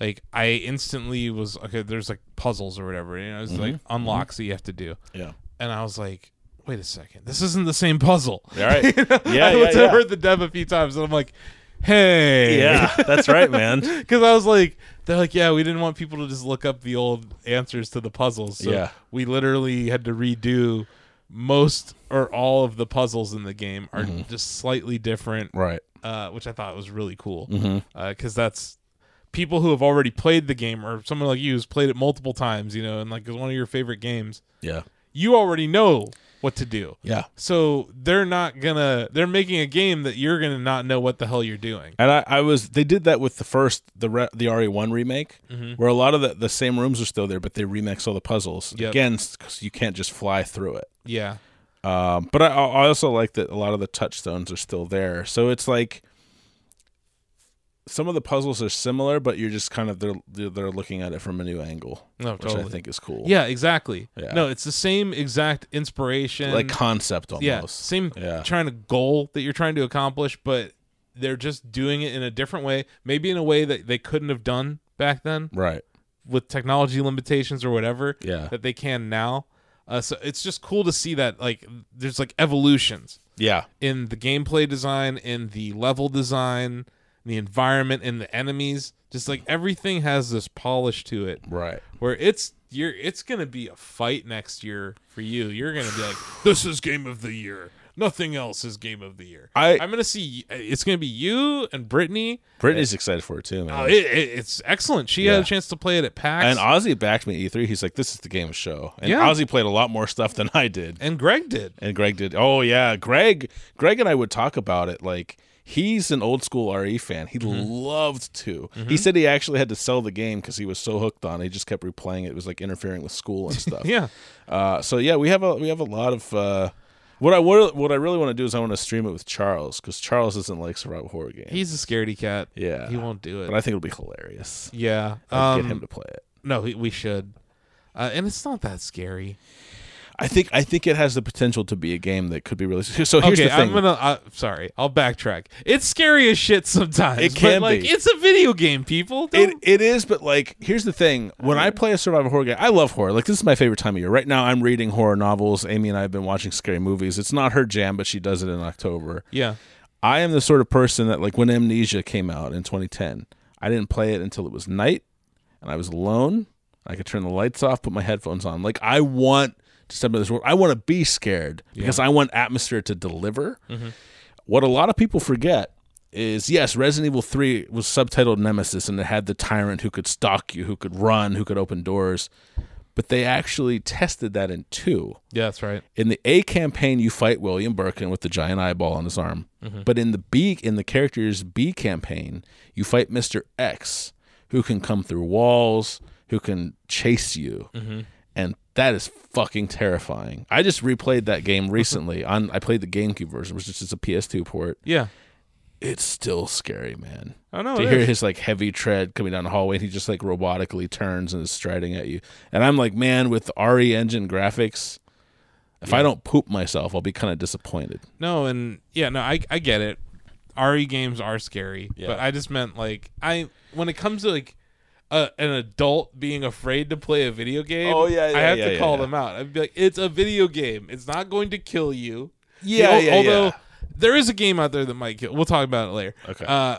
like I instantly was okay. There's like puzzles or whatever, you know, it's like unlocks that you have to do,
Yeah.
and I was like, wait a second, this isn't the same puzzle.
All right. Yeah,
I
yeah,
went to
yeah.
heard the dev a few times, and I'm like, hey,
that's right, man.
because I was like, they're like, yeah, we didn't want people to just look up the old answers to the puzzles. So
Yeah.
we literally had to redo most or all of the puzzles in the game are
Mm-hmm.
just slightly different,
Right.
uh, which I thought was really cool because
Mm-hmm.
that's people who have already played the game or someone like you who's played it multiple times, you know, and like it's one of your favorite games.
Yeah.
You already know what to do.
Yeah.
So they're not gonna. They're making a game that you're gonna not know what the hell you're doing.
And I, I was they did that with the first the re, the RE1 remake
Mm-hmm.
where a lot of the, the same rooms are still there but they remix all the puzzles
Yep.
again because you can't just fly through it.
Yeah.
Um, but I, I also like that a lot of the touchstones are still there. So it's like some of the puzzles are similar, but you're just kind of they're they're they're looking at it from a new angle,
No,
which
totally.
I think is cool.
Yeah, exactly.
Yeah.
No, it's the same exact inspiration.
like concept almost.
yeah, same
Yeah.
trying to goal that you're trying to accomplish, but they're just doing it in a different way, maybe in a way that they couldn't have done back then
Right.
with technology limitations or whatever
Yeah.
that they can now. Uh, so it's just cool to see that like there's like evolutions
Yeah.
in the gameplay design, in the level design, the environment, in the enemies. Just like everything has this polish to it
Right.
where it's you're it's gonna be a fight next year for you. You're gonna be like, this is game of the year. Nothing else is game of the year.
I-
I'm gonna see. It's gonna be you and Brittany.
Brittany's excited for it too, man.
Oh, it, it, it's excellent. She had
Uh, Yeah.
a chance to play it at PAX.
and
And,
Ozzy backed me at E3. He's like, "This is the game show." And
Yeah.
Ozzy played a lot more stuff than I did.
Greg did.
And Greg did. Oh yeah, Greg. Greg and I would talk about it. Like he's an old school RE fan. He
Mm-hmm.
loved to. He said he actually had to sell the game because he was so hooked on. it. He just kept replaying it. It was like interfering with school and stuff.
Yeah.
Uh, so yeah, we have a we have a lot of. Uh, what I what, what I really want to do is I want to stream it with Charles because Charles doesn't like survival horror games.
He's a scaredy cat.
Yeah.
He won't do it.
but I think it'll be hilarious.
yeah.
I'd
Um,
get him to play it.
No, he, we should. Uh, and it's not that scary.
I think I think it has the potential to be a game that could be really. So here's
Okay,
the thing.
I'm gonna. Uh, sorry, I'll backtrack. It's scary as shit sometimes.
It
but,
can
like,
be.
It's a video game, people. Don't
It, it is, but like, here's the thing. When I play a survival horror game, I love horror. Like, this is my favorite time of year. Right now, I'm reading horror novels. Amy and I have been watching scary movies. It's not her jam, but she does it in October.
yeah.
I am the sort of person that, like, when Amnesia came out in 2010, I didn't play it until it was night and I was alone. I could turn the lights off, put my headphones on. Like, I want to step into this world. I want to be scared because I want atmosphere to deliver. What a lot of people forget is yes, Resident Evil 3 was subtitled Nemesis and it had the tyrant who could stalk you, who could run, who could open doors. But they actually tested that in 2.
Yeah, that's right.
In the A campaign, you fight William Birkin with the giant eyeball on his arm. But in the B, in the character's B campaign, you fight Mister X, who can come through walls, who can chase you, and that is fucking terrifying. I just replayed that game recently. on I played the GameCube version, which is just a PS2 port.
Yeah.
It's still scary, man.
I know.
To
it
hear
is.
his like heavy tread coming down the hallway, and he just like robotically turns and is striding at you. And I'm like, man, with RE engine graphics, if I don't poop myself, I'll be kind of disappointed.
No, and yeah, no, I I get it. RE games are scary, but I just meant like I when it comes to like a, an adult being afraid to play a video game.
Oh, yeah,
I
yeah,
have
yeah,
to
yeah,
call
yeah.
them out. I'd be like, it's a video game. It's not going to kill you.
Yeah, yeah,
although
yeah.
there is a game out there that might kill. We'll talk about it later.
Okay.
uh,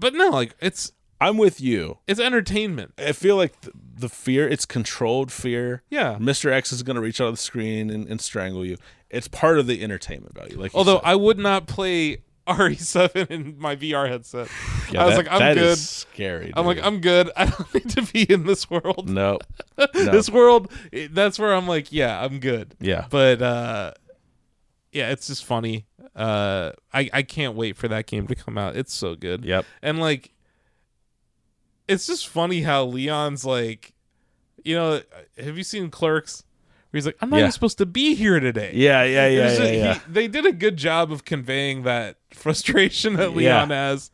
but no, like it's
I'm with you.
it's entertainment.
I feel like th- the fear, it's controlled fear.
Yeah.
Mr. X is going to reach out of the screen and, and strangle you. It's part of the entertainment value. Like, you
Although
said.
I would not play RE7 in my VR headset.
Yeah,
I was
that-
like, I'm
that
good.
is scary.
I'm like,
dude.
I'm good. I don't need to be in this world.
no.
this world i- that's where i'm like yeah i'm good
Yeah.
but uh yeah it's just funny uh i i can't wait for that game to come out it's so good
Yep.
and like it's just funny how leon's like you know have you seen clerks where he's like i'm not
Yeah.
even supposed to be here today
Yeah, yeah,
It
yeah,
was
yeah,
just-
yeah.
he- they did a good job of conveying that frustration that
Yeah.
Leon has.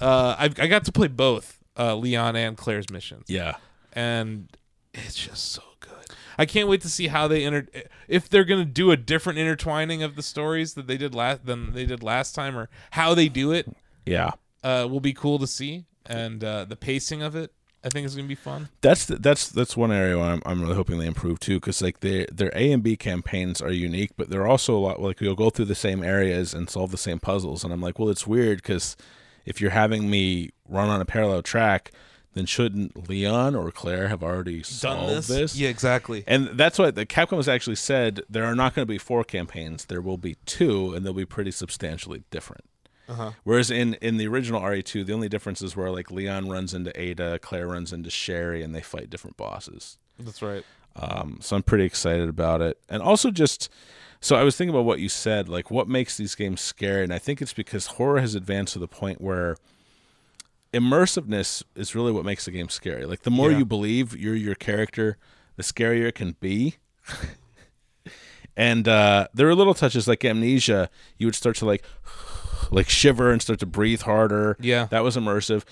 Uh, I, I got to play both uh, Leon and Claire's missions
yeah.
and it's just so good. I can't wait to see how they inter if they're gonna do a different intertwining of the stories that they did last than they did last time, or how they do it.
Yeah.
Uh, will be cool to see, and uh, the pacing of it. I think is gonna be fun.
That's the, that's that's one area where I'm, I'm really hoping they improve too, because like their their A and B campaigns are unique, but they're also a lot like you'll go through the same areas and solve the same puzzles, and I'm like, well, it's weird because if you're having me run on a parallel track, then shouldn't Leon or Claire have already solved this?
Yeah, exactly.
And that's what the Capcom has actually said. There are not going to be four campaigns. There will be two, and they'll be pretty substantially different. Whereas in in the original RE2, the only differences were like Leon runs into Ada, Claire runs into Sherry, and they fight different bosses.
That's right.
Um, so I'm pretty excited about it. And also just so I was thinking about what you said, like what makes these games scary, and I think it's because horror has advanced to the point where immersiveness is really what makes the game scary. Like the more you believe you're your character, the scarier it can be. and uh, there are little touches like amnesia. You would start to like like shiver and start to breathe harder.
Yeah.
that was immersive.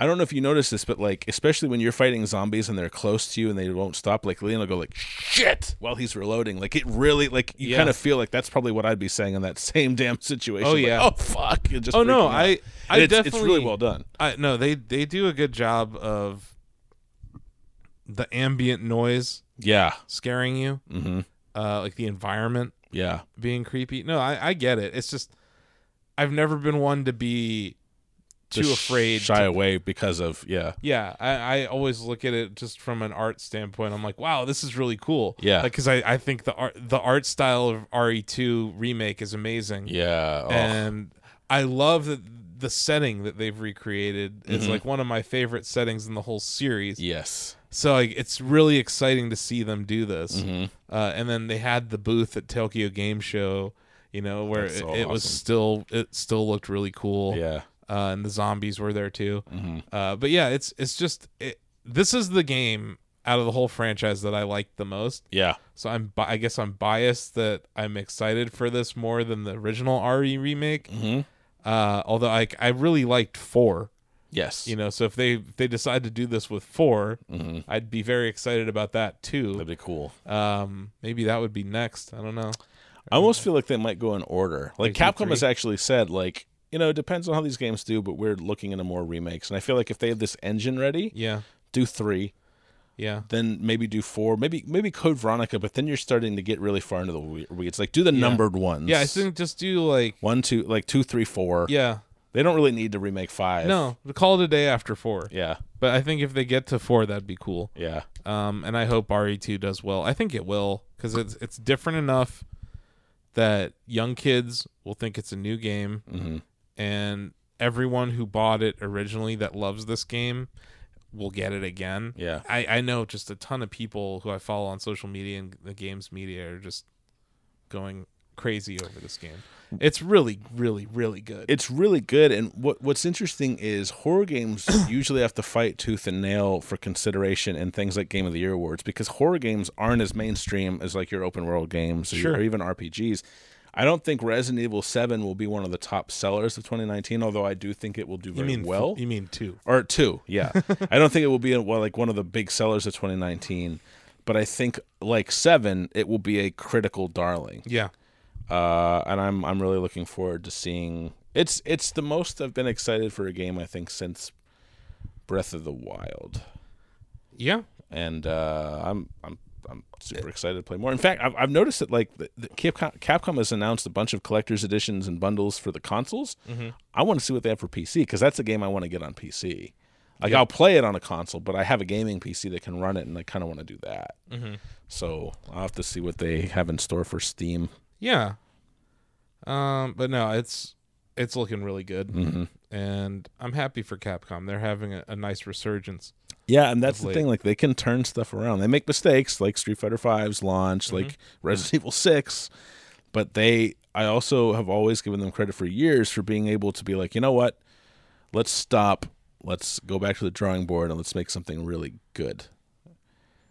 I don't know if you noticed this, but like especially when you're fighting zombies and they're close to you and they won't stop, like Leon will go like shit while he's reloading. Like it really like you
Yeah.
kind of feel like that's probably what I'd be saying in that same damn situation.
Oh,
Like,
yeah.
oh fuck. You're just
Oh no,
freaking out.
I I
And it's,
definitely
it's really well done.
I no, they they do a good job of the ambient noise
Yeah.
scaring you,
Mm-hmm.
uh, like the environment
Yeah.
being creepy. No, I I get it. It's just I've never been one to be too
Just
afraid.
Shy
to-
away because of yeah.
yeah, I, I always look at it just from an art standpoint. I'm like, wow, this is really cool.
Yeah.
because I, I think the art the art style of RE2 remake is amazing.
Yeah. Oh,
and I love that the setting that they've recreated is
Mm-hmm.
like one of my favorite settings in the whole series.
yes.
So like, it's really exciting to see them do this.
Mm-hmm.
Uh, and then they had the booth at Tokyo Game Show, you know, where it,
That's so
it was
awesome.
still it still looked really cool.
Yeah. Mm-hmm.
Uh, and the zombies were there too. Uh, but yeah, it's it's just it, this is the game out of the whole franchise that I liked the most.
Yeah.
So I'm bi- I guess I'm biased that I'm excited for this more than the original RE remake.
Mhm.
Uh, although I I really liked four,
Yes. Mm-hmm.
you know. So if they if they decide to do this with 4 I'd be very excited about that too.
That'd be cool.
Um, maybe that would be next. I don't know.
I almost feel like they might go in order. Like E
Like E3?
Capcom has actually said, like, you know, it depends on how these games do, but we're looking into more remakes. And I feel like if they have this engine ready,
Yeah,
do three,
yeah,
then maybe do four, maybe maybe Code Veronica, but then you're starting to get really far into the we- weeds. Like, do the numbered ones.
yeah. I think just do like
one, two, like two, three, four.
yeah.
They don't really need to remake five.
No, call it a day after four.
Yeah.
But I think if they get to four, that'd be cool.
Yeah.
um, and I hope RE2 does well. I think it will because it's it's different enough that young kids will think it's a new game,
Mm-hmm.
and everyone who bought it originally that loves this game will get it again.
Yeah.
I, I know just a ton of people who I follow on social media and the games media are just going crazy over this game. It's really, really, really good.
it's really good and what what's interesting is horror games usually have to fight tooth and nail for consideration in things like game of the year awards because horror games aren't as mainstream as like your open world games or, your-
Sure.
or even RPGs. I don't think Resident Evil 7 will be one of the top sellers of 2019 although I do think it will do
you
very
mean
well.
You mean two?
or 2, yeah. I don't think it will be well, like one of the big sellers of 2019, but I think like 7 it will be a critical darling
Yeah,
uh, and I'm I'm really looking forward to seeing. It's it's the most I've been excited for a game I think since Breath of the Wild,
yeah.
and uh, I'm I'm I'm super excited to play more. In fact, I've, I've noticed that like the, the Capcom, Capcom has announced a bunch of collector's editions and bundles for the consoles. I want to see what they have for PC because that's a game I want to get on PC. Like I'll play it on a console, but I have a gaming PC that can run it, and I kind of want to do that. So I'll have to see what they have in store for Steam.
Yeah. Um, but no, it's it's looking really good, and I'm happy for Capcom. They're having a, a nice resurgence.
Yeah, and that's
of
the
late.
thing. Like they can turn stuff around. They make mistakes, like Street Fighter V's launch, like Resident Evil Six, but they. I also have always given them credit for years for being able to be like, you know what, let's stop, let's go back to the drawing board, and let's make something really good.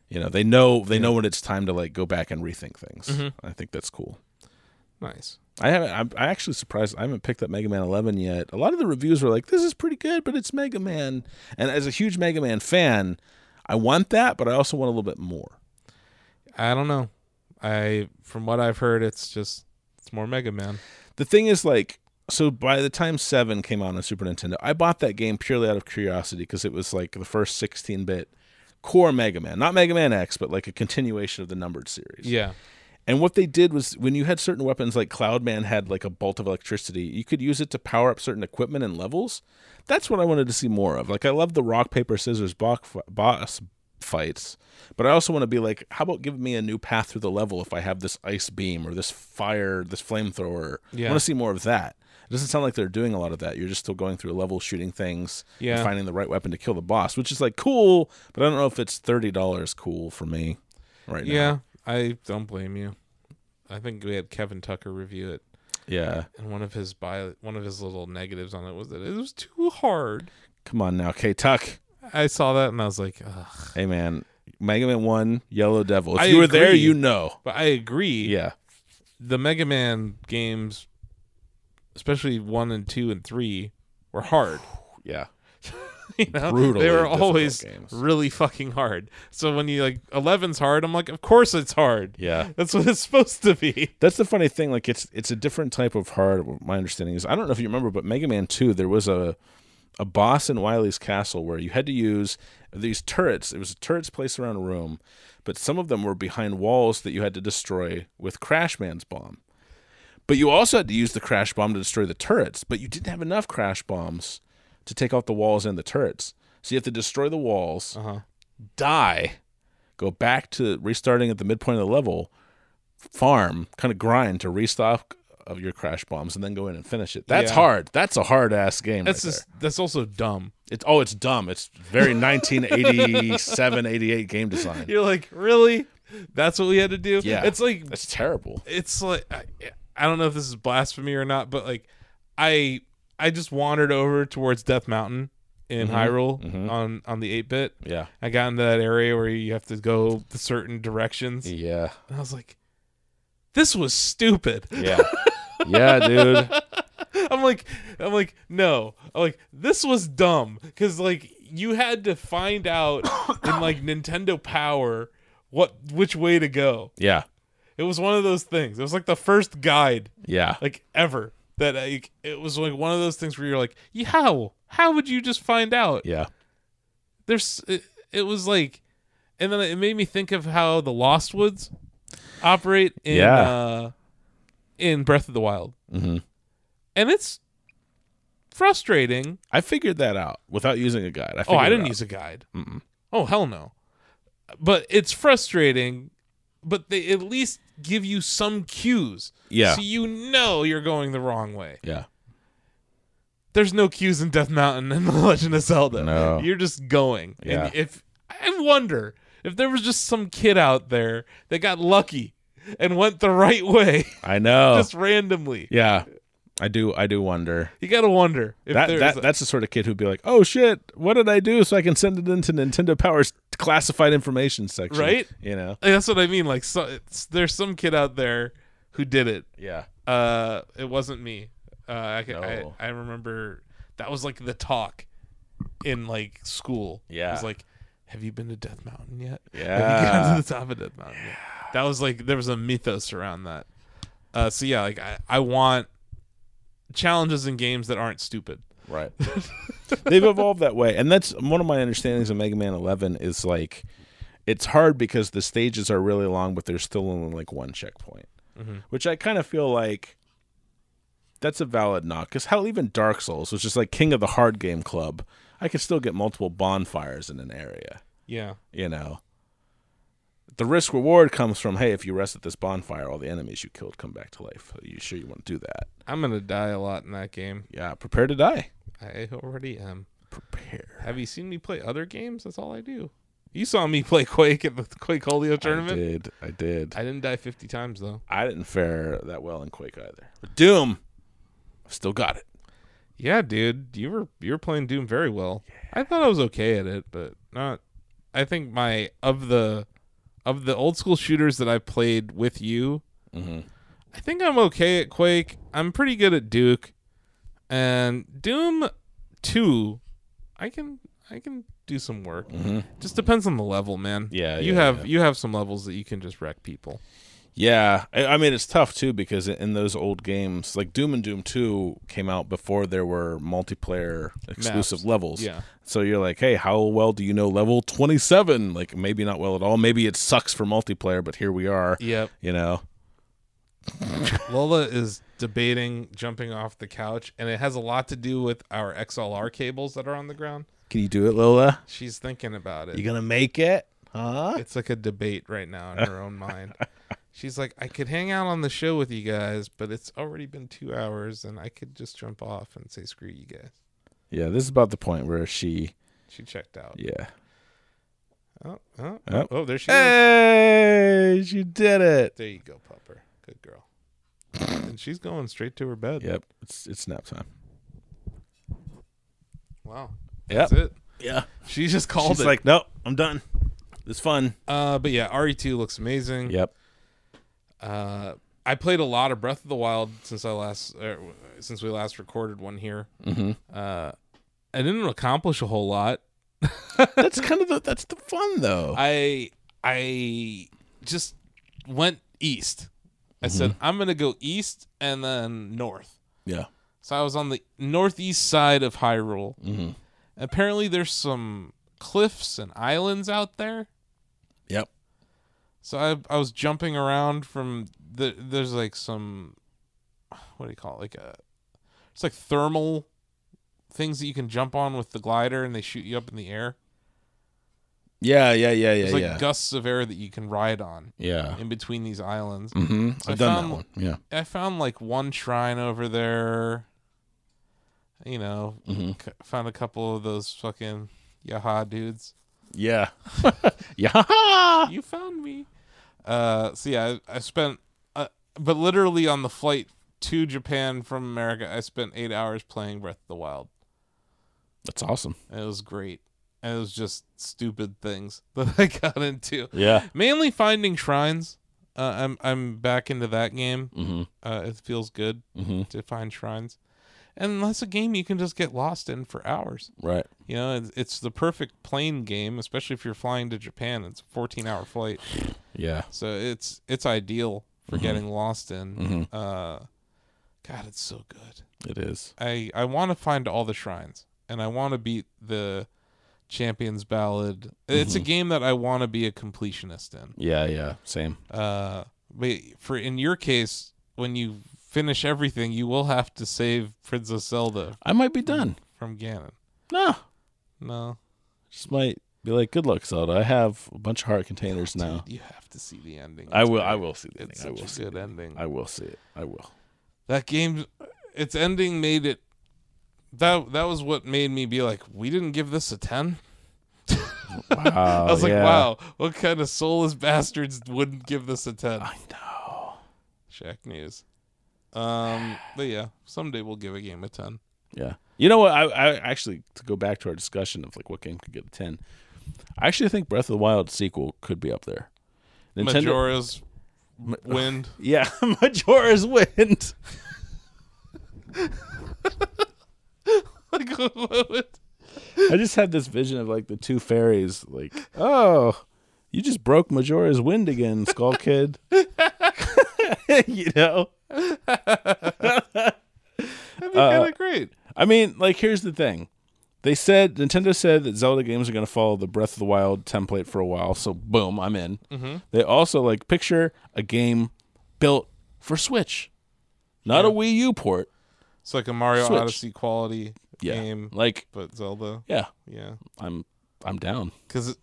You know, they know they know when it's time to like go back and rethink things. I think that's cool.
Nice.
I haven't. I'm I actually surprised. I haven't picked up Mega Man 11 yet. A lot of the reviews were like, "This is pretty good," but it's Mega Man. And as a huge Mega Man fan, I want that, but I also want a little bit more.
I don't know. I from what I've heard, it's just it's more Mega Man.
The thing is, like, so by the time Seven came out on Super Nintendo, I bought that game purely out of curiosity because it was like the first 16 bit core Mega Man, not Mega Man X, but like a continuation of the numbered series.
Yeah.
And what they did was when you had certain weapons, like Cloud Man had like a bolt of electricity, you could use it to power up certain equipment and levels. That's what I wanted to see more of. Like, I love the rock, paper, scissors box, boss fights, but I also want to be like, how about giving me a new path through the level if I have this ice beam or this fire, this flamethrower?
Yeah.
I want to see more of that. It doesn't sound like they're doing a lot of that. You're just still going through a level, shooting things, and
Yeah.
finding the right weapon to kill the boss, which is like cool, but I don't know if it's $30 cool for me right now.
Yeah. I don't blame you. I think we had Kevin Tucker review it,
Yeah.
and one of his bio, one of his little negatives on it was that it was too hard.
Come on now, K Tuck.
I saw that and I was like, Ugh.
Hey man, Mega Man One, Yellow Devil. If
I
you were there,
agree.
you know.
but I agree.
Yeah,
the Mega Man games, especially one and two and three, were hard.
yeah.
You know?
Brutally
they were
difficult
always
games.
really fucking hard. So when you like eleven's hard, I'm like, of course it's hard.
Yeah.
That's what it's supposed to be.
That's the funny thing. Like it's it's a different type of hard. My understanding is I don't know if you remember, but Mega Man Two, there was a a boss in Wily's castle where you had to use these turrets. It was turrets placed around a room, but some of them were behind walls that you had to destroy with Crash Man's bomb. But you also had to use the crash bomb to destroy the turrets, but you didn't have enough crash bombs to take out the walls and the turrets. So you have to destroy the walls,
Uh-huh.
die, go back to restarting at the midpoint of the level, farm, kind of grind to restock of your crash bombs, and then go in and finish it. That's
Yeah.
hard. That's a hard ass game.
That's
right
just that's also dumb.
there. It's, oh, it's dumb. It's very 1987, 88 game design.
You're like, really? That's what we had to do?
Yeah.
It's like
That's terrible.
it's like I, I don't know if this is blasphemy or not, but like I I just wandered over towards Death Mountain in
Mm-hmm.
Hyrule on on the eight bit.
Yeah.
I got into that area where you have to go the certain directions.
Yeah.
And I was like, this was stupid.
Yeah. yeah, dude.
I'm like, I'm like, no. I'm like, this was dumb. Cause like you had to find out in like Nintendo Power what which way to go.
Yeah.
It was one of those things. It was like the first guide
Yeah.
like ever that like it was like one of those things where you're like, yeah, how how would you just find out?
Yeah.
there's it, it was like and then it made me think of how the lost woods operate in
Yeah.
uh in breath of the wild
Mm-hmm.
and it's frustrating
I figured that out without using a guide. I
oh i
figured it
didn't
out.
use a guide
Mm-mm.
oh hell no but it's frustrating but they at least give you some cues
Yeah.
so you know you're going the wrong way
Yeah.
there's no cues in Death Mountain and The Legend of Zelda.
No.
You're just going.
Yeah.
And if I wonder if there was just some kid out there that got lucky and went the right way
I know.
just randomly.
yeah. I do I do wonder.
You got to wonder if
That,
there's
that that's the sort of kid who'd be like, "Oh shit, what did I do so I can send it into Nintendo Power's classified information section?"
Right?
You know.
Like, that's what I mean like so, it's, there's some kid out there who did it.
Yeah.
Uh it wasn't me. Uh I ca- I,
No.
I remember that was like the talk in like school. It
Yeah.
was like have you been to Death Mountain yet? Have you gotten
Yeah.
to the top of Death Mountain? yet? That was like there was a mythos around that. Uh, so yeah, like I, I want challenges in games that aren't stupid.
Right. They've evolved that way. And that's one of my understandings of Mega Man 11 is like it's hard because the stages are really long, but there's still only like one checkpoint, which I kind of feel like that's a valid knock. Because hell, even Dark Souls, which is like king of the hard game club, I could still get multiple bonfires in an area,
Yeah.
you know. The risk reward comes from hey, if you rest at this bonfire, all the enemies you killed come back to life. Are you sure you want to do that?
I'm gonna die a lot in that game.
Yeah, prepare to die.
I already am.
Prepare.
Have you seen me play other games? That's all I do. You saw me play Quake at the Quake Holio
I
tournament.
did. I did.
I, didn't die fifty times though.
I didn't fare that well in Quake either. But Doom, I've still got it.
Yeah, dude. You were you were playing Doom very well. I thought I was okay at it, but not I think my of the of the old school shooters that I played with you,
Mhm.
I think I'm okay at Quake. I'm pretty good at Duke. And Doom 2, I can I can do some work. Just depends on the level, man.
Mm-hmm. Yeah,
you
yeah,
have
yeah.
you have some levels that you can just wreck people.
Yeah, I, I mean it's tough too because in- in those old games, like Doom and Doom Two came out before there were multiplayer exclusive
Maps.
levels.
Yeah.
So you're like, hey, how well do you know level twenty seven? Like maybe not well at all. Maybe it sucks for multiplayer, but here we are.
Yep.
You know.
Lola is debating jumping off the couch, and it has a lot to do with our XLR cables that are on the ground.
Can you do it, Lola?
She's thinking about it.
You gonna make it? Huh?
it's like a debate right now in her own mind. She's like, I could hang out on the show with you guys, but it's already been two hours, and I could just jump off and say, screw you guys.
Yeah, this is about the point where she.
She checked out.
Yeah.
Oh, oh, oh,
Oh.
oh, there she is.
Hey, she did it.
There you go, pupper. Good girl. and she's going straight to her bed.
Yep, it's it's nap time.
Wow.
Yep.
That's it.
Yeah.
She just called
She's
it.
like, nope, I'm done. It's fun.
uh, but yeah, RE2 looks amazing.
Yep.
Uh, I played a lot of Breath of the Wild since I last er, since we last recorded one here.
Mhm.
Uh, I didn't accomplish a whole lot.
that's kind of the that's the fun though.
I I just went east. I said I'm gonna go east and then north.
yeah.
So I was on the northeast side of Hyrule.
Mhm.
Apparently, there's some cliffs and islands out there.
Yep.
So I I was jumping around from the there's like some what do you call it like a it's like thermal things that you can jump on with the glider and they shoot you up in the air.
Yeah, yeah, yeah, yeah,
It's like
yeah.
gusts of air that you can ride on
yeah.
in between these islands.
Mm-hmm.
So I
I've done
found-
that one. Yeah.
I found like one shrine over there. You know,
Mhm.
c- found a couple of those fucking yaha dudes.
Yeah. yeah.
you found me. Uh, so yeah, I, I spent, uh, but literally on the flight to Japan from America, I spent eight hours playing Breath of the Wild.
That's awesome.
And it was great. And it was just stupid things that I got into.
Yeah.
Mainly finding shrines. Uh, I'm I'm back into that game.
Mm-hmm.
Uh, it feels good
Mm-hmm.
to find shrines, and that's a game you can just get lost in for hours.
Right.
You know, it's, it's the perfect plane game, especially if you're flying to Japan. It's a 14-hour flight.
Yeah.
So it's it's ideal for
Mm-hmm.
getting lost in.
Mhm.
Uh, God, it's so good.
It is.
I I want to find all the shrines, and I want to beat the Champions Ballad. It's a
Mm-hmm.
game that I want to be a completionist in.
Yeah, yeah. Same.
Uh, but for in your case, when you finish everything, you will have to save Princess Zelda
I might be done.
from Ganon.
Mm-hmm. No.
No,
Just might be like, good luck, Zelda. I have a bunch of heart containers now.
Dude, you have to see the ending.
I
It's
will.
great.
I will see the ending.
It's
I
such
will.
a
See,
good ending.
I will see it. I will.
that game its ending made it that that was what made me be like we didn't give this a 10
Wow,
i was like
Oh, yeah.
wow what kind of soulless bastards wouldn't give this a 10
I know.
shack news um but yeah someday we'll give a game a 10
Yeah. You know what? I, I actually to go back to our discussion of like what game could get a ten. I actually think Breath of the Wild sequel could be up there.
majora's wind
Yeah, Majora's Wind.
like what?
I just had this vision of like the two fairies, like, oh, you just broke Majora's Wind again, Skull Kid. you know,
that'd be
Uh,
kind of great
I mean, like, here's the thing. They said Nintendo said that Zelda games are going to follow the Breath of the Wild template for a while, so boom, I'm in.
Mm-hmm.
They also like picture a game built for Switch, not a Wii U port.
it's like a mario
Switch.
odyssey quality
Yeah,
game
like
but zelda
yeah,
yeah
I'm I'm down.
because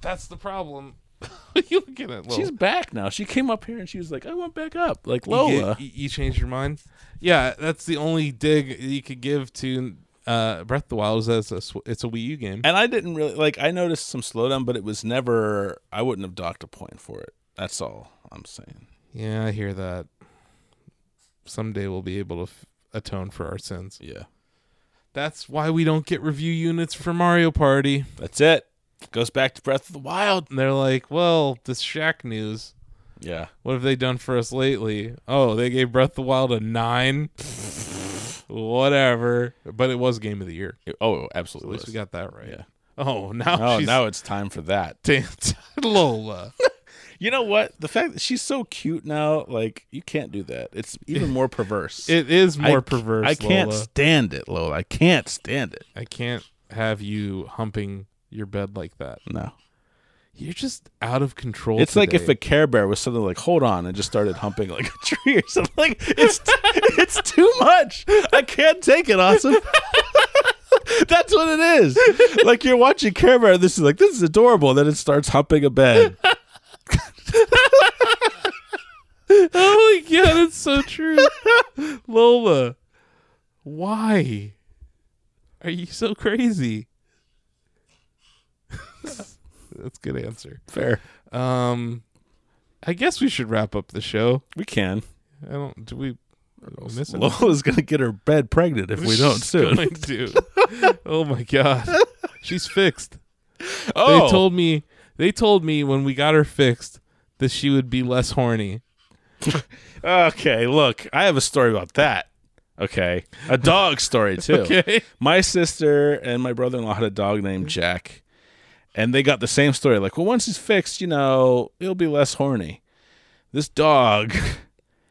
that's the problem what are you looking at Lil?
She's back now. She came up here and she was like, "I went back up," like Lola.
Oh. You, you changed your mind. Yeah, that's the only dig you could give to uh, Breath of the Wild is that it's a sw- it's a Wii U game.
And I didn't really like. I noticed some slowdown, but it was never. I wouldn't have docked a point for it. That's all I'm saying.
Yeah, I hear that. Someday we'll be able to f- atone for our sins.
Yeah,
That's why we don't get review units for Mario Party.
that's it. Goes back to Breath of the Wild.
And they're like, well, this Shack news.
Yeah.
What have they done for us lately? Oh, they gave Breath of the Wild a nine. Whatever, but it was Game of the Year.
Oh,
At
absolutely.
least we got that right.
Yeah.
Oh, now
Oh,
she's
now it's time for that.
danced. Lola.
You know what? The fact that she's so cute now, like you can't do that. It's even more perverse.
It is
I
more
c-
perverse.
I can't
Lola.
stand it, Lola. I can't stand it.
I can't have you humping your bed like that.
No.
You're just out of control.
It's like if
today.
a Care Bear was suddenly like, "Hold on," and just started humping like a tree or something. Like it's it's too much. I can't take it, awesome. That's what it is. Like you're watching Care Bear, this is like this is adorable. Then it starts humping a bed.
Oh my god, it's so true. Lola, why are you so crazy? That's a good answer.
Fair,
Um, I guess we should wrap up the show.
we can.
I don't. Do we miss it?
Lola's gonna get her bed pregnant if we don't
She's
soon.
going to. Oh my god, she's fixed.
oh,
They told me. They told me when we got her fixed that she would be less horny.
okay. Look, I have a story about that. Okay, a dog story too.
Okay.
my sister and my brother-in-law had a dog named Jack, and they got the same story. Like, well, once he's fixed, you know, he'll be less horny. This dog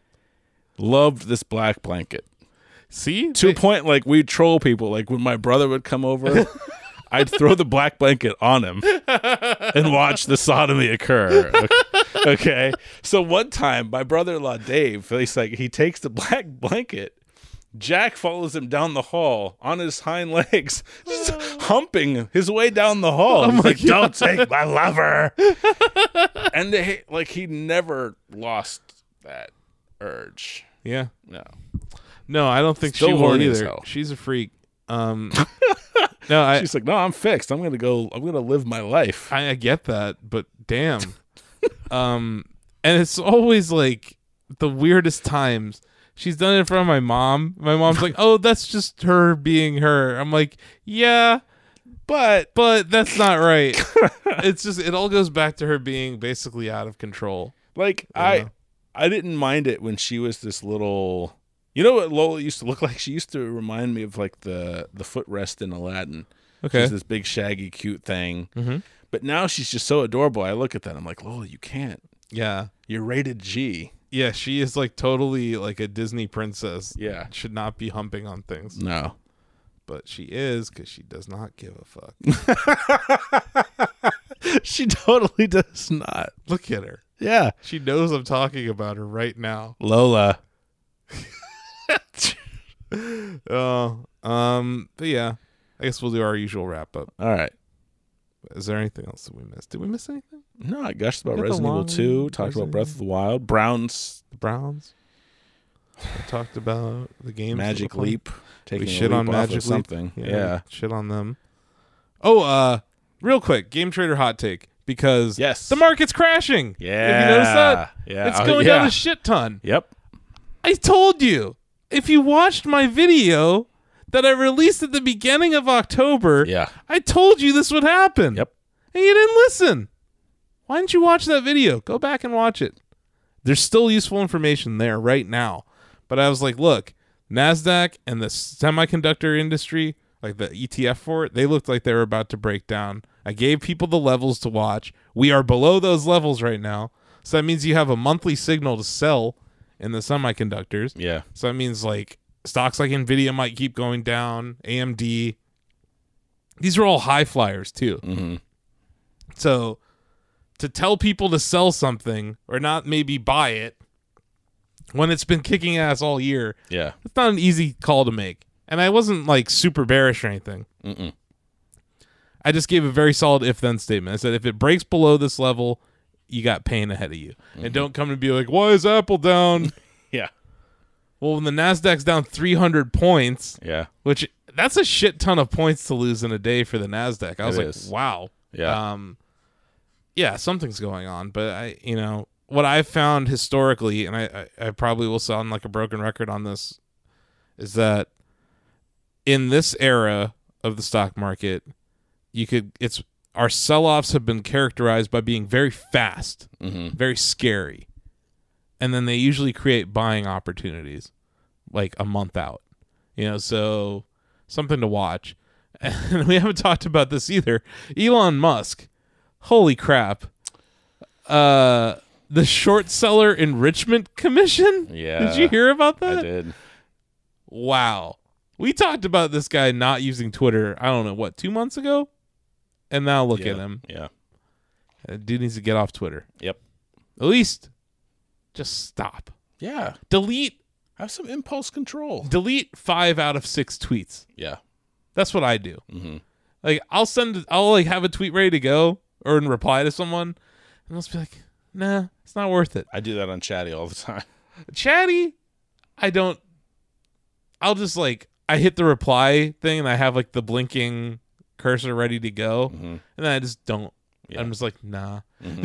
loved this black blanket
See,
to a
They-
point like we'd troll people. Like when my brother would come over, I'd throw the black blanket on him and watch the sodomy occur. Okay? Okay. So one time, my brother-in-law Dave, he's like, he takes the black blanket. Jack follows him down the hall on his hind legs, just humping his way down the hall. He's like, "Don't take my lover," and they, like he never lost that urge.
yeah.
No.
No, I don't think
Still
she will
horny as
either.
hell.
She's a freak. Um, no, I,
She's like, no, I'm fixed. I'm gonna go. I'm gonna live my life.
I I get that, but damn. um, and it's always like the weirdest times. She's done it in front of my mom. My mom's like, "Oh, that's just her being her." I'm like, "Yeah,
But
but that's not right." it's just it all goes back to her being basically out of control.
like,
Yeah.
I, I didn't mind it when she was this little. You know what Lola used to look like? She used to remind me of like the the footrest in Aladdin.
Okay.
She's this big, shaggy, cute thing.
Mhm.
But now she's just so adorable. I look at that. I'm like, Lola, you can't.
Yeah.
You're rated G.
Yeah, she is like totally like a Disney princess.
Yeah.
Should not be humping on things.
No.
but she is because she does not give a fuck.
she totally does not.
Look at her.
Yeah.
She knows I'm talking about her right now.
Lola.
Oh, um, but yeah, I guess we'll do our usual wrap up.
All right.
Is there anything else that we missed? Did we miss anything?
No, I gushed about
Got the
Resident Evil
long
2, talked
Resident
about Breath of the Wild, Brown's
The Browns. I talked about the games. that
Magic
we're playing.
Leap. Taking
We
a
shit
leap
on
off
Magic
of something.
Leap.
yeah.
Shit on them. Oh, uh, real quick, game trader hot take because
Yes.
the market's crashing.
yeah.
If you notice that,
Yeah.
it's
Oh,
going
yeah.
down a shit ton.
Yep.
I told you if you watched my video that I released at the beginning of October,
Yeah.
I told you this would happen.
Yep.
And you didn't listen. Why didn't you watch that video? Go back and watch it. There's still useful information there right now. But I was like, look, NASDAQ and the semiconductor industry, like the ETF for it, they looked like they were about to break down. I gave people the levels to watch. We are below those levels right now. So that means you have a monthly signal to sell in the semiconductors.
Yeah.
So that means like stocks like Nvidia might keep going down. AMD. These are all high flyers too.
Mhm.
So to tell people to sell something or not maybe buy it when it's been kicking ass all year,
Yeah.
it's not an easy call to make. And I wasn't like super bearish or anything.
Mm-mm.
I just gave a very solid if then statement. I said if it breaks below this level, you got pain ahead of you. And don't come and be like, why is Apple down?
Yeah.
well, when the Nasdaq's down 300 points,
Yeah.
which that's a shit ton of points to lose in a day for the Nasdaq. I was
It
like,
is.
wow.
Yeah.
Um, yeah, something's going on, but I, you know, what I've found historically, and I, I, I probably will sound like a broken record on this, is that in this era of the stock market, you could, it's, our sell offs have been characterized by being very fast,
Mhm.
very scary. And then they usually create buying opportunities like a month out, you know, so something to watch. and we haven't talked about this either. Elon Musk, holy crap! Uh, the short seller enrichment commission.
Yeah,
did you hear about that?
I did.
Wow, we talked about this guy not using Twitter. I don't know what two months ago, and now look
yeah.
at him.
Yeah.
Uh, Dude needs to get off Twitter.
Yep.
At least, just stop.
Yeah.
Delete,
Have some impulse control.
delete five out of six tweets.
Yeah.
That's what I do.
Mhm.
Like I'll send, I'll like have a tweet ready to go or in reply to someone, and I'll just be like, nah, it's not worth it.
I do that on Chatty all the time.
Chatty, I don't. I'll just like I hit the reply thing and I have like the blinking cursor ready to go, and
Mm-hmm.
then I just don't.
Yeah.
I'm just like, nah.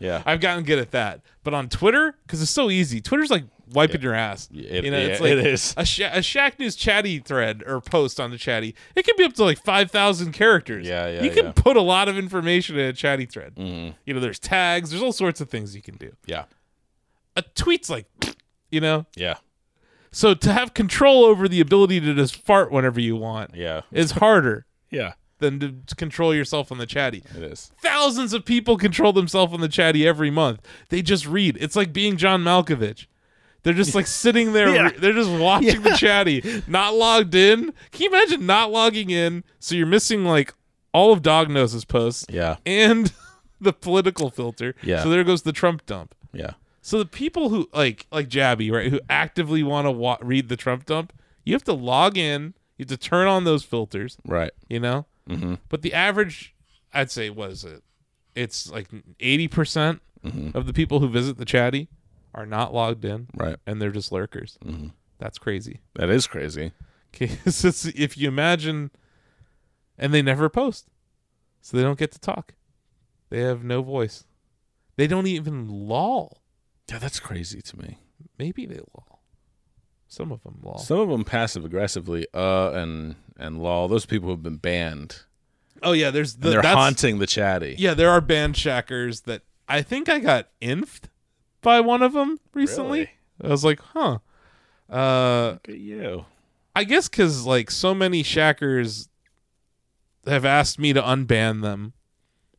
Yeah.
I've gotten good at that, but on Twitter, because it's so easy. Twitter's like wiping your ass.
It-
you know, it's
yeah,
like
it is.
a, Sha- a Shaq News chatty thread or post on the chatty. It can be up to like five thousand characters.
Yeah, yeah,
You can
yeah. Mm-hmm.
put a lot of information in a chatty thread. You know, there's tags. There's all sorts of things you can do.
Yeah.
A tweet's like, you know.
Yeah.
So to have control over the ability to just fart whenever you want
Yeah.
is harder
Yeah.
than to to control yourself on the chatty.
It is.
Thousands of people control themselves on the chatty every month. They just read. It's like being John Malkovich. They're just like sitting there. re- they're just watching the chatty, not logged in. Can you imagine not logging in? So you're missing like all of Dognose's posts
Yeah.
and the political filter.
Yeah.
So there goes the Trump dump.
Yeah.
So the people who like like Jabby, right, who actively want to wa- read the Trump dump, you have to log in. You have to turn on those filters
Right.
you know
Mm-hmm.
but the average i'd say what is it it's like 80% percent
Mm-hmm.
of the people who visit the chatty are not logged in
Right.
and they're just lurkers
Mm-hmm.
that's crazy
That is crazy.
okay so it's- if you imagine and they never post so they don't get to talk they have no voice they don't even loll
Yeah, that's crazy to me.
maybe they loll some of them loll
Some of them passive aggressively, uh, and and lol. Those people have been banned.
oh yeah there's the
And they're
that's-
haunting the chatty.
Yeah, there are band shackers that I think I got infed by one of them recently.
Really?
I was like, huh. Uh,
Look at you.
I guess because like so many shackers have asked me to unban them,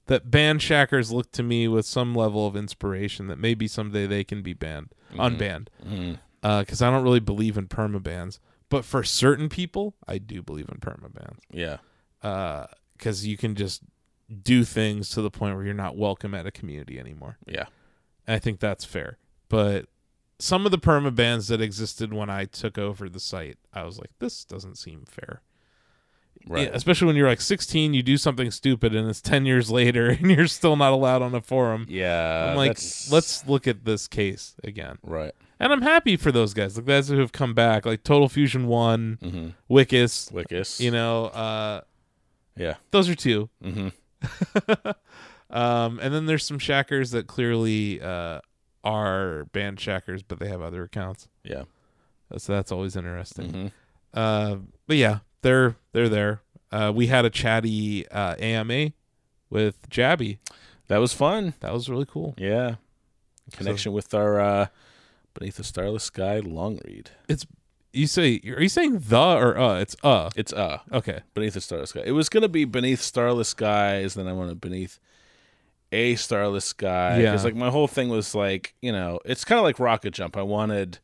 that band shackers look to me with some level of inspiration that maybe someday they can be banned, unbanned. Because I don't really believe in perma bans, but for certain people, I do believe in perma bans
Yeah.
because uh, you can just do things to the point where you're not welcome at a community anymore.
Yeah.
And I think that's fair. But some of the perma bans that existed when I took over the site, I was like, this doesn't seem fair.
Right.
Yeah, especially when you're like 16, you do something stupid, and it's 10 years later, and you're still not allowed on a forum.
Yeah.
I'm like,
Uh, that's-
let's look at this case again.
Right.
And I'm happy for those guys, like guys who have come back, like Total Fusion One, Wikis,
Mm-hmm. Wickus.
you know, uh,
Yeah.
those are 2
Mm-hmm.
um, and then there's some shackers that clearly uh, are banned shackers, but they have other accounts. Uh,
Yeah. Mm-hmm.
So that's always interesting. Uh, but yeah, they're they're there. Uh, we had a chatty uh, AMA with Jabby.
That was fun.
That was really cool.
Yeah. Connection with our uh Beneath the Starless Sky long read.
It's you say are you saying the or uh? It's uh.
It's uh
Okay.
Beneath the Starless Sky. It was gonna be Beneath Starless Skies, then I wanted Beneath a Starless Sky.
Yeah.
Because like my whole thing was like, you know, it's kinda like Rocket Jump. I wanted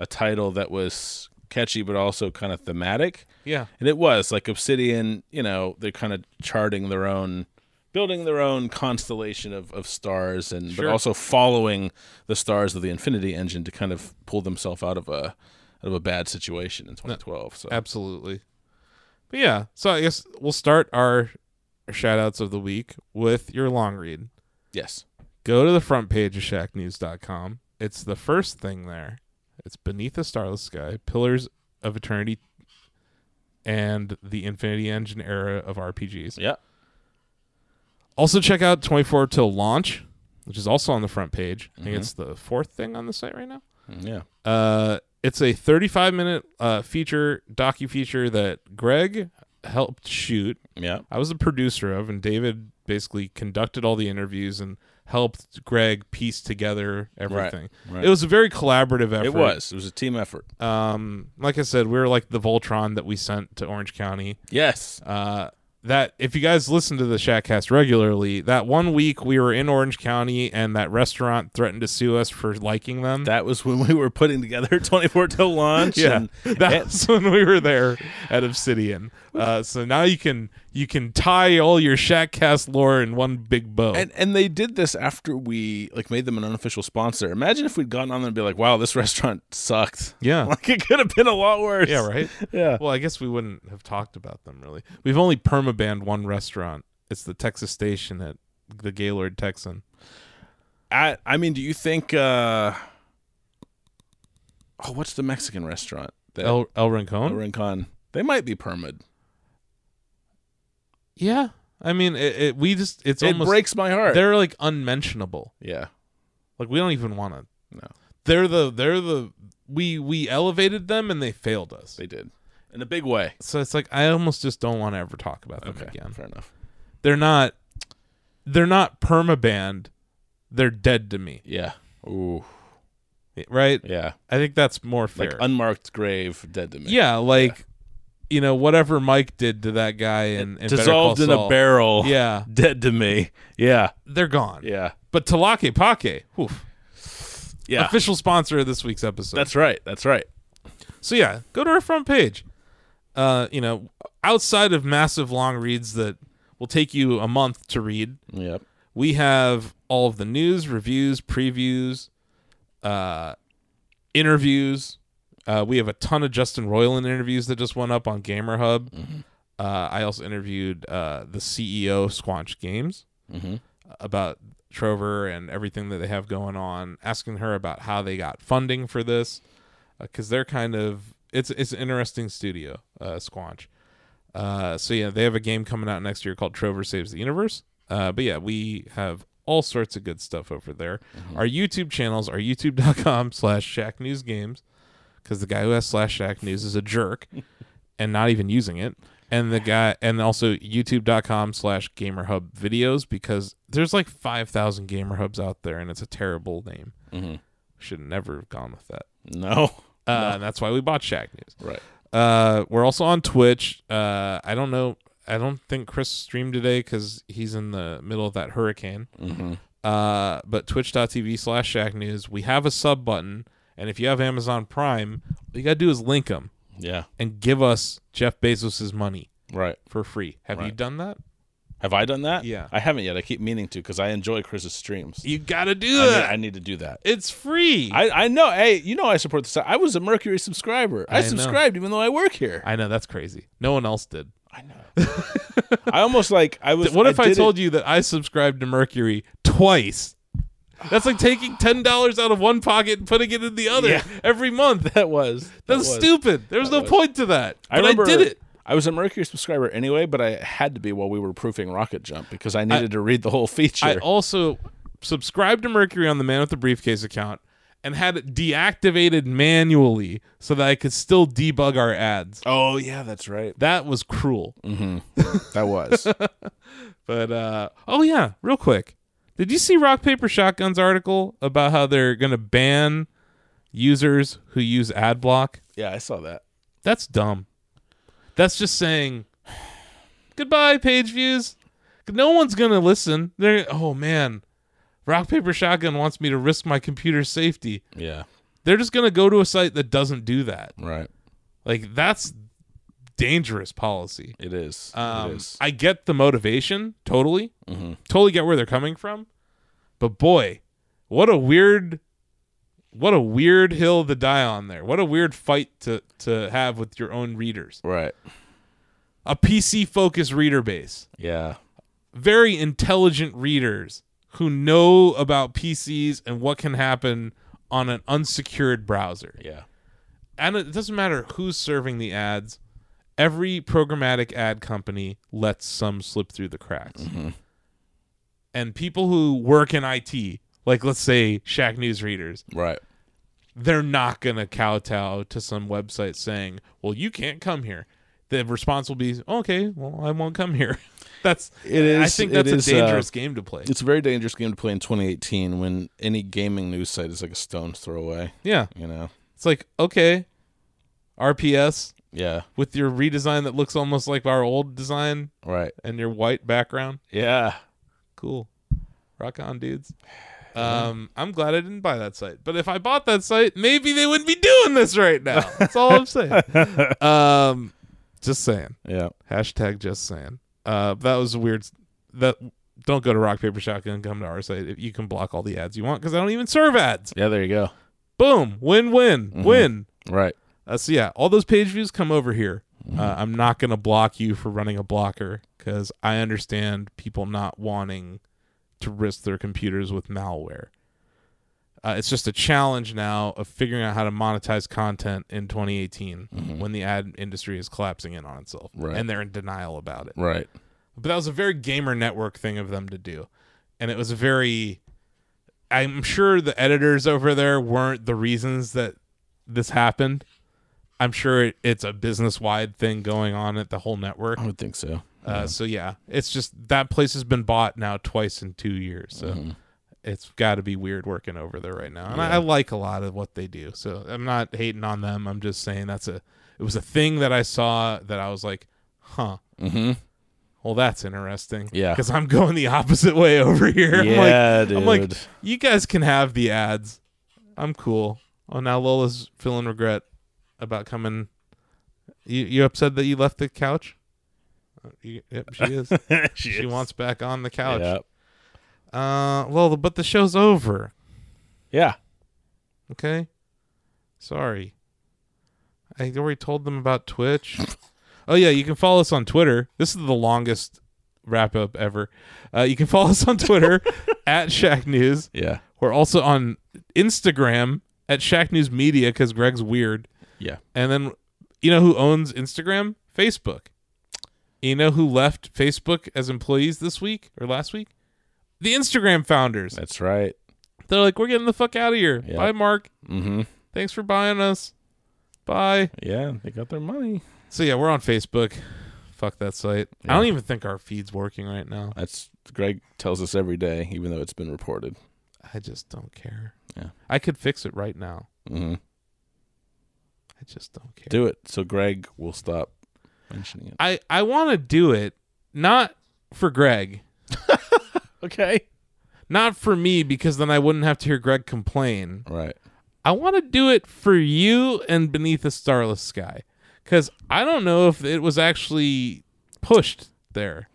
a title that was catchy but also kind of thematic.
Yeah.
And it was like Obsidian, you know, they're kind of charting their own, building their own constellation of, of stars, and
Sure.
but also following the stars of the Infinity Engine to kind of pull themselves out of a out of a bad situation in 2012. So
Absolutely. But yeah, so I guess we'll start our shout outs of the week with your long read.
yes,
Go to the front page of shacknews.com. It's the first thing there. It's Beneath the Starless Sky, Pillars of Eternity, and the Infinity Engine era of RPGs.
yeah,
Also, check out 24 Till Launch, which is also on the front page. I think it's the fourth thing on the site right now.
Mm, yeah,
Uh, it's a 35 minute uh, feature, docu feature that Greg helped shoot.
yeah,
I was a producer of, and David basically conducted all the interviews and helped Greg piece together everything.
right.
It was a very collaborative effort.
It was. It was a team effort.
Um, like I said, we were like the Voltron that we sent to Orange County.
Yes.
Uh, that if you guys listen to the Shackcast regularly, that one week we were in Orange County and that restaurant threatened to sue us for liking them.
That was when we were putting together 24 till launch.
yeah,
and-
that's when we were there at Obsidian. Uh, so now you can you can tie all your Shackcast lore in one big bow.
And and they did this after we like made them an unofficial sponsor. Imagine if we'd gotten on there and be like, "Wow, this restaurant sucked."
Yeah.
like it could have been a lot worse.
yeah, right.
Yeah.
Well, I guess we wouldn't have talked about them really. We've only permabanned one restaurant. It's the Texas Station at the Gaylord Texan.
I I mean, do you think? uh Oh, what's the Mexican restaurant? The
El El Rincon.
El Rincon. They might be permit.
Yeah, I mean, it, it we just it's
it
almost
breaks my heart.
they're like unmentionable.
Yeah.
Like we don't even want to.
No.
They're the they're the we we elevated them and they failed us.
They did in a big way.
so it's like I almost just don't want to ever talk about them again.
Fair enough.
They're not they're not permabanned. They're dead to me,
Yeah. Ooh.
right?
Yeah.
I think that's more fair.
Like unmarked grave, dead to me.
yeah, like you know whatever Mike did to that guy and, and
Dissolved in a barrel.
barrel. Yeah,
Dead to me. Yeah.
they're gone.
Yeah.
But Talake Pake, oof,
Yeah.
official sponsor of this week's episode.
That's right. That's right.
So yeah, go to our front page. Uh, you know, outside of massive long reads that will take you a month to read,
Yep.
we have all of the news, reviews, previews, uh, interviews. Uh, we have a ton of Justin Roiland interviews that just went up on Gamer Hub. Uh, I also interviewed uh, the CEO of Squanch Games
Mhm.
about Trover and everything that they have going on, asking her about how they got funding for this because they're kind of it's it's an interesting studio, uh, Squanch. Uh, so yeah, they have a game coming out next year called Trover Saves the Universe. Uh, but yeah, we have all sorts of good stuff over there. Our YouTube channels are youtube.com slash Shack News Games because the guy who has slash Shack News is a jerk and not even using it. And the guy, and also youtube.com slash gamer hub videos because there's like 5,000 gamer hubs out there and it's a terrible name. Should have never have gone with that.
No.
Uh, And that's why we bought Shack News.
Right.
Uh, we're also on Twitch. Uh, I don't know. I don't think Chris streamed today because he's in the middle of that hurricane.
Mm-hmm.
Uh, but twitch.tv slash shack news. We have a sub button. And if you have Amazon Prime, all you got to do is link them
Yeah.
and give us Jeff Bezos' money
Right.
for free. Have you
Right.
done that?
Have I done that?
Yeah.
I haven't yet. I keep meaning to because I enjoy Chris's streams.
You got to do
I need,
that.
I need to do that.
it's free.
I, I know. Hey, you know I support the site. I was a Mercury subscriber. I,
I know.
subscribed even though I work here.
I know. That's crazy. No one else did.
I know. I almost like I was.
What if I,
did
told you that I subscribed to Mercury twice? That's like taking ten dollars out of one pocket and putting it in the other
Yeah.
every month.
that was that
That's
was.
stupid. There's no
was.
point to that.
I
But I,
remember
did it.
I was a Mercury subscriber anyway, but I had to be while we were proofing Rocket Jump because I needed to read the whole feature.
I also subscribed to Mercury on the Man with the Briefcase account and had it deactivated manually so that I could still debug our ads.
oh yeah, that's right.
That was cruel.
That was.
But uh, oh yeah, real quick, did you see Rock Paper Shotgun's article about how they're gonna ban users who use ad block?
yeah, I saw that.
That's dumb. That's just saying goodbye, page views. No one's gonna listen. They're oh man, Rock Paper Shotgun wants me to risk my computer safety.
Yeah.
They're just gonna go to a site that doesn't do that.
Right.
Like that's dangerous policy.
It is. it
Um,
is. Mm-hmm.
I get the motivation totally, totally get where they're coming from, but boy, what a weird, what a weird hill to die on there. What a weird fight to to have with your own readers,
right.
a PC focused reader base,
Yeah.
very intelligent readers who know about PCs and what can happen on an unsecured browser.
Yeah.
and it doesn't matter who's serving the ads. Every programmatic ad company lets some slip through the cracks.
Mm-hmm.
And people who work in IT, like let's say Shack News readers,
Right.
they're not going to kowtow to some website saying, well, you can't come here. The response will be, okay, well, I won't come here. That's
It is-
I think
it
that's
is,
a
uh,
dangerous game to play.
It's a very dangerous game to play in 2018 when any gaming news site is like a stone's throw away.
Yeah,
You know?
it's like okay, RPS
Yeah.
with your redesign that looks almost like our old design
Right.
and your white background.
Yeah.
Cool, rock on, dudes. Um, I'm glad I didn't buy that site, but if I bought that site, maybe they wouldn't be doing this right now. That's all I'm saying. Um, just saying.
Yeah.
Hashtag just saying. Uh, that was a weird. That don't go to Rock Paper Shotgun. Come to our site. If you can block all the ads you want, because I don't even serve ads.
Yeah. There you go.
Boom. Win. Win. Win.
Right.
Uh, so yeah, all those page views come over here. Uh, I'm not gonna block you for running a blocker because I understand people not wanting to risk their computers with malware. Uh, it's just a challenge now of figuring out how to monetize content in 2018 when the ad industry is collapsing in on itself
Right.
and they're in denial about it.
Right.
But that was a very gamer network thing of them to do. And it was a very I'm sure the editors over there weren't the reasons that this happened. I'm sure it, it's a business wide thing going on at the whole network.
I would think so.
Uh, so yeah, it's just that place has been bought now twice in two years. So it's got to be weird working over there right now. And I, I like a lot of what they do. So I'm not hating on them. I'm just saying that's a it was a thing that I saw that I was like, huh.
Mm-hmm.
Mhm.
Well, that's interesting.
Yeah.
because I'm going the opposite way over here.
Yeah,
I'm like, I'm like,
dude.
you guys can have the ads. I'm cool. Oh, now Lola's feeling regret about coming. You you upset that you left the couch? Uh, you- yep, she is. she wants back on the couch.
Yeah.
Uh, Lola, but the show's over.
Yeah.
Okay, sorry. I already told them about Twitch. oh yeah, you can follow us on Twitter. This is the longest wrap up ever. Uh, you can follow us on Twitter at Shack News.
Yeah.
We're also on Instagram at Shack News Media because Greg's weird.
Yeah.
And then you know who owns Instagram? Facebook. You know who left Facebook as employees this week or last week? The Instagram founders.
That's right.
They're like, we're getting the fuck out of here.
Yeah.
Bye, Mark.
Mm-hmm.
Thanks for buying us. Bye.
Yeah. They got their money.
So yeah, we're on Facebook. Fuck that site. I don't even think our feed's working right now.
That's Greg tells us every day, even though it's been reported.
I just don't care.
Yeah.
I could fix it right now.
Mm-hmm.
I just don't care.
Do it so Greg will stop mentioning it.
I I want to do it not for Greg,
Okay.
not for me because then I wouldn't have to hear Greg complain.
Right.
I want to do it for you and Beneath a Starless Sky cuz I don't know if it was actually pushed there.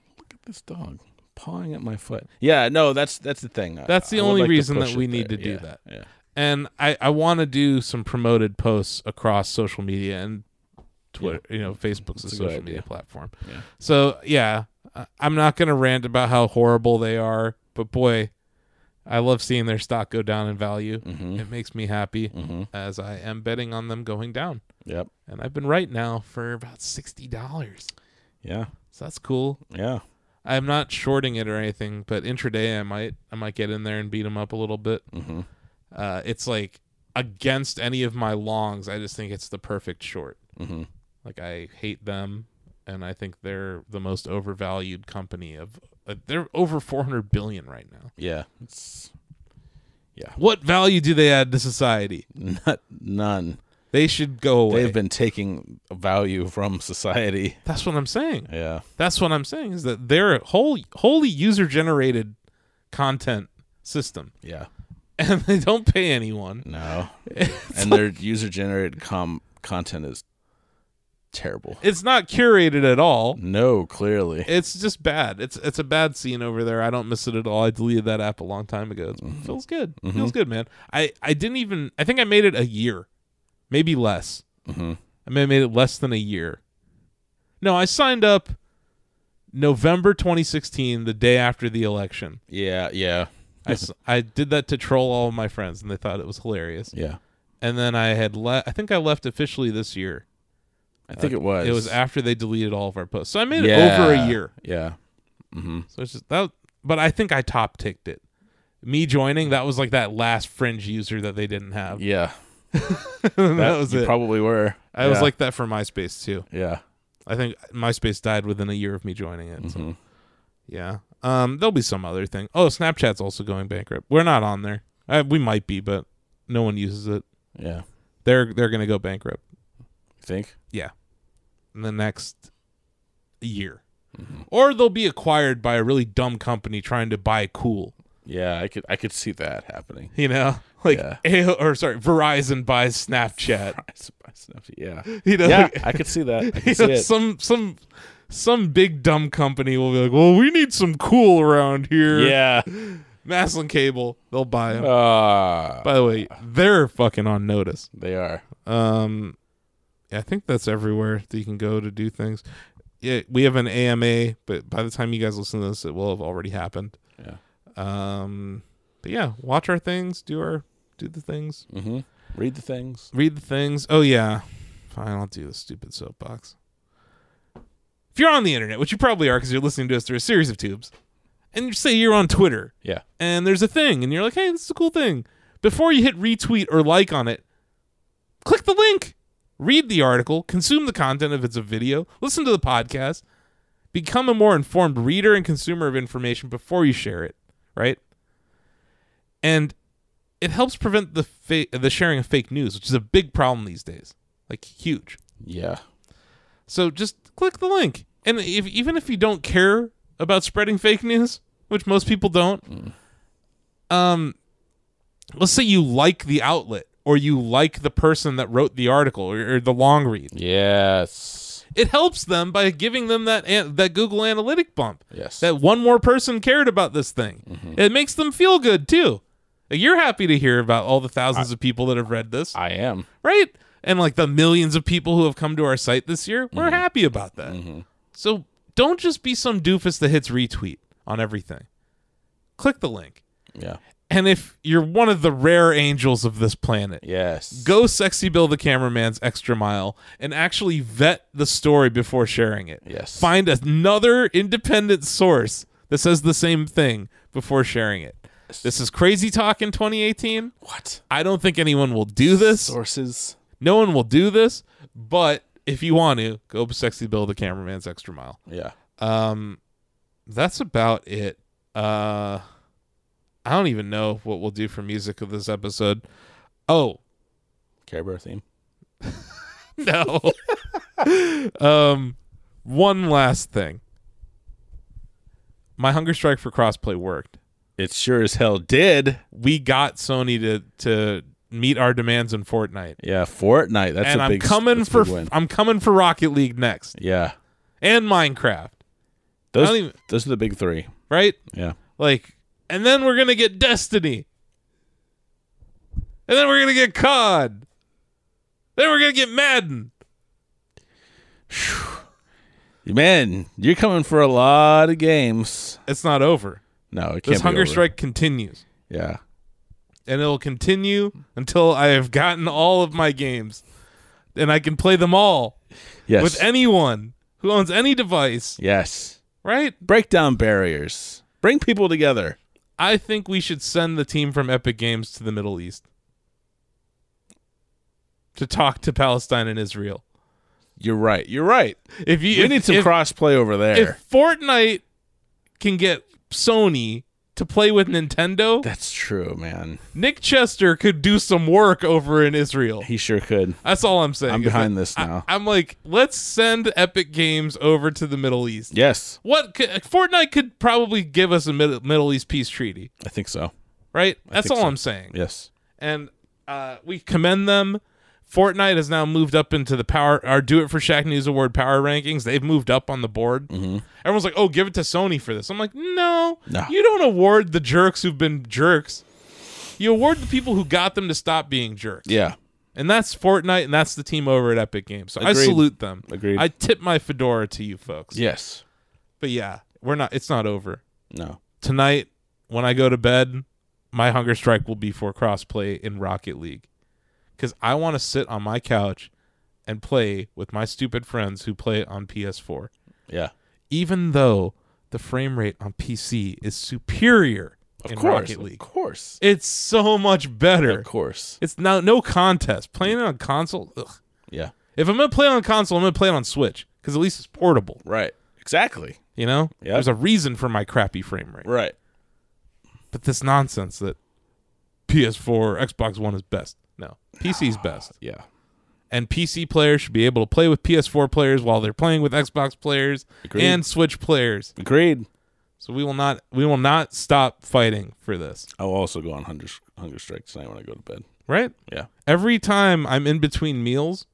This dog pawing at my foot. Yeah. No. That's that's the thing. I-
That's the
I would
only
like to
reason
push
that
it
we need
there.
to do
Yeah,
that.
Yeah.
And I I want to do some promoted posts across social media and Twitter, you know, Facebook's a
That's a good
social
idea.
media platform.
Yeah.
So yeah, I- I'm not gonna rant about how horrible they are, but boy, I love seeing their stock go down in value.
Mhm.
It makes me happy
Mm-hmm.
as I am betting on them going down,
Yep.
and I've been right now for about sixty dollars.
Yeah.
So that's cool.
Yeah.
I'm not shorting it or anything, but intraday I might I might get in there and beat them up a little bit.
Mm-hmm.
Uh, it's like against any of my longs. I just think it's the perfect short.
Mm-hmm.
Like I hate them, and I think they're the most overvalued company of. Uh, they're over 400 billion right now.
Yeah. It's
What value do they add to society?
not none.
They should go away.
They've been taking value from society.
That's what I'm saying.
Yeah.
That's what I'm saying is that they're a whole wholly user generated content system,
Yeah.
and they don't pay anyone.
No. and their user generated com content is terrible.
It's not curated at all.
No, clearly.
It's just bad. It's it's a bad scene over there. I don't miss it at all. I deleted that app a long time ago. It feels good. Feels good, man. I I didn't even. I think I made it a year, maybe less.
Mhm.
I may have made it less than a year. No, I signed up November 2016, the day after the election.
Yeah, yeah.
I, s- I did that to troll all of my friends, and they thought it was hilarious.
Yeah.
And then I had left. I think I left officially this year. Uh,
I think it was.
It was after they deleted all of our posts, so I made it
Yeah.
over a year.
Yeah. Mm-hmm.
So it's just that, but I think I top ticked it. Me joining, that was like that last fringe user that they didn't have.
Yeah.
that, was
you
it.
probably were.
I was
Yeah.
like that for MySpace too.
Yeah. Mm-hmm.
Mm-hmm. I think MySpace died within a year of me joining it. So. Yeah. Um, there'll be some other thing. Oh, Snapchat's also going bankrupt. We're not on there. Uh, we might be, but no one uses it.
Yeah.
They're they're gonna go bankrupt
You think?
in the next year,
Mm-hmm.
or they'll be acquired by a really dumb company trying to buy cool.
Yeah, I could I could see that happening.
You know, like
Yeah.
AO or sorry, Verizon buys Snapchat.
I suppose enough- Yeah.
You know,
Yeah,
like-
I could see that. I
you
could see
know,
it.
some some some big dumb company will be like, well, we need some cool around here.
Yeah.
Maslin Cable, they'll buy them.
Uh,
By the way, they're fucking on notice.
they are.
Um, yeah, I think that's everywhere that you can go to do things. Yeah, we have an AMA, but by the time you guys listen to this, it will have already happened.
Yeah.
Um, but yeah, watch our things, do our do the things,
Mm-hmm. Read the things.
read the things. Oh yeah, fine, I'll do the stupid soapbox. If you're on the internet, which you probably are because you're listening to us through a series of tubes, and you say you're on Twitter,
Yeah.
and there's a thing, and you're like, hey, this is a cool thing. Before you hit retweet or like on it, click the link, read the article, consume the content if it's a video, listen to the podcast, become a more informed reader and consumer of information before you share it, right? And it helps prevent the fa- the sharing of fake news, which is a big problem these days, like huge.
Yeah.
So just click the link. And if, even if you don't care about spreading fake news, which most people don't, um, let's say you like the outlet or you like the person that wrote the article or, or the long read.
Yes.
It helps them by giving them that an- that Google Analytic bump.
Yes.
That one more person cared about this thing. It makes them feel good too. Like, You're happy to hear about all the thousands of people that have read this
I am.
right? And like the millions of people who have come to our site this year, we're happy about that. So don't just be some doofus that hits retweet on everything. Click the link.
Yeah.
And if you're one of the rare angels of this planet,
Yes.
go sexy bill the cameraman's extra mile and actually vet the story before sharing it.
Yes.
Find another independent source that says the same thing before sharing it. This is crazy talk in 2018.
What?
I don't think anyone will do this.
Sources.
No one will do this, but if you want to, go sexy bill the cameraman's extra mile.
Yeah.
Um that's about it. Uh I don't even know what we'll do for music of this episode. Oh,
Care Bear theme.
no. um one last thing. My hunger strike for crossplay worked.
It sure as hell did.
We got Sony to to meet our demands in Fortnite.
Yeah. Fortnite. That's
and
a
I'm
big
coming
that's a
for
big win.
I'm coming for Rocket League next
Yeah.
and Minecraft.
Those
don't even-
those are the big three.
right?
Yeah.
Like, and then we're gonna get Destiny, and then we're gonna get COD, then we're gonna get Madden.
Man, you're coming for a lot of games.
It's not over.
No, it can't
This
be
hunger
over.
strike continues,
Yeah.
and it'll continue until I have gotten all of my games, and I can play them all
Yes.
with anyone who owns any device.
yes.
Right?
Break down barriers. Bring people together.
I think we should send the team from Epic Games to the Middle East to talk to Palestine and Israel.
You're right. You're right.
If you
We
if-
need some
if-
cross play over there.
If Fortnite can get Sony to play with Nintendo,
That's true, man.
Nick Chester could do some work over in Israel.
He sure could.
That's all I'm saying.
I'm
is that
behind this
I-
now.
I'm like, let's send Epic Games over to the Middle East.
Yes,
What could, Fortnite could probably give us a Mid- Middle East peace treaty,
I think so.
right? That's
think
all
so.
I'm saying.
Yes.
And uh, we commend them. Fortnite has now moved up into the power our Do It for Shaq News Award power rankings. They've moved up on the board. Everyone's like, "Oh, give it to Sony for this." I'm like, "No,
Mm-hmm. No.
you don't award the jerks who've been jerks. You award the people who got them to stop being jerks."
Yeah.
And that's Fortnite, and that's the team over at Epic Games. So I
Agreed.
salute them.
Agreed.
I tip my fedora to you folks.
Yes.
But yeah, we're not. It's not over
No.
tonight when I go to bed, my hunger strike will be for crossplay in Rocket League. Cuz I want to sit on my couch and play with my stupid friends who play on PS4.
Yeah.
Even though the frame rate on PC is superior
Of
in
course.
Rocket
Of
League.
course.
It's so much better.
Of course.
It's now no contest. Playing it on console. Ugh.
Yeah.
If I'm going to play on console, I'm going to play it on Switch cuz at least it's portable.
Right. Exactly.
You know,
Yep.
there's a reason for my crappy frame rate.
Right.
But this nonsense that PS4, Xbox One is best. No, PC's best.
Yeah.
and PC players should be able to play with PS4 players while they're playing with Xbox players
Agreed.
and Switch players.
Agreed.
So we will not we will not stop fighting for this,
I will also go on hunger hunger strike tonight when I go to bed.
right?
Yeah.
Every time I'm in between meals,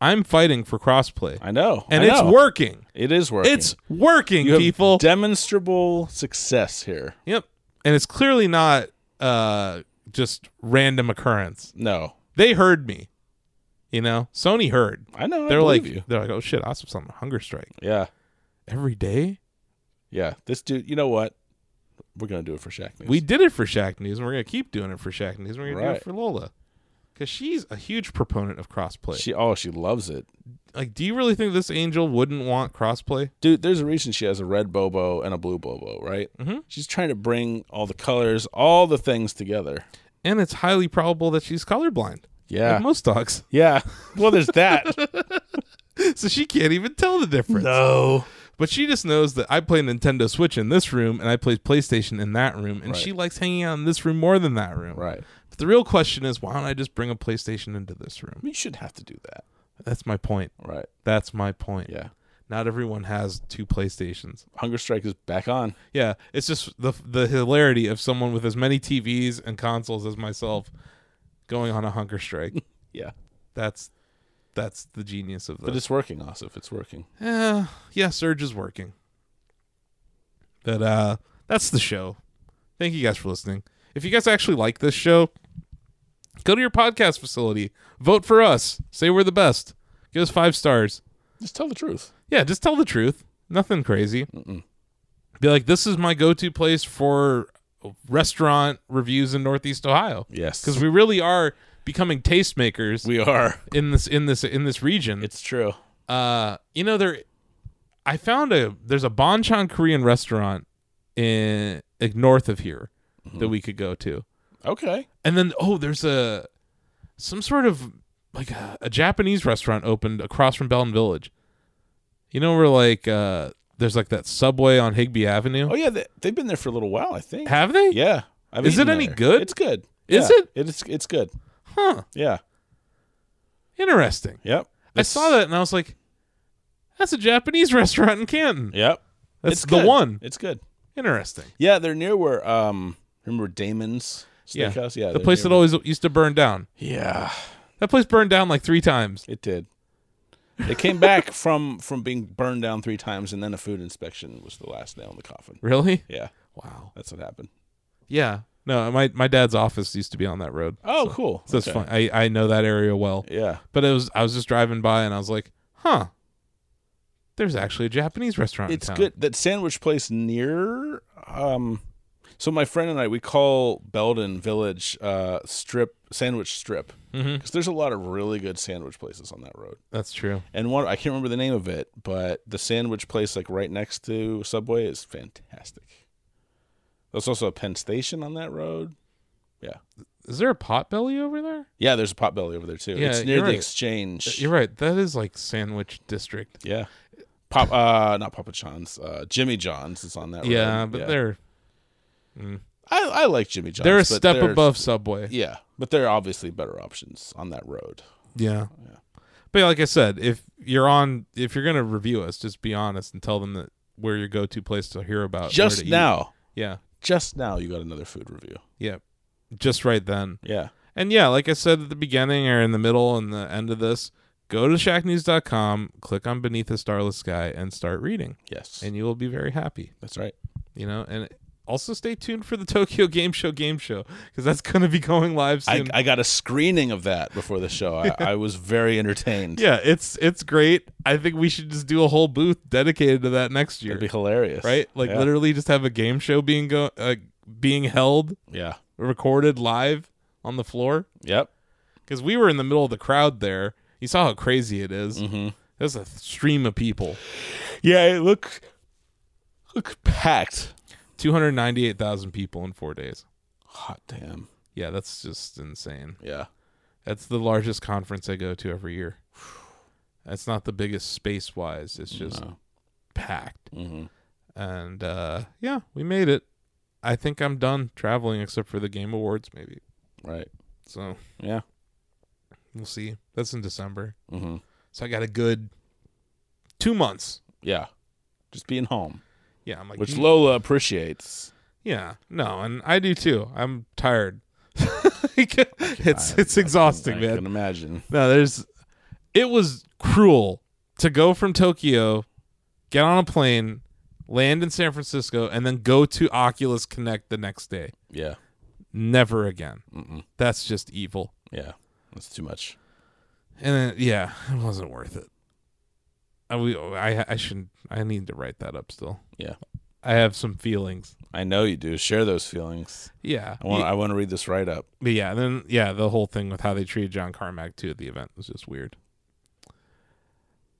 I'm fighting for crossplay.
I know.
And
I
it's
know.
working.
It is working.
It's working,
You have
people.
demonstrable success here.
yep. And it's clearly not uh just random occurrence.
No,
They heard me. You know, Sony heard.
I know. I
They're
believe
like
you.
they're like, "Oh shit, Asif's on a hunger strike
Yeah,
every day?"
yeah. This dude. You know what? We're gonna do it for Shaq News.
We did it for Shaq News, and we're gonna keep doing it for Shaq News. and We're gonna do
Right.
it for Lola, because she's a huge proponent of crossplay.
She. Oh, she loves it,
like, do you really think this angel wouldn't want crossplay?
dude. There's a reason she has a red bobo and a blue bobo, right?
Mhm.
She's trying to bring all the colors, all the things together.
And it's highly probable that she's colorblind,
Yeah.
like most dogs,
yeah. Well, there's that.
so she can't even tell the difference.
no.
But she just knows that I play Nintendo Switch in this room, and I play PlayStation in that room, and she likes hanging out in this room more than that room.
Right.
But the real question is, why don't I just bring a PlayStation into this room?
We should have to do that.
That's my point.
Right.
That's my point.
Yeah.
Not everyone has two PlayStations.
Hunger strike is back on.
Yeah, it's just the the hilarity of someone with as many TVs and consoles as myself going on a hunger strike.
Yeah.
that's that's the genius of
But
this.
it's working, Asif. It's working.
Eh, yeah, Surge is working. But uh that's the show. Thank you guys for listening. If you guys actually like this show, go to your podcast facility, vote for us, say we're the best. Give us 5 stars.
Just tell the truth.
Yeah, just tell the truth. Nothing crazy. Be like, this is my go-to place for restaurant reviews in Northeast Ohio
Yes.
because we really are becoming tastemakers
we are.
in this in this in this region.
It's true.
Uh, you know, there, I found a there's a banchan Korean restaurant in like, north of here
Mm-hmm.
that we could go to,
Okay.
and then oh, there's a some sort of like a, a Japanese restaurant opened across from Bellin Village. You know where like uh there's like that subway on Higby Avenue.
Oh yeah, they, they've been there for a little while, I think.
Have they?
Yeah. I've
Is it
eaten
any
there.
good?
It's good.
Is
Yeah.
it?
It's it's good.
Huh.
Yeah.
Interesting.
Yep.
I
It's-
saw that and I was like, that's a Japanese restaurant in Canton.
Yep.
That's
it's
the
good.
one.
It's good.
Interesting.
Yeah, they're near where um remember Damon's
Yeah.
steakhouse? Yeah.
the place that always used to burn down.
Yeah.
That place burned down like three times.
It did. It came back from from being burned down three times and then a food inspection was the last nail in the coffin.
Really?
Yeah.
Wow.
That's what happened.
Yeah. No, my, my dad's office used to be on that road.
Oh, cool.
So it's
Okay.
fun. I, I know that area well.
Yeah.
But it was I was just driving by and I was like, huh. There's actually a Japanese restaurant. in
it's
town.
good that sandwich place near um so my friend and i we call belden village uh strip sandwich strip because
Mhm.
there's a lot of really good sandwich places on that road
That's true.
and one i can't remember the name of it but the sandwich place like right next to subway is fantastic there's also a penn station on that road
Is there a potbelly over there?
yeah there's a potbelly over there too
Yeah,
it's near
you're
the
right.
exchange
You're right. That is like sandwich district.
yeah pop uh not papa john's uh jimmy john's is on that
Yeah,
road
but they're
I, I like jimmy john's
they're a
but
step
they're-
above Subway.
Yeah, but there are obviously better options on that road.
Yeah. But like I said, if you're on, if you're gonna review us, just be honest and tell them that we're your go-to place to hear about. where
just
Uh, to eat.
now,
Yeah.
just now, you got another food review.
Yeah. Just right then.
Yeah,
And yeah, like I said at the beginning or in the middle and the end of this, go to shacknews.com, click on Beneath the Starless Sky, and start reading,
yes,
and you will be very happy.
that's right.
You know, and also stay tuned for the Tokyo Game Show game show because that's gonna be going live
I,
soon.
I got a screening of that before the show. I, I was very entertained.
yeah, it's it's great. I think we should just do a whole booth dedicated to that next year.
It'd be hilarious,
right? Like
yeah.
literally just have a game show being go uh, being held,
Yeah.
recorded live on the floor
Yep.
because we were in the middle of the crowd there. You saw how crazy it is.
Mhm.
There's a th- stream of people.
Yeah. It look look packed.
298,000 people in 4 days.
Hot damn.
Yeah, that's just insane.
Yeah.
That's the largest conference I go to every year. That's not the biggest space-wise. It's just
No.
packed.
hmm
And uh, yeah, we made it. I think I'm done traveling except for the Game Awards, maybe.
Right.
So
Yeah.
we'll see. That's in December.
Mm-hmm.
So I got a good two months.
Yeah. Just being home,
Yeah, I'm like,
which
"Mm,
Lola appreciates.
yeah, no, and I do too. I'm tired. Like, it's it's exhausting,
I
man.
can imagine.
No, there's. It was cruel to go from Tokyo, get on a plane, land in San Francisco, and then go to Oculus Connect the next day.
Yeah.
Never again.
Mm-mm.
That's just evil.
Yeah. That's too much.
And then, yeah, it wasn't worth it. I we I I shouldn't. I need to write that up still.
Yeah.
I have some feelings.
I know you do. Share those feelings.
Yeah.
I want. I want to read this write up.
But yeah, then yeah, the whole thing with how they treated John Carmack too at the event was just weird.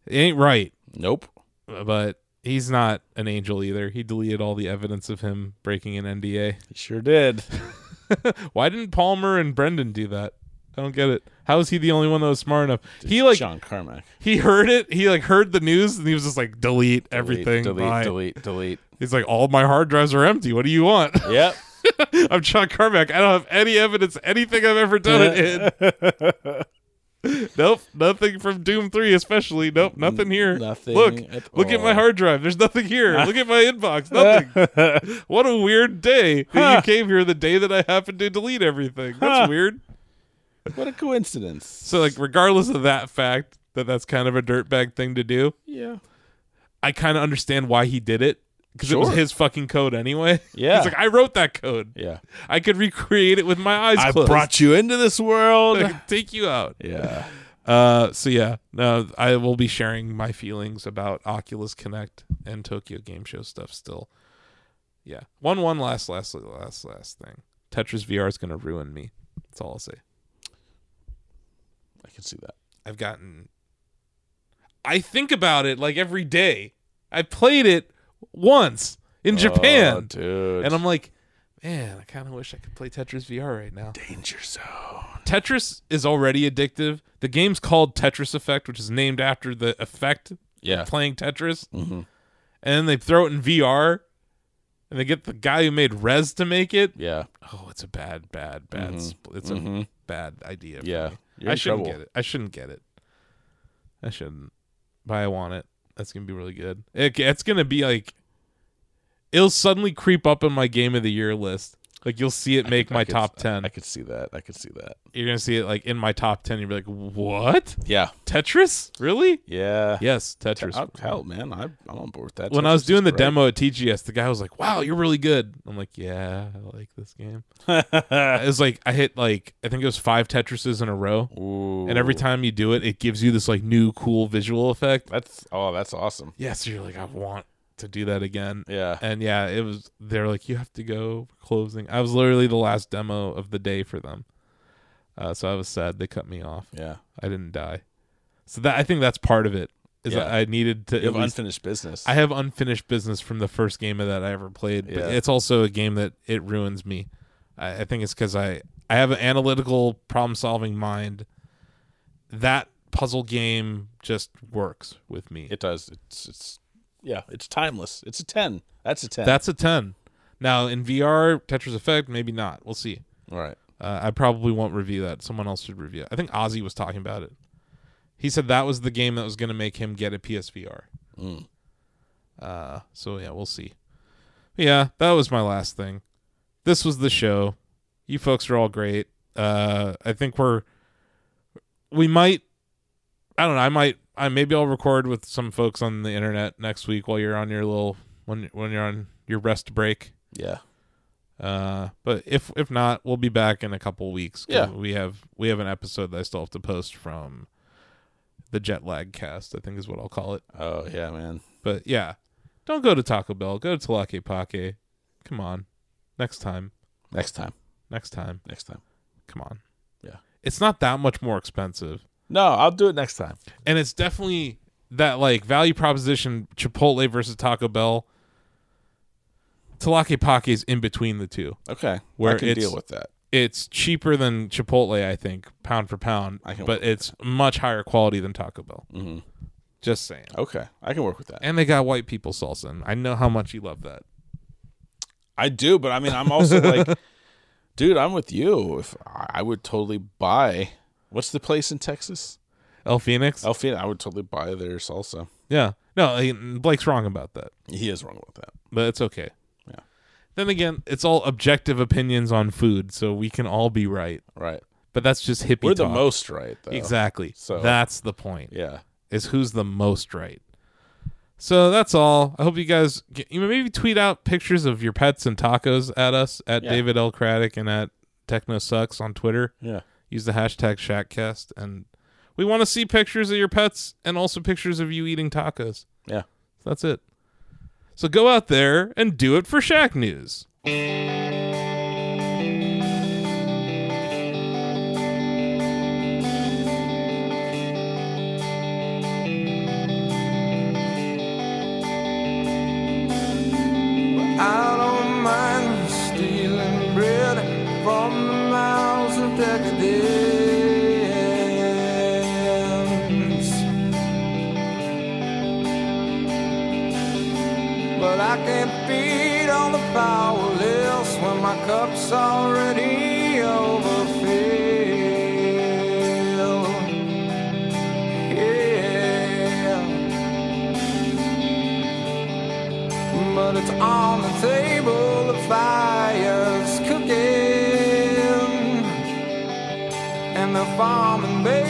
It ain't right,
Nope.
but he's not an angel either. He deleted all the evidence of him breaking an NDA.
You sure did.
Why didn't Palmer and Brendan do that? I don't get it. How is he the only one that was smart enough? He like
John Carmack.
he heard it. He like heard the news and he was just like delete everything.
Delete.
bye."
Delete. Delete. delete.
He's like all my hard drives are empty. What do you want?
yep.
I'm John Carmack. I don't have any evidence, anything I've ever done it in. nope, nothing from Doom 3, especially. Nope, nothing here.
Nothing
Look,
at
look at my
all.
hard drive. There's nothing here. look at my inbox. Nothing. what a weird day that you came here the day that I happened to delete everything. That's
Huh.
weird.
What a coincidence.
So, like, regardless of that fact, that that's kind of a dirtbag thing to do,
Yeah.
I kind of understand why he did it because it was
Sure.
his fucking code anyway.
Yeah.
He's like, I wrote that code.
Yeah.
I could recreate it with my eyes
I
closed.
brought you into this world.
I can take you out.
yeah.
Uh, so yeah, no, I will be sharing my feelings about Oculus Connect and Tokyo Game Show stuff still. Yeah, one one last last last last thing. Tetris VR is gonna ruin me. That's all I'll say.
I can see that.
I've gotten. I think about it like every day. I played it once in
Oh,
Japan,
dude.
and I'm like, man, I kind of wish I could play Tetris VR right now.
danger zone.
Tetris is already addictive. The game's called Tetris Effect, which is named after the effect
Yeah.
playing Tetris,
Mm-hmm.
and then they throw it in VR, and they get the guy who made Rez to make it.
Yeah.
Oh, it's a bad, bad, bad.
Mhm.
spl- It's a
Mhm.
bad idea. for
Yeah.
me.
You're
I
in
shouldn't
trouble.
get it. I shouldn't get it. I shouldn't, but I want it. That's gonna be really good. It, it's gonna be like, it'll suddenly creep up in my game of the year list. Like you'll see it make
I
my
could-
top ten.
I could see that. I could see that.
You're gonna see it like in my top ten. You'll be like, what?
Yeah.
Tetris? Really?
Yeah.
Yes, Tetris.
I'll- Hell, man, I, I'm on board with that.
when I was
Tetris is
doing the
great.
demo at TGS, the guy was like, "Wow, you're really good." I'm like, "Yeah, I like this game." it was like I hit like I think it was five Tetrises in a row,
Ooh,
and every time you do it, it gives you this like new cool visual effect.
that's oh, that's awesome.
Yeah, so you're like, "I want to do that again."
Yeah,
And yeah, it was. They're like, "You have to go for closing." I was literally the last demo of the day for them, uh, so I was sad they cut me off.
yeah.
I didn't die, so that I think that's part of it. Is
Yeah.
that I needed to
You have
at least
unfinished business.
I have unfinished business from the first game of that I ever played, but
Yeah.
it's also a game that it ruins me. I, I think it's because I I have an analytical problem solving mind. That puzzle game just works with me.
it does. It's it's yeah. It's timeless. It's a ten. That's a ten.
That's a ten. Now in VR, Tetris Effect, maybe not. We'll see.
All right.
Uh, I probably won't review that. Someone else should review it. I think Ozzy was talking about it. He said that was the game that was going to make him get a PSVR.
Mm.
Uh, so yeah, we'll see. Yeah, that was my last thing. This was the show. You folks are all great. Uh, I think we're we might. I don't know. I might. I maybe I'll record with some folks on the internet next week while you're on your little when when you're on your rest break.
Yeah.
Uh, but if if not, we'll be back in a couple weeks. 'cause
Yeah.
we have we have an episode that I still have to post from the jet lag cast. I think is what I'll call it.
Oh yeah, man.
But yeah, don't go to Taco Bell. Go to Talake Pake. Come on, next time,
Next time.
next time.
Next time.
Come on.
Yeah.
it's not that much more expensive,
No, I'll do it next time.
and it's definitely that like value proposition Chipotle versus Taco Bell. Talake Pake is in between the two.
Okay.
Where
I can
it's-
deal with that.
it's cheaper than Chipotle, I think, pound for pound,
I can
Mm-hmm.
but it's much higher quality than Taco Bell.
Mhm.
Just saying.
Okay, I can work with that.
And they got white people salsa. And I know how much you love that.
I do, but I mean, I'm also like, dude, I'm with you. If I I would totally buy. What's the place in Texas?
El Phoenix.
Elfina. I would totally buy their salsa.
Yeah. No, he- Blake's wrong about that,
He is wrong about that.
but it's okay.
Yeah.
Then again, it's all objective opinions on food, so we can all be right.
Right.
But that's just hippie.
We're the
talk.
most right though.
exactly.
So-
that's the point.
Yeah.
Is who's the most right. So that's all. I hope you guys get, you know, maybe tweet out pictures of your pets and tacos at us at
Yeah.
David L. Craddock and at Techno Sucks on Twitter.
Yeah.
use the hashtag shackcast and we want to see pictures of your pets and also pictures of you eating tacos
Yeah.
that's it so go out there and do it for shack news
I don't mind stealing bread from the mouths of decadence. But I can't feed on the powerless when my cup's already overfilled. Yeah. but it's on the table. The fire's cooking, and the farming baby